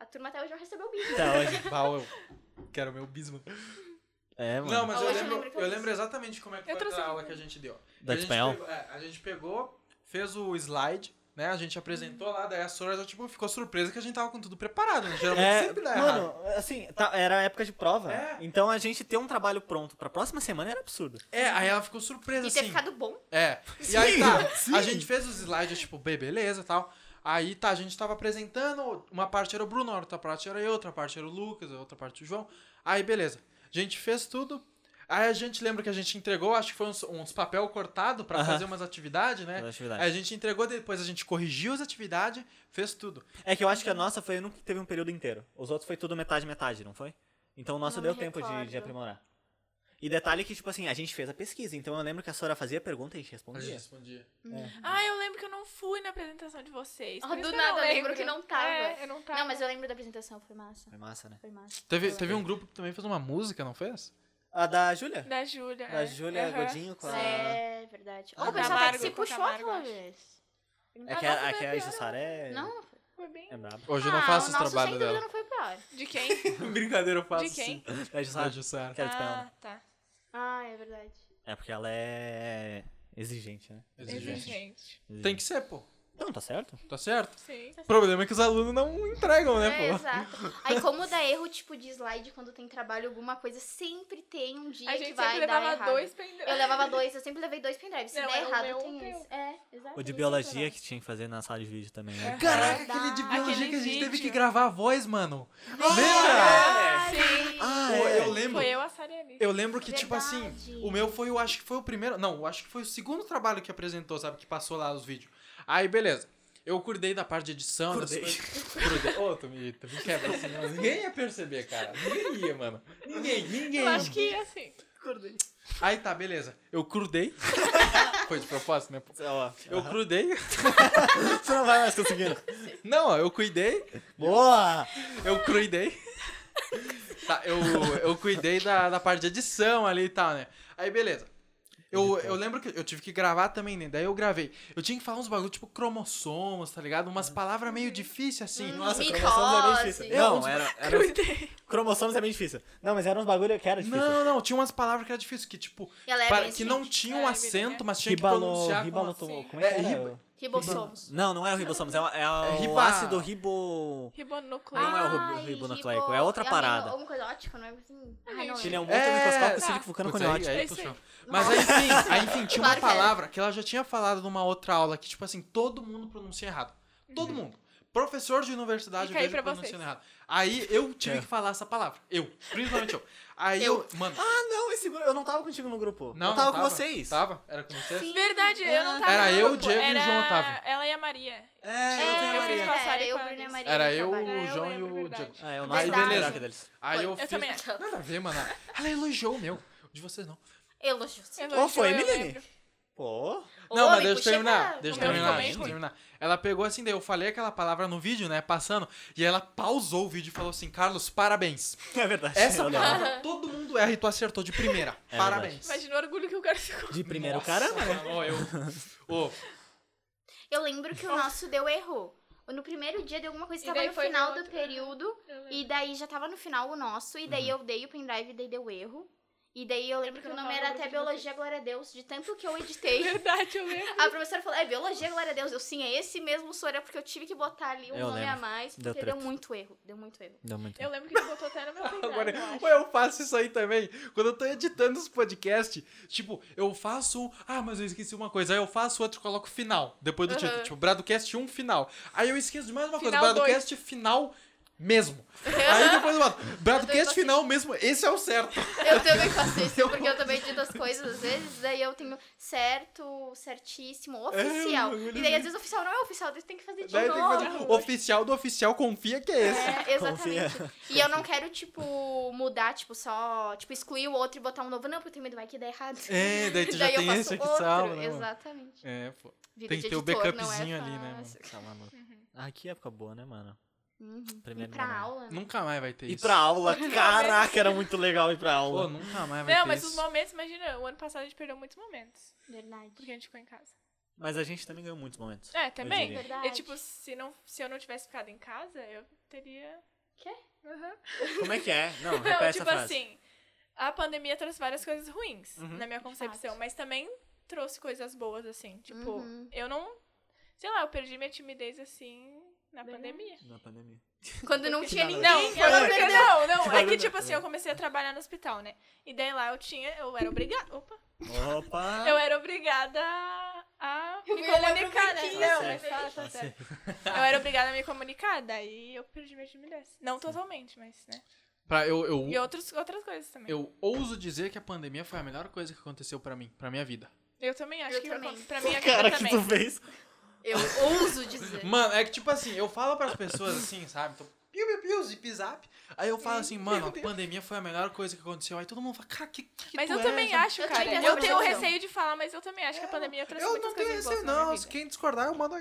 Speaker 4: A turma até hoje não recebeu o bis.
Speaker 3: Tá,
Speaker 4: [laughs]
Speaker 3: hoje.
Speaker 2: Bah, eu quero meu bismo.
Speaker 3: É, mano.
Speaker 2: Não, mas eu
Speaker 4: Ah, Hoje eu
Speaker 2: lembro,
Speaker 4: lembro que eu
Speaker 2: eu
Speaker 4: fiz.
Speaker 2: lembro exatamente como é que
Speaker 1: Eu
Speaker 2: foi
Speaker 1: trouxe
Speaker 2: a
Speaker 1: um-
Speaker 2: aula que a gente deu.
Speaker 3: Da
Speaker 2: a gente
Speaker 3: espanhol?
Speaker 2: pegou- é, a gente pegou, fez o slide, né? A gente apresentou lá, daí a Sora tipo, ficou surpresa que a gente tava com tudo preparado, né? Geralmente
Speaker 3: É,
Speaker 2: sempre dá errado.
Speaker 3: mano, assim, tá- era época de prova.
Speaker 2: É.
Speaker 3: Então a gente ter um trabalho pronto pra próxima semana era absurdo.
Speaker 2: É, aí ela ficou surpresa,
Speaker 4: E
Speaker 2: assim.
Speaker 4: ter ficado bom.
Speaker 2: É. E
Speaker 3: Sim,
Speaker 2: aí tá,
Speaker 3: sim.
Speaker 2: a gente fez os slides, tipo, bem, beleza e tal. Aí tá, a gente tava apresentando, uma parte era o Bruno, outra parte era eu, outra parte era o Lucas, outra parte o João. Aí beleza, a gente fez tudo. Aí a gente lembra que a gente entregou, acho que foi uns, uns papel cortado pra
Speaker 3: Aham.
Speaker 2: fazer umas atividades, né?
Speaker 3: Fazer atividade.
Speaker 2: Aí a gente entregou, depois a gente corrigiu as atividades, fez tudo.
Speaker 3: É que eu acho que a nossa foi nunca teve um período inteiro. Os outros foi tudo metade, metade, não foi? Então o nosso
Speaker 4: Não
Speaker 3: deu
Speaker 4: me
Speaker 3: tempo de, de
Speaker 4: recordo.
Speaker 3: aprimorar. E detalhe que, tipo assim, a gente fez a pesquisa, então eu lembro que a Sora fazia a pergunta e a gente
Speaker 2: A
Speaker 3: respondia.
Speaker 2: gente respondia.
Speaker 1: Ah, eu lembro que eu não fui na apresentação de vocês.
Speaker 4: Ah,
Speaker 1: por isso
Speaker 4: do
Speaker 1: que
Speaker 4: nada,
Speaker 1: eu não
Speaker 4: eu
Speaker 1: lembro.
Speaker 4: lembro que não tava.
Speaker 1: É, eu não tava.
Speaker 4: Não, mas eu lembro da apresentação, foi massa.
Speaker 3: Foi massa, né?
Speaker 4: Foi massa.
Speaker 2: Teve, teve um grupo que também fez uma música, não fez?
Speaker 3: A da Júlia?
Speaker 1: Da Júlia.
Speaker 3: Da
Speaker 1: é.
Speaker 3: Júlia
Speaker 1: Aham.
Speaker 3: Godinho com a.
Speaker 4: É, verdade. Ô,
Speaker 3: Ah,
Speaker 4: o pessoal
Speaker 1: Camargo,
Speaker 4: até se
Speaker 1: com
Speaker 4: puxou
Speaker 1: Camargo,
Speaker 4: aquela
Speaker 1: acho.
Speaker 4: vez.
Speaker 3: É que a,
Speaker 1: nossa
Speaker 3: a, que a
Speaker 1: foi
Speaker 3: Jussara é.
Speaker 4: Não,
Speaker 1: Foi bem...
Speaker 3: É braba.
Speaker 2: Hoje eu
Speaker 4: ah,
Speaker 2: não faço esse
Speaker 4: o nosso
Speaker 2: trabalho
Speaker 4: sem dúvida
Speaker 2: dela.
Speaker 4: não foi o pior.
Speaker 2: É.
Speaker 1: De
Speaker 2: [laughs]
Speaker 1: quem?
Speaker 3: [laughs]
Speaker 2: Brincadeira, eu faço.
Speaker 1: De quem?
Speaker 2: sim.
Speaker 3: Da
Speaker 2: Da
Speaker 3: Jussara.
Speaker 2: Jussara.
Speaker 3: Quero tipo ela.
Speaker 1: Ah, tá.
Speaker 4: Ah, é verdade.
Speaker 3: É porque ela é. exigente, né?
Speaker 1: Exigente.
Speaker 2: Tem que ser, pô.
Speaker 3: Não, tá certo?
Speaker 2: Tá certo?
Speaker 1: Sim.
Speaker 2: O problema é que os alunos não entregam, né,
Speaker 4: É,
Speaker 2: pô?
Speaker 4: exato. Aí como dá erro, tipo, de slide, quando tem trabalho, alguma coisa, sempre tem um dia
Speaker 1: A
Speaker 4: que
Speaker 1: gente
Speaker 4: vai
Speaker 1: sempre
Speaker 4: dar
Speaker 1: levava
Speaker 4: errado.
Speaker 1: dois pendrives.
Speaker 4: Eu levava dois, eu sempre levei dois pendrives. Se
Speaker 1: Não,
Speaker 4: der
Speaker 1: era o meu,
Speaker 4: errado,
Speaker 1: o
Speaker 4: tem
Speaker 1: teu.
Speaker 4: esse. É, exato.
Speaker 3: O de
Speaker 4: eu
Speaker 3: biologia é
Speaker 4: sempre
Speaker 3: que tinha que fazer na sala de vídeo também. né?
Speaker 2: Caraca, aquele de
Speaker 4: Verdade.
Speaker 2: biologia
Speaker 1: Aquele
Speaker 2: que a gente teve
Speaker 1: vídeo.
Speaker 2: que gravar a voz, mano. Lembra?
Speaker 4: levava. Sim.
Speaker 3: Ah,
Speaker 2: Pô,
Speaker 3: é.
Speaker 2: eu lembro.
Speaker 1: Foi eu, a Sara e a Nice.
Speaker 2: Eu lembro que, tipo assim,
Speaker 4: Verdade.
Speaker 2: o meu foi, eu acho que foi o primeiro. Não, eu acho que foi o segundo trabalho que apresentou, sabe? Que passou lá os vídeos. Aí, beleza. Eu cuidei da parte de edição. das
Speaker 3: Cuidei.
Speaker 2: coisas. Cuidei. Ô, tu me, tu me quebra assim. mas Ninguém ia perceber, cara. Ninguém ia, mano. Ninguém, ninguém.
Speaker 1: Eu acho que,
Speaker 2: [laughs]
Speaker 1: assim...
Speaker 2: Aí tá, beleza.
Speaker 1: [laughs]
Speaker 2: Eu crudei. foi de propósito, né? pô?
Speaker 3: Ó,
Speaker 2: Eu crudei.
Speaker 3: Você não vai mais [laughs] conseguindo.
Speaker 2: Não, ó, eu cuidei.
Speaker 3: Boa!
Speaker 2: Eu cuidei. Tá, eu, eu cuidei da, da parte de edição ali e tal, né? Aí, beleza. Eu, eu lembro que eu tive que gravar também, né? Daí eu gravei. Eu tinha que falar uns bagulho tipo cromossomos, tá ligado? Umas palavras meio difíceis assim.
Speaker 3: Nossa,
Speaker 4: Micose.
Speaker 3: cromossomos é bem difícil.
Speaker 2: Eu-
Speaker 3: Não, [laughs] era, era.
Speaker 1: [laughs]
Speaker 3: Cromossomos é bem difícil. Não, mas era uns bagulho que era difícil.
Speaker 2: Não, não, tinha umas palavras que era difícil, que tipo,
Speaker 4: E ela é
Speaker 2: para-
Speaker 4: bem
Speaker 2: que não
Speaker 4: exigente.
Speaker 2: tinha um
Speaker 1: É,
Speaker 2: acento, mas tinha que
Speaker 3: Ribalo,
Speaker 2: pronunciar com
Speaker 3: ribalo,
Speaker 2: ac-
Speaker 3: tomou. Como é que
Speaker 2: É,
Speaker 3: era?
Speaker 2: riba-
Speaker 4: Ribossomos.
Speaker 3: Não, não é o ribossomos, é, o- é o
Speaker 2: riba-
Speaker 3: ácido ribo...
Speaker 1: Ribonuclear.
Speaker 3: Não é o ru-
Speaker 4: Ai,
Speaker 3: ribonucleico,
Speaker 4: ribo-
Speaker 3: é outra
Speaker 4: amigo,
Speaker 3: parada.
Speaker 4: Alguma coisa ótica, não é assim? Ah, não,
Speaker 3: Ele é um outro
Speaker 4: lembro.
Speaker 2: É,
Speaker 3: microscópio
Speaker 1: tá.
Speaker 3: específico vulcano
Speaker 2: Putz, aí-
Speaker 3: coniótico.
Speaker 2: aí
Speaker 1: É isso
Speaker 2: puxou.
Speaker 1: aí. é.
Speaker 2: Mas aí sim, aí enfim, tinha uma
Speaker 4: Claro que era.
Speaker 2: palavra que ela já tinha falado numa outra aula que, tipo assim, todo mundo pronuncia errado. Todo mundo. Professor de universidade
Speaker 1: Uhum. Fica aí
Speaker 2: eu vejo
Speaker 1: pra
Speaker 2: pronunciando
Speaker 1: vocês.
Speaker 2: errado. Aí eu tive
Speaker 3: É.
Speaker 2: que falar essa palavra. Eu, principalmente eu. Aí eu, mano,
Speaker 3: Ah, não, esse grupo. Eu não tava contigo no grupo.
Speaker 2: não,
Speaker 3: eu tava,
Speaker 2: não
Speaker 3: com vocês.
Speaker 2: Tava? Era com vocês?
Speaker 1: É Ah, Verdade, eu
Speaker 4: Ah.
Speaker 1: não tava
Speaker 2: Era
Speaker 1: no
Speaker 2: eu,
Speaker 1: grupo.
Speaker 2: Diego e o
Speaker 1: Era
Speaker 2: João Otávio.
Speaker 1: Ela e a Maria.
Speaker 3: É, eu
Speaker 4: É,
Speaker 3: tenho a
Speaker 1: eu
Speaker 3: Maria.
Speaker 1: fiz com a Sara
Speaker 4: Era
Speaker 1: e
Speaker 4: eu,
Speaker 1: com a
Speaker 4: Bruno e a
Speaker 1: Alice.
Speaker 4: Maria.
Speaker 2: Era eu,
Speaker 4: trabalho.
Speaker 2: o
Speaker 1: eu
Speaker 2: João e
Speaker 1: lembro,
Speaker 2: o
Speaker 1: verdade.
Speaker 2: Diego.
Speaker 5: é
Speaker 3: Ah, eu não
Speaker 2: Aí
Speaker 3: sou
Speaker 4: Verdade.
Speaker 2: beleza.
Speaker 3: melhor que deles.
Speaker 2: Aí eu
Speaker 1: Eu
Speaker 2: fiz.
Speaker 1: também acho.
Speaker 2: Nada a ver, mano. Ela elogiou o meu. O de vocês não.
Speaker 1: [laughs]
Speaker 4: Elogios.
Speaker 1: Elogio,
Speaker 3: foi,
Speaker 1: eu
Speaker 3: Milene?
Speaker 1: lembro.
Speaker 5: [laughs]
Speaker 3: Pô.
Speaker 2: Não, mas
Speaker 4: Homem,
Speaker 2: deixa eu
Speaker 4: puxa
Speaker 2: terminar.
Speaker 4: pra-
Speaker 2: Deixa eu
Speaker 1: Meu
Speaker 2: terminar,
Speaker 1: ficou bem
Speaker 2: deixa eu
Speaker 1: ruim.
Speaker 2: terminar. Ela pegou assim, daí eu falei aquela palavra no vídeo, né? Passando. E ela pausou o vídeo e falou assim: Carlos, parabéns.
Speaker 3: É verdade.
Speaker 2: Essa [laughs]
Speaker 3: eu lembro.
Speaker 2: palavra todo mundo erra e tu acertou de primeira.
Speaker 3: É
Speaker 2: parabéns.
Speaker 1: Imagina o orgulho que o cara ficou.
Speaker 3: De primeiro
Speaker 2: Nossa,
Speaker 3: caramba.
Speaker 2: mano, ó, eu. né? [laughs] Ô,
Speaker 4: Eu lembro que o nosso deu erro. No primeiro dia deu alguma coisa que
Speaker 1: E
Speaker 4: tava
Speaker 1: daí
Speaker 4: no
Speaker 1: foi no
Speaker 4: final
Speaker 1: outro. né?
Speaker 4: do período.
Speaker 1: [laughs] Eu lembro.
Speaker 2: Uhum.
Speaker 4: E daí já tava no final o nosso. E daí eu dei o pendrive e daí deu erro. E daí eu lembro que o
Speaker 1: Eu não
Speaker 4: nome
Speaker 1: tava
Speaker 4: era
Speaker 1: lembrando
Speaker 4: até
Speaker 1: de vocês.
Speaker 4: Biologia Glória a Deus, de tanto que
Speaker 1: [laughs]
Speaker 4: eu editei.
Speaker 1: Verdade, eu lembro.
Speaker 4: A professora falou, é Biologia Glória a Deus. Eu, sim, é esse mesmo Sora, porque eu tive que botar ali um
Speaker 5: Eu
Speaker 4: nome a
Speaker 5: lembro.
Speaker 4: mais,
Speaker 5: Deu
Speaker 4: porque deu,
Speaker 5: treta.
Speaker 4: muito erro. Deu muito erro.
Speaker 5: Deu muito.
Speaker 1: Eu lembro que ele botou até no meu
Speaker 2: Agora,
Speaker 1: pendrive, eu acho.
Speaker 2: ué, eu faço isso aí também. Quando eu tô editando os podcasts, tipo, eu faço um. Ah, mas eu esqueci uma coisa. Aí eu faço outro e coloco final. Depois do
Speaker 1: Aham.
Speaker 2: título. Tipo, Bradocast 1 final. Aí eu esqueço de mais uma coisa.
Speaker 1: Final dois.
Speaker 2: Bradocast final mesmo. Aí depois eu boto. Bradocast final mesmo. Esse é o certo.
Speaker 4: Eu também faço isso, porque eu também edito as coisas às vezes, daí eu tenho certo, certíssimo, oficial.
Speaker 2: bagulho
Speaker 4: E daí às vezes oficial não é oficial, daí tem que fazer de
Speaker 2: Daí tem que fazer, tipo,
Speaker 4: novo.
Speaker 2: oficial do oficial confia que é
Speaker 4: [laughs]
Speaker 2: esse.
Speaker 4: É, exatamente. E eu não quero, tipo, mudar, tipo, só, tipo, excluir o outro e botar um novo. Não, porque eu tenho medo, vai que dá errado. [laughs]
Speaker 2: É, daí tu já
Speaker 4: Daí eu
Speaker 2: tem
Speaker 4: faço
Speaker 2: esse aqui
Speaker 4: outro,
Speaker 2: salvo, né, mano?
Speaker 4: Exatamente.
Speaker 2: É, pô.
Speaker 4: Vida
Speaker 2: Tem
Speaker 4: de
Speaker 2: que ter o
Speaker 4: editor não é
Speaker 2: backupzinho ali, né, mano?
Speaker 4: fácil.
Speaker 5: Tá maluco. Ah, que época boa, né, mano?
Speaker 4: Uhum. E
Speaker 5: Primeiro
Speaker 4: pra
Speaker 5: momento.
Speaker 4: aula, né?
Speaker 2: Nunca mais vai ter
Speaker 5: Ir
Speaker 2: isso.
Speaker 5: pra aula, caraca, era muito legal ir pra
Speaker 2: Pô,
Speaker 5: aula.
Speaker 2: nunca mais vai
Speaker 1: Não,
Speaker 2: ter
Speaker 1: mas os
Speaker 2: isso.
Speaker 1: momentos, imagina, o ano passado a gente perdeu muitos momentos. Porque
Speaker 4: Verdade. É
Speaker 1: a gente ficou em casa.
Speaker 5: Mas a gente também ganhou muitos
Speaker 1: [laughs]
Speaker 5: momentos.
Speaker 1: É, também.
Speaker 5: diria.
Speaker 4: Verdade.
Speaker 1: E tipo, se, não, se eu não tivesse ficado em casa, eu teria.
Speaker 4: Quê?
Speaker 1: Aham.
Speaker 5: Como é que é? Não, repete
Speaker 1: [laughs] Não,
Speaker 5: essa
Speaker 1: tipo
Speaker 5: frase.
Speaker 1: assim, a pandemia trouxe várias coisas ruins, na minha concepção,
Speaker 4: fato.
Speaker 1: mas também trouxe coisas boas, assim. Tipo,
Speaker 4: Uhum.
Speaker 1: eu não. Sei lá, eu perdi minha timidez assim na
Speaker 4: Verdade.
Speaker 1: pandemia.
Speaker 5: Na pandemia.
Speaker 4: Quando não tinha ninguém.
Speaker 1: Não, eu não,
Speaker 4: ela-
Speaker 1: perdi- não, não. É que,
Speaker 5: Valeu.
Speaker 1: tipo assim, eu comecei a trabalhar no hospital, né? E daí lá eu tinha, eu era obrigada. Opa!
Speaker 5: Opa!
Speaker 1: Eu era obrigada a- a me comunicar, né? Não, mas fala, tá certo. Eu era obrigada a me comunicar, daí eu perdi minha timidez. Não totalmente, mas, né?
Speaker 2: Pra, eu, eu,
Speaker 1: E outros, outras coisas também. Eu,
Speaker 2: Um eu ouso dizer que a pandemia foi a melhor coisa que aconteceu pra mim, pra minha vida.
Speaker 1: também acho
Speaker 4: Eu
Speaker 1: que
Speaker 4: também.
Speaker 1: pra mim a
Speaker 5: Cara,
Speaker 1: vida
Speaker 5: que
Speaker 1: também.
Speaker 5: tu fez.
Speaker 4: Eu ouso dizer.
Speaker 2: Mano, é que tipo assim, eu falo pras pessoas assim, sabe? Tô piu, piu, piu, zip, zap. Aí eu falo
Speaker 5: [laughs]
Speaker 2: assim, mano, a pandemia foi a melhor coisa que aconteceu. Aí todo mundo fala, cara, que, que
Speaker 1: Mas
Speaker 2: tu
Speaker 1: eu
Speaker 2: é,
Speaker 1: também
Speaker 2: sabe?
Speaker 1: acho,
Speaker 4: Eu
Speaker 1: cara.
Speaker 4: tive essa
Speaker 1: Eu tenho
Speaker 4: percepção.
Speaker 1: receio de falar, mas eu também acho que a pandemia trouxe
Speaker 2: Eu
Speaker 1: muitas
Speaker 2: não tenho
Speaker 1: coisas boas
Speaker 2: receio,
Speaker 1: na minha
Speaker 2: não.
Speaker 1: vida.
Speaker 2: Quem discordar, eu mando.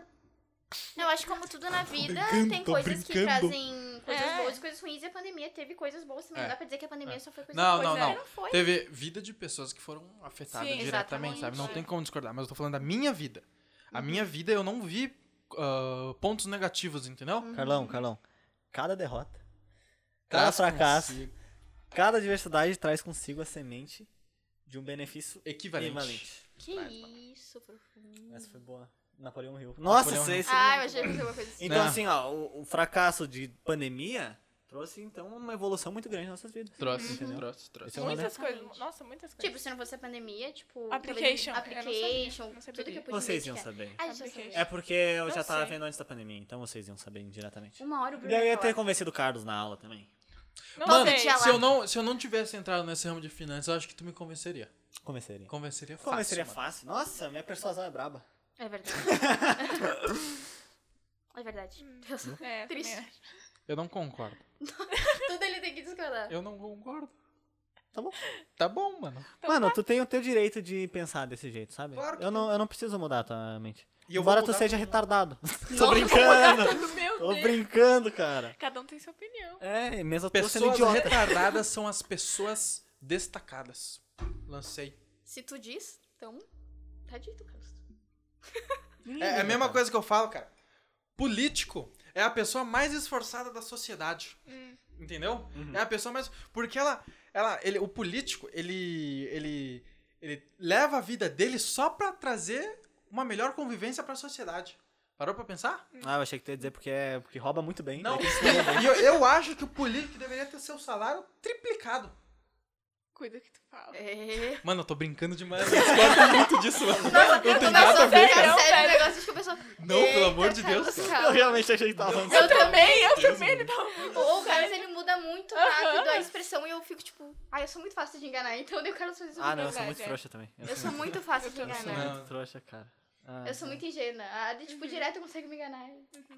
Speaker 4: Eu acho que como tudo na vida, tem coisas que trazem coisas
Speaker 1: É.
Speaker 4: boas e coisas ruins. E a pandemia teve coisas boas também.
Speaker 2: É.
Speaker 4: Não dá pra dizer que a pandemia só foi coisa
Speaker 2: Não,
Speaker 4: boa.
Speaker 2: não,
Speaker 4: porque
Speaker 2: não.
Speaker 4: foi.
Speaker 2: Teve vida de pessoas que foram afetadas
Speaker 1: Sim,
Speaker 2: diretamente, sabe? Não
Speaker 4: exatamente.
Speaker 2: tem como discordar, mas eu tô falando da minha vida. A
Speaker 1: Uhum.
Speaker 2: minha vida eu não vi ah, pontos negativos, entendeu?
Speaker 3: Carlão, Carlão. Cada derrota, cada fracasso,
Speaker 2: consigo.
Speaker 3: cada adversidade traz consigo a semente de um benefício
Speaker 2: Equivalente.
Speaker 3: equivalente.
Speaker 4: Que
Speaker 2: Vai,
Speaker 4: isso, profundo.
Speaker 3: Essa foi boa. Napoleão Hill. Nossa,
Speaker 2: Napoleão
Speaker 3: esse-
Speaker 2: Hill.
Speaker 3: esse-
Speaker 4: Ah, eu achei que foi uma coisa assim.
Speaker 3: Então,
Speaker 2: Não.
Speaker 3: assim, ó, o, o fracasso de pandemia trouxe, então, uma evolução muito grande nas nossas vidas.
Speaker 2: Trouxe,
Speaker 3: Entendeu?
Speaker 2: trouxe, trouxe.
Speaker 3: Esse é um
Speaker 1: Muitas
Speaker 4: Exatamente.
Speaker 1: coisas. Nossa, muitas coisas.
Speaker 4: Tipo, se não fosse a pandemia, tipo...
Speaker 1: Application,
Speaker 4: talvez-
Speaker 1: eu não sabia,
Speaker 4: Application,
Speaker 1: não sabia
Speaker 4: tudo que eu pude
Speaker 5: Vocês iam
Speaker 4: identificar.
Speaker 5: saber.
Speaker 4: Ah, deixa eu
Speaker 1: Application.
Speaker 4: saber.
Speaker 5: É porque eu
Speaker 1: Não
Speaker 5: já tava
Speaker 1: sei.
Speaker 5: vendo antes da pandemia, então vocês iam saber indiretamente.
Speaker 4: É. Uma hora o Bruno
Speaker 5: Eu ia
Speaker 4: vai
Speaker 5: ter
Speaker 4: falar.
Speaker 5: convencido o Carlos na aula também.
Speaker 1: não
Speaker 2: Mano,
Speaker 1: sei.
Speaker 4: dia lá.
Speaker 2: se eu, não, se eu não tivesse entrado nesse ramo de finanças, eu acho que tu me convenceria.
Speaker 5: Começaria.
Speaker 2: Convenceria fácil.
Speaker 3: Começaria
Speaker 2: mano.
Speaker 3: fácil. Nossa, minha persuasão é braba.
Speaker 4: É verdade. [laughs] é verdade.
Speaker 2: Hum.
Speaker 1: É,
Speaker 4: Triste.
Speaker 1: também acho. [laughs]
Speaker 2: Eu não concordo.
Speaker 4: [laughs] Tudo ele tem que discordar.
Speaker 2: Eu não concordo.
Speaker 3: Tá bom.
Speaker 2: Tá bom, mano.
Speaker 3: Mano, tu tem o teu direito de pensar desse jeito, sabe?
Speaker 2: Claro que
Speaker 3: eu, não, eu não preciso mudar a tua mente.
Speaker 2: E eu vou
Speaker 3: Embora tu
Speaker 2: mudar
Speaker 3: seja
Speaker 2: todo mundo.
Speaker 3: retardado.
Speaker 4: Nossa,
Speaker 3: né?
Speaker 1: [laughs]
Speaker 3: Tô brincando.
Speaker 1: Meu
Speaker 3: Tô
Speaker 1: Deus.
Speaker 3: brincando, cara.
Speaker 1: Cada um tem sua opinião.
Speaker 3: É, mesmo tu sendo
Speaker 2: Pessoas
Speaker 3: idiota.
Speaker 2: retardadas são as pessoas destacadas. Lancei.
Speaker 4: Se tu diz, então... Tá dito, Carlos.
Speaker 2: É, a mesma coisa que eu falo, cara. Político é a pessoa mais esforçada da sociedade. Entendeu? É a pessoa mais. Porque ela. ela ele, o político, ele, ele. Ele leva a vida dele só pra trazer uma melhor convivência pra sociedade. Parou pra pensar?
Speaker 3: Ah, eu achei que tu ia dizer porque, é, porque rouba muito bem.
Speaker 2: Não. [laughs] E eu, eu acho que o político deveria ter seu salário triplicado.
Speaker 1: Cuida do que tu fala.
Speaker 4: É...
Speaker 2: Mano, eu tô brincando demais. Eu discordo muito disso, mano. Não tem nada
Speaker 4: Começou
Speaker 2: a
Speaker 4: a
Speaker 2: ver,
Speaker 4: sério,
Speaker 2: cara.
Speaker 1: cara.
Speaker 4: sério o negócio, acho que a pessoa...
Speaker 2: Não, pelo amor
Speaker 4: Eita,
Speaker 2: de Deus,
Speaker 3: [laughs]
Speaker 4: Carlos,
Speaker 3: Eu
Speaker 4: calma.
Speaker 3: realmente achei que tava falando
Speaker 1: Eu também, eu também, ele tava muito.
Speaker 4: Tipo, O Carlos, ele muda muito rápido a expressão e eu fico tipo, ai, eu sou muito fácil de enganar, então eu quero fazer isso.
Speaker 3: Ah, não,
Speaker 4: comigo.
Speaker 3: eu sou muito
Speaker 1: Verdade, é.
Speaker 3: frouxa também. Eu
Speaker 4: Eu sou muito fácil de
Speaker 3: eu sou
Speaker 4: enganar.
Speaker 2: Não.
Speaker 3: muito trouxa, cara. Ah,
Speaker 4: Eu sou muito ingênua. A de, tipo, direto consegue me enganar.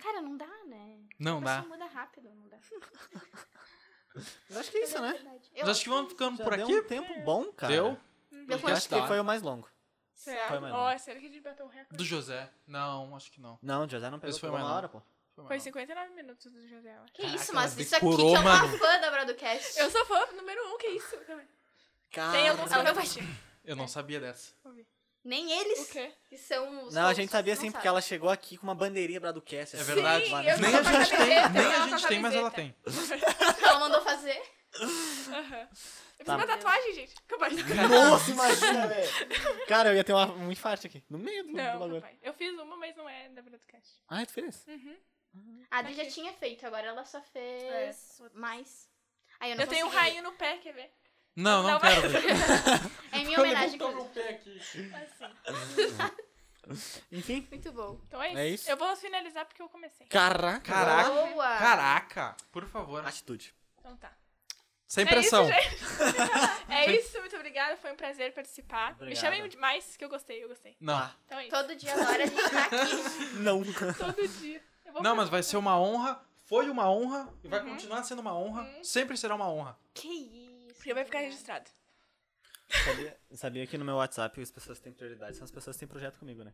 Speaker 4: Cara, não dá, né?
Speaker 2: Não
Speaker 4: a
Speaker 2: dá.
Speaker 4: pessoa muda rápido, não dá.
Speaker 3: Mas acho que é isso, né?
Speaker 4: Verdade. Eu,
Speaker 2: Mas acho que vamos ficando
Speaker 3: Já
Speaker 2: por
Speaker 3: deu
Speaker 2: aqui.
Speaker 3: um tempo bom, cara.
Speaker 2: Deu?
Speaker 4: eu
Speaker 3: Eu acho
Speaker 2: Tá.
Speaker 3: que foi o mais longo.
Speaker 1: Será?
Speaker 3: Foi mais
Speaker 1: Ó, será que a gente bateu um recorde?
Speaker 2: Do José? Não, acho que não.
Speaker 3: Não, José não pegou
Speaker 2: Esse foi
Speaker 3: foi
Speaker 2: mais
Speaker 3: uma
Speaker 2: longo.
Speaker 3: hora, pô.
Speaker 1: Foi
Speaker 2: Foi mais não.
Speaker 1: 59 minutos do José. eu acho.
Speaker 4: Que
Speaker 2: Caraca,
Speaker 4: isso, mas
Speaker 2: ela
Speaker 4: isso aqui
Speaker 2: decorou,
Speaker 4: que é uma
Speaker 2: mano.
Speaker 4: fã da Bradocast.
Speaker 1: Eu sou fã número um, que isso?
Speaker 2: [laughs]
Speaker 1: Tem alguns que
Speaker 4: Ela
Speaker 1: eu
Speaker 4: não
Speaker 1: não
Speaker 4: vai-
Speaker 1: baixei.
Speaker 2: Eu não sabia dessa.
Speaker 4: Nem eles,
Speaker 1: O quê?
Speaker 4: que são os
Speaker 3: Não, a
Speaker 4: hosts,
Speaker 3: gente sabia
Speaker 4: não
Speaker 3: sim, porque
Speaker 4: sabe.
Speaker 3: ela chegou aqui com uma bandeirinha Braducast.
Speaker 2: É
Speaker 3: assim,
Speaker 2: verdade.
Speaker 1: Sim,
Speaker 3: lá [laughs]
Speaker 1: eu
Speaker 3: na-
Speaker 2: nem
Speaker 1: tô
Speaker 2: a
Speaker 1: com a
Speaker 2: gente tem,
Speaker 1: camiseta,
Speaker 2: nem
Speaker 1: eu
Speaker 2: a
Speaker 1: tô com a
Speaker 4: [laughs]
Speaker 2: gente tem, mas ela tem.
Speaker 1: camiseta.
Speaker 4: Ela mandou fazer.
Speaker 1: Aham.
Speaker 2: Tá.
Speaker 1: Eu fiz uma tatuagem, gente.
Speaker 2: [laughs]
Speaker 1: Capaz.
Speaker 3: Nossa, imagina, velho. Cara, eu ia ter uma, um infarte aqui. No meio do, do
Speaker 2: Tá
Speaker 1: Não,
Speaker 3: bagulho.
Speaker 1: capaz. Eu fiz uma, mas não é da Broadcast.
Speaker 3: Ah, tu fez?
Speaker 4: A Adri já tinha feito, agora ela só fez mais. Aí eu não
Speaker 1: Eu tenho um
Speaker 4: consegui.
Speaker 1: rainho no pé, quer ver?
Speaker 2: Não,
Speaker 1: Dá
Speaker 2: não
Speaker 1: [laughs]
Speaker 2: quero ver.
Speaker 1: uma-
Speaker 4: É em
Speaker 3: um
Speaker 4: minha homenagem,
Speaker 2: Levantou
Speaker 4: inclusive.
Speaker 2: meu pé aqui.
Speaker 1: assim.
Speaker 3: Enfim.
Speaker 4: Muito bom.
Speaker 1: Então é isso.
Speaker 3: É isso?
Speaker 1: Eu vou finalizar porque eu comecei.
Speaker 3: Caraca.
Speaker 2: Caraca.
Speaker 4: Boa!
Speaker 2: Caraca, por favor.
Speaker 3: Atitude.
Speaker 1: Então tá.
Speaker 2: Sem pressão.
Speaker 1: É isso,
Speaker 2: [laughs]
Speaker 1: gente. é isso, muito obrigada. Foi um prazer participar. Me
Speaker 3: Obrigada.
Speaker 1: chamem demais, que eu gostei, eu gostei.
Speaker 2: não.
Speaker 1: Então é isso.
Speaker 4: Todo dia agora a gente tá aqui.
Speaker 3: Não.
Speaker 1: Todo dia. Eu vou
Speaker 2: Não, mas vai ser uma honra. Foi uma honra e vai continuar sendo uma honra. Sempre será uma honra.
Speaker 4: Que isso.
Speaker 1: Porque vai ficar registrado.
Speaker 3: Sabia, sabia que no meu WhatsApp as pessoas que têm prioridade são as pessoas que têm projeto comigo, né?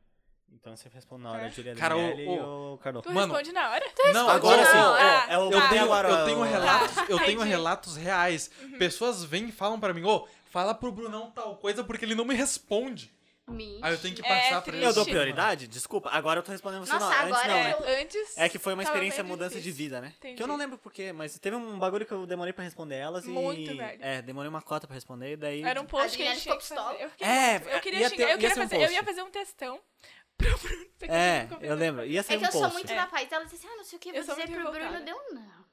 Speaker 3: Então eu sempre respondo na hora.
Speaker 1: É.
Speaker 3: A Julia
Speaker 2: Cara, o-
Speaker 3: Daniele e
Speaker 2: o-
Speaker 3: o Carlão.
Speaker 1: Tu
Speaker 2: Mano,
Speaker 1: responde na hora?
Speaker 2: Não,
Speaker 3: Agora
Speaker 1: Não,
Speaker 3: sim. ó,
Speaker 1: ah,
Speaker 3: é o
Speaker 1: tá.
Speaker 2: Eu tenho,
Speaker 3: agora-
Speaker 2: eu tenho um relatos, eu tenho
Speaker 1: Entendi.
Speaker 2: relatos reais. Pessoas vêm e falam pra mim, ô, fala pro Brunão tal coisa porque ele não me responde.
Speaker 4: Mentira.
Speaker 2: Aí Ah, eu tenho que
Speaker 1: É
Speaker 2: passar pra
Speaker 1: triste.
Speaker 2: ele.
Speaker 3: Eu dou prioridade? Desculpa. Agora eu tô respondendo você
Speaker 4: Nossa,
Speaker 3: na hora. Antes
Speaker 4: agora
Speaker 3: não, né?
Speaker 4: eu-
Speaker 1: É, antes.
Speaker 3: É que foi uma
Speaker 1: tava
Speaker 3: experiência
Speaker 1: bem
Speaker 3: mudança de
Speaker 1: difícil.
Speaker 3: vida, né?
Speaker 1: Entendi.
Speaker 3: Que eu não lembro porquê, mas teve um bagulho que eu demorei pra responder elas e.
Speaker 1: Muito, velho.
Speaker 3: É, demorei uma cota pra responder e daí.
Speaker 1: Era um post que a
Speaker 4: Adriana
Speaker 1: gente tinha que
Speaker 4: ficou pistola.
Speaker 1: fazer. Eu, fiquei-
Speaker 3: É,
Speaker 1: eu queria
Speaker 3: ia
Speaker 1: xingar,
Speaker 3: ter-
Speaker 1: eu queria
Speaker 3: ia ser um
Speaker 1: fazer, eu
Speaker 3: post.
Speaker 1: ia fazer um textão pro Bruno. Você
Speaker 3: É,
Speaker 1: acredita que
Speaker 3: eu lembro. Ia
Speaker 4: É
Speaker 3: sair
Speaker 4: que eu
Speaker 3: um
Speaker 4: sou
Speaker 3: post.
Speaker 4: muito
Speaker 1: É.
Speaker 4: na paz. Ela disse assim, ah, não sei o que, vou
Speaker 1: Eu sou
Speaker 4: dizer
Speaker 1: muito
Speaker 4: pro Bruno.
Speaker 1: revoltada.
Speaker 4: Deu um não.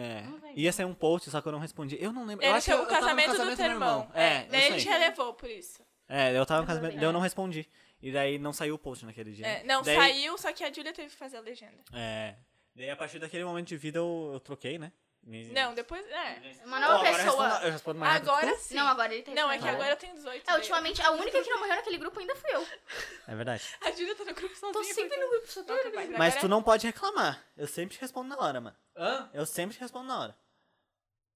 Speaker 3: É.
Speaker 4: Não vai
Speaker 3: Ia sair um post, só que eu não respondi. Eu não lembro. eu
Speaker 1: Ele
Speaker 3: acho que eu,
Speaker 1: chamou
Speaker 3: eu
Speaker 1: o
Speaker 3: tava no
Speaker 1: casamento, do
Speaker 3: casamento
Speaker 1: teu irmão.
Speaker 3: É,
Speaker 1: Daí
Speaker 3: isso
Speaker 1: ele te
Speaker 3: aí.
Speaker 1: relevou por isso.
Speaker 3: É, eu tava no
Speaker 4: Eu
Speaker 3: casamento,
Speaker 4: também.
Speaker 3: daí eu não respondi. E daí não saiu o post naquele dia.
Speaker 1: É, não,
Speaker 3: Daí-
Speaker 1: saiu, só que a Julia teve que fazer a legenda.
Speaker 3: É. Daí a partir daquele momento de vida eu, eu troquei, né? Me-
Speaker 1: Não, depois. É.
Speaker 4: Uma
Speaker 3: Ó,
Speaker 4: nova
Speaker 3: agora eu respondo-
Speaker 4: pessoa.
Speaker 3: Eu respondo mais rápido.
Speaker 1: Agora sim.
Speaker 4: Não, agora ele tá
Speaker 1: Não, é que
Speaker 4: respondendo.
Speaker 1: agora eu tenho 18.
Speaker 4: É,
Speaker 1: daí-
Speaker 4: ultimamente, a única que não morreu naquele grupo ainda fui eu.
Speaker 3: É verdade.
Speaker 1: A Julia tá no grupo sozinha.
Speaker 4: Tô sempre no grupo, só tô
Speaker 1: Não,
Speaker 4: eu.
Speaker 1: capaz,
Speaker 3: Mas
Speaker 1: agora
Speaker 3: tu não pode reclamar. Eu sempre te respondo na hora, mano.
Speaker 2: Hã?
Speaker 3: Eu sempre te respondo na
Speaker 4: [laughs]
Speaker 3: hora.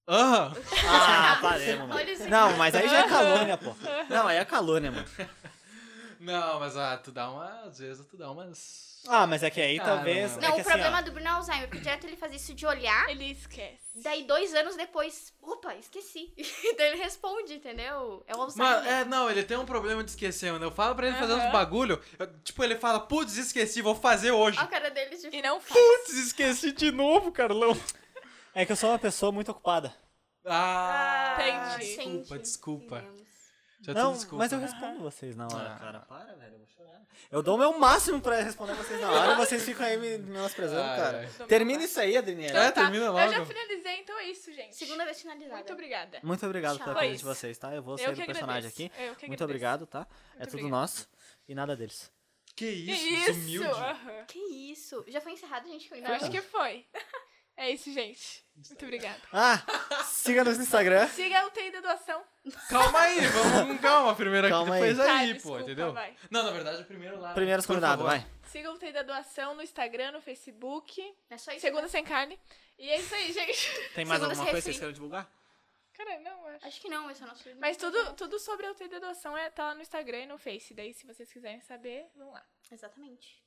Speaker 2: Aham.
Speaker 3: Ah, paremos, mano.
Speaker 4: Olha isso aqui.
Speaker 3: Não, mas aí já é calônia,
Speaker 4: [laughs]
Speaker 3: pô. Não, aí é calônia, mano.
Speaker 2: Não, mas ah, tu dá uma. Às vezes tu dá umas.
Speaker 3: Ah, mas é que aí
Speaker 2: Ah, não,
Speaker 3: talvez. é
Speaker 4: Não,
Speaker 3: que
Speaker 4: o
Speaker 3: assim,
Speaker 4: problema
Speaker 3: ó,
Speaker 4: do Bruno é Alzheimer, porque direto ele faz isso de olhar,
Speaker 1: Ele esquece.
Speaker 4: daí dois anos depois, opa, esqueci. [laughs] Então ele responde, entendeu? É o Alzheimer.
Speaker 2: Mano, é, não, ele tem um problema de esquecer, mano. Eu falo pra ele fazer
Speaker 1: Aham.
Speaker 2: uns bagulho. eu- tipo, ele fala, putz, esqueci, vou fazer hoje.
Speaker 4: Olha a cara dele de
Speaker 1: E não faz.
Speaker 2: Putz, esqueci de novo, Carlão.
Speaker 3: É que eu sou uma pessoa muito ocupada.
Speaker 2: Ah,
Speaker 1: Ah, entendi.
Speaker 2: desculpa,
Speaker 4: Sente.
Speaker 2: desculpa.
Speaker 4: Entendemos.
Speaker 2: Já
Speaker 3: não,
Speaker 2: tô desculpa.
Speaker 3: mas eu respondo vocês na hora.
Speaker 2: Ah.
Speaker 3: Cara, para, velho, eu vou chorar. Eu dou o meu máximo pra responder vocês na hora, vocês ficam aí me menosprezando,
Speaker 2: Ai,
Speaker 3: cara.
Speaker 2: ai.
Speaker 3: Termina isso aí, Adriana.
Speaker 2: É, termina
Speaker 1: Eu
Speaker 2: logo.
Speaker 1: já finalizei, então é isso, gente.
Speaker 4: Segunda vez finalizada.
Speaker 1: Muito obrigada.
Speaker 3: Muito obrigado
Speaker 4: Tchau.
Speaker 3: pela
Speaker 1: Foi
Speaker 3: presença de
Speaker 1: isso.
Speaker 3: vocês, tá? Eu vou
Speaker 1: Eu
Speaker 3: sair
Speaker 1: que
Speaker 3: do personagem
Speaker 1: agradeço.
Speaker 3: aqui.
Speaker 1: Eu que agradeço.
Speaker 3: Muito obrigado, tá? é
Speaker 1: Muito
Speaker 3: tudo
Speaker 1: obrigada.
Speaker 3: nosso e nada deles.
Speaker 2: Que
Speaker 1: Que
Speaker 2: isso,
Speaker 1: isso?
Speaker 2: desumilde.
Speaker 1: aham.
Speaker 4: Que isso? Já foi encerrado, gente? Foi
Speaker 1: Eu acho que foi. [laughs] É isso, gente. Muito obrigada.
Speaker 3: Ah, siga-nos no Instagram.
Speaker 1: Siga o TI da doação.
Speaker 2: Calma aí, vamos
Speaker 3: [laughs]
Speaker 2: com calma primeiro aqui,
Speaker 3: Calma aí.
Speaker 2: depois aí,
Speaker 1: Tá,
Speaker 2: pô,
Speaker 1: desculpa,
Speaker 2: entendeu?
Speaker 1: vai.
Speaker 2: Não, na verdade, o primeiro lá.
Speaker 3: Primeiros
Speaker 2: Por
Speaker 3: convidados,
Speaker 2: favor.
Speaker 3: vai.
Speaker 1: Siga o TI da doação no Instagram, no Facebook.
Speaker 4: É só isso.
Speaker 1: Segunda sem carne. E é isso aí, [laughs] gente.
Speaker 5: Tem mais
Speaker 4: Segunda
Speaker 5: alguma
Speaker 4: se
Speaker 5: coisa que
Speaker 4: refri.
Speaker 5: vocês queiram divulgar?
Speaker 1: Cara, não, acho.
Speaker 4: Acho que não, esse é o nosso...
Speaker 1: Mas tudo, tudo sobre o TI da doação é, tá lá no Instagram e no Face. Daí, se vocês quiserem saber, vão lá.
Speaker 4: Exatamente.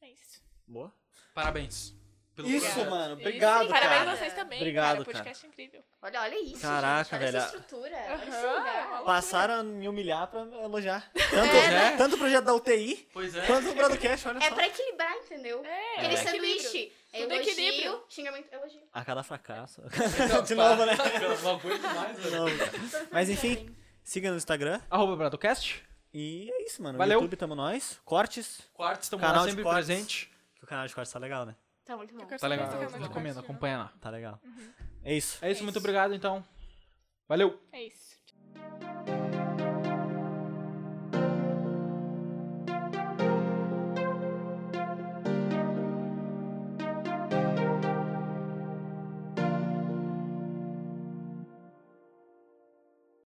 Speaker 1: É isso.
Speaker 3: Boa.
Speaker 2: Parabéns. pelo
Speaker 3: Isso,
Speaker 2: projeto.
Speaker 3: mano.
Speaker 1: E
Speaker 3: Obrigado,
Speaker 1: sim,
Speaker 3: cara.
Speaker 1: Parabéns a vocês também.
Speaker 3: Obrigado,
Speaker 1: cara. Podcast incrível.
Speaker 4: Olha, olha isso,
Speaker 3: Caraca,
Speaker 4: gente. Olha
Speaker 3: velho.
Speaker 4: essa estrutura. Olha esse
Speaker 1: Aham.
Speaker 4: lugar.
Speaker 3: Passaram a me humilhar pra elogiar. Tanto,
Speaker 2: É, né?
Speaker 3: tanto o projeto da UTI,
Speaker 2: Pois é.
Speaker 3: quanto o Broadcast, olha
Speaker 4: É
Speaker 3: só.
Speaker 4: pra equilibrar, entendeu?
Speaker 1: É,
Speaker 4: Aquele
Speaker 1: é.
Speaker 4: sanduíche. É
Speaker 1: Tudo
Speaker 4: elogio,
Speaker 1: equilíbrio.
Speaker 4: xingamento, elogio.
Speaker 3: A cada fracasso. [laughs]
Speaker 2: Então,
Speaker 3: De
Speaker 2: [laughs]
Speaker 3: novo, né?
Speaker 2: Não aguento mais,
Speaker 3: De
Speaker 2: velho.
Speaker 3: novo. Mas enfim, siga no Instagram.
Speaker 2: Arroba BradoCast.
Speaker 3: E é isso, mano.
Speaker 2: Valeu.
Speaker 3: YouTube, tamo nós. Cortes.
Speaker 2: Quartos estamos
Speaker 3: Canal
Speaker 2: lá
Speaker 3: de
Speaker 2: sempre
Speaker 3: cortes.
Speaker 2: presente.
Speaker 3: Que o canal de cortes tá legal, né?
Speaker 4: Tá muito bom.
Speaker 2: Tá legal.
Speaker 1: Eu quero saber
Speaker 2: Recomendo,
Speaker 1: se eu quero mais
Speaker 2: acompanha lá.
Speaker 3: Tá legal. É isso.
Speaker 2: É
Speaker 1: É
Speaker 2: isso, muito
Speaker 1: isso.
Speaker 2: obrigado, então. Valeu.
Speaker 1: compartilhar. É isso.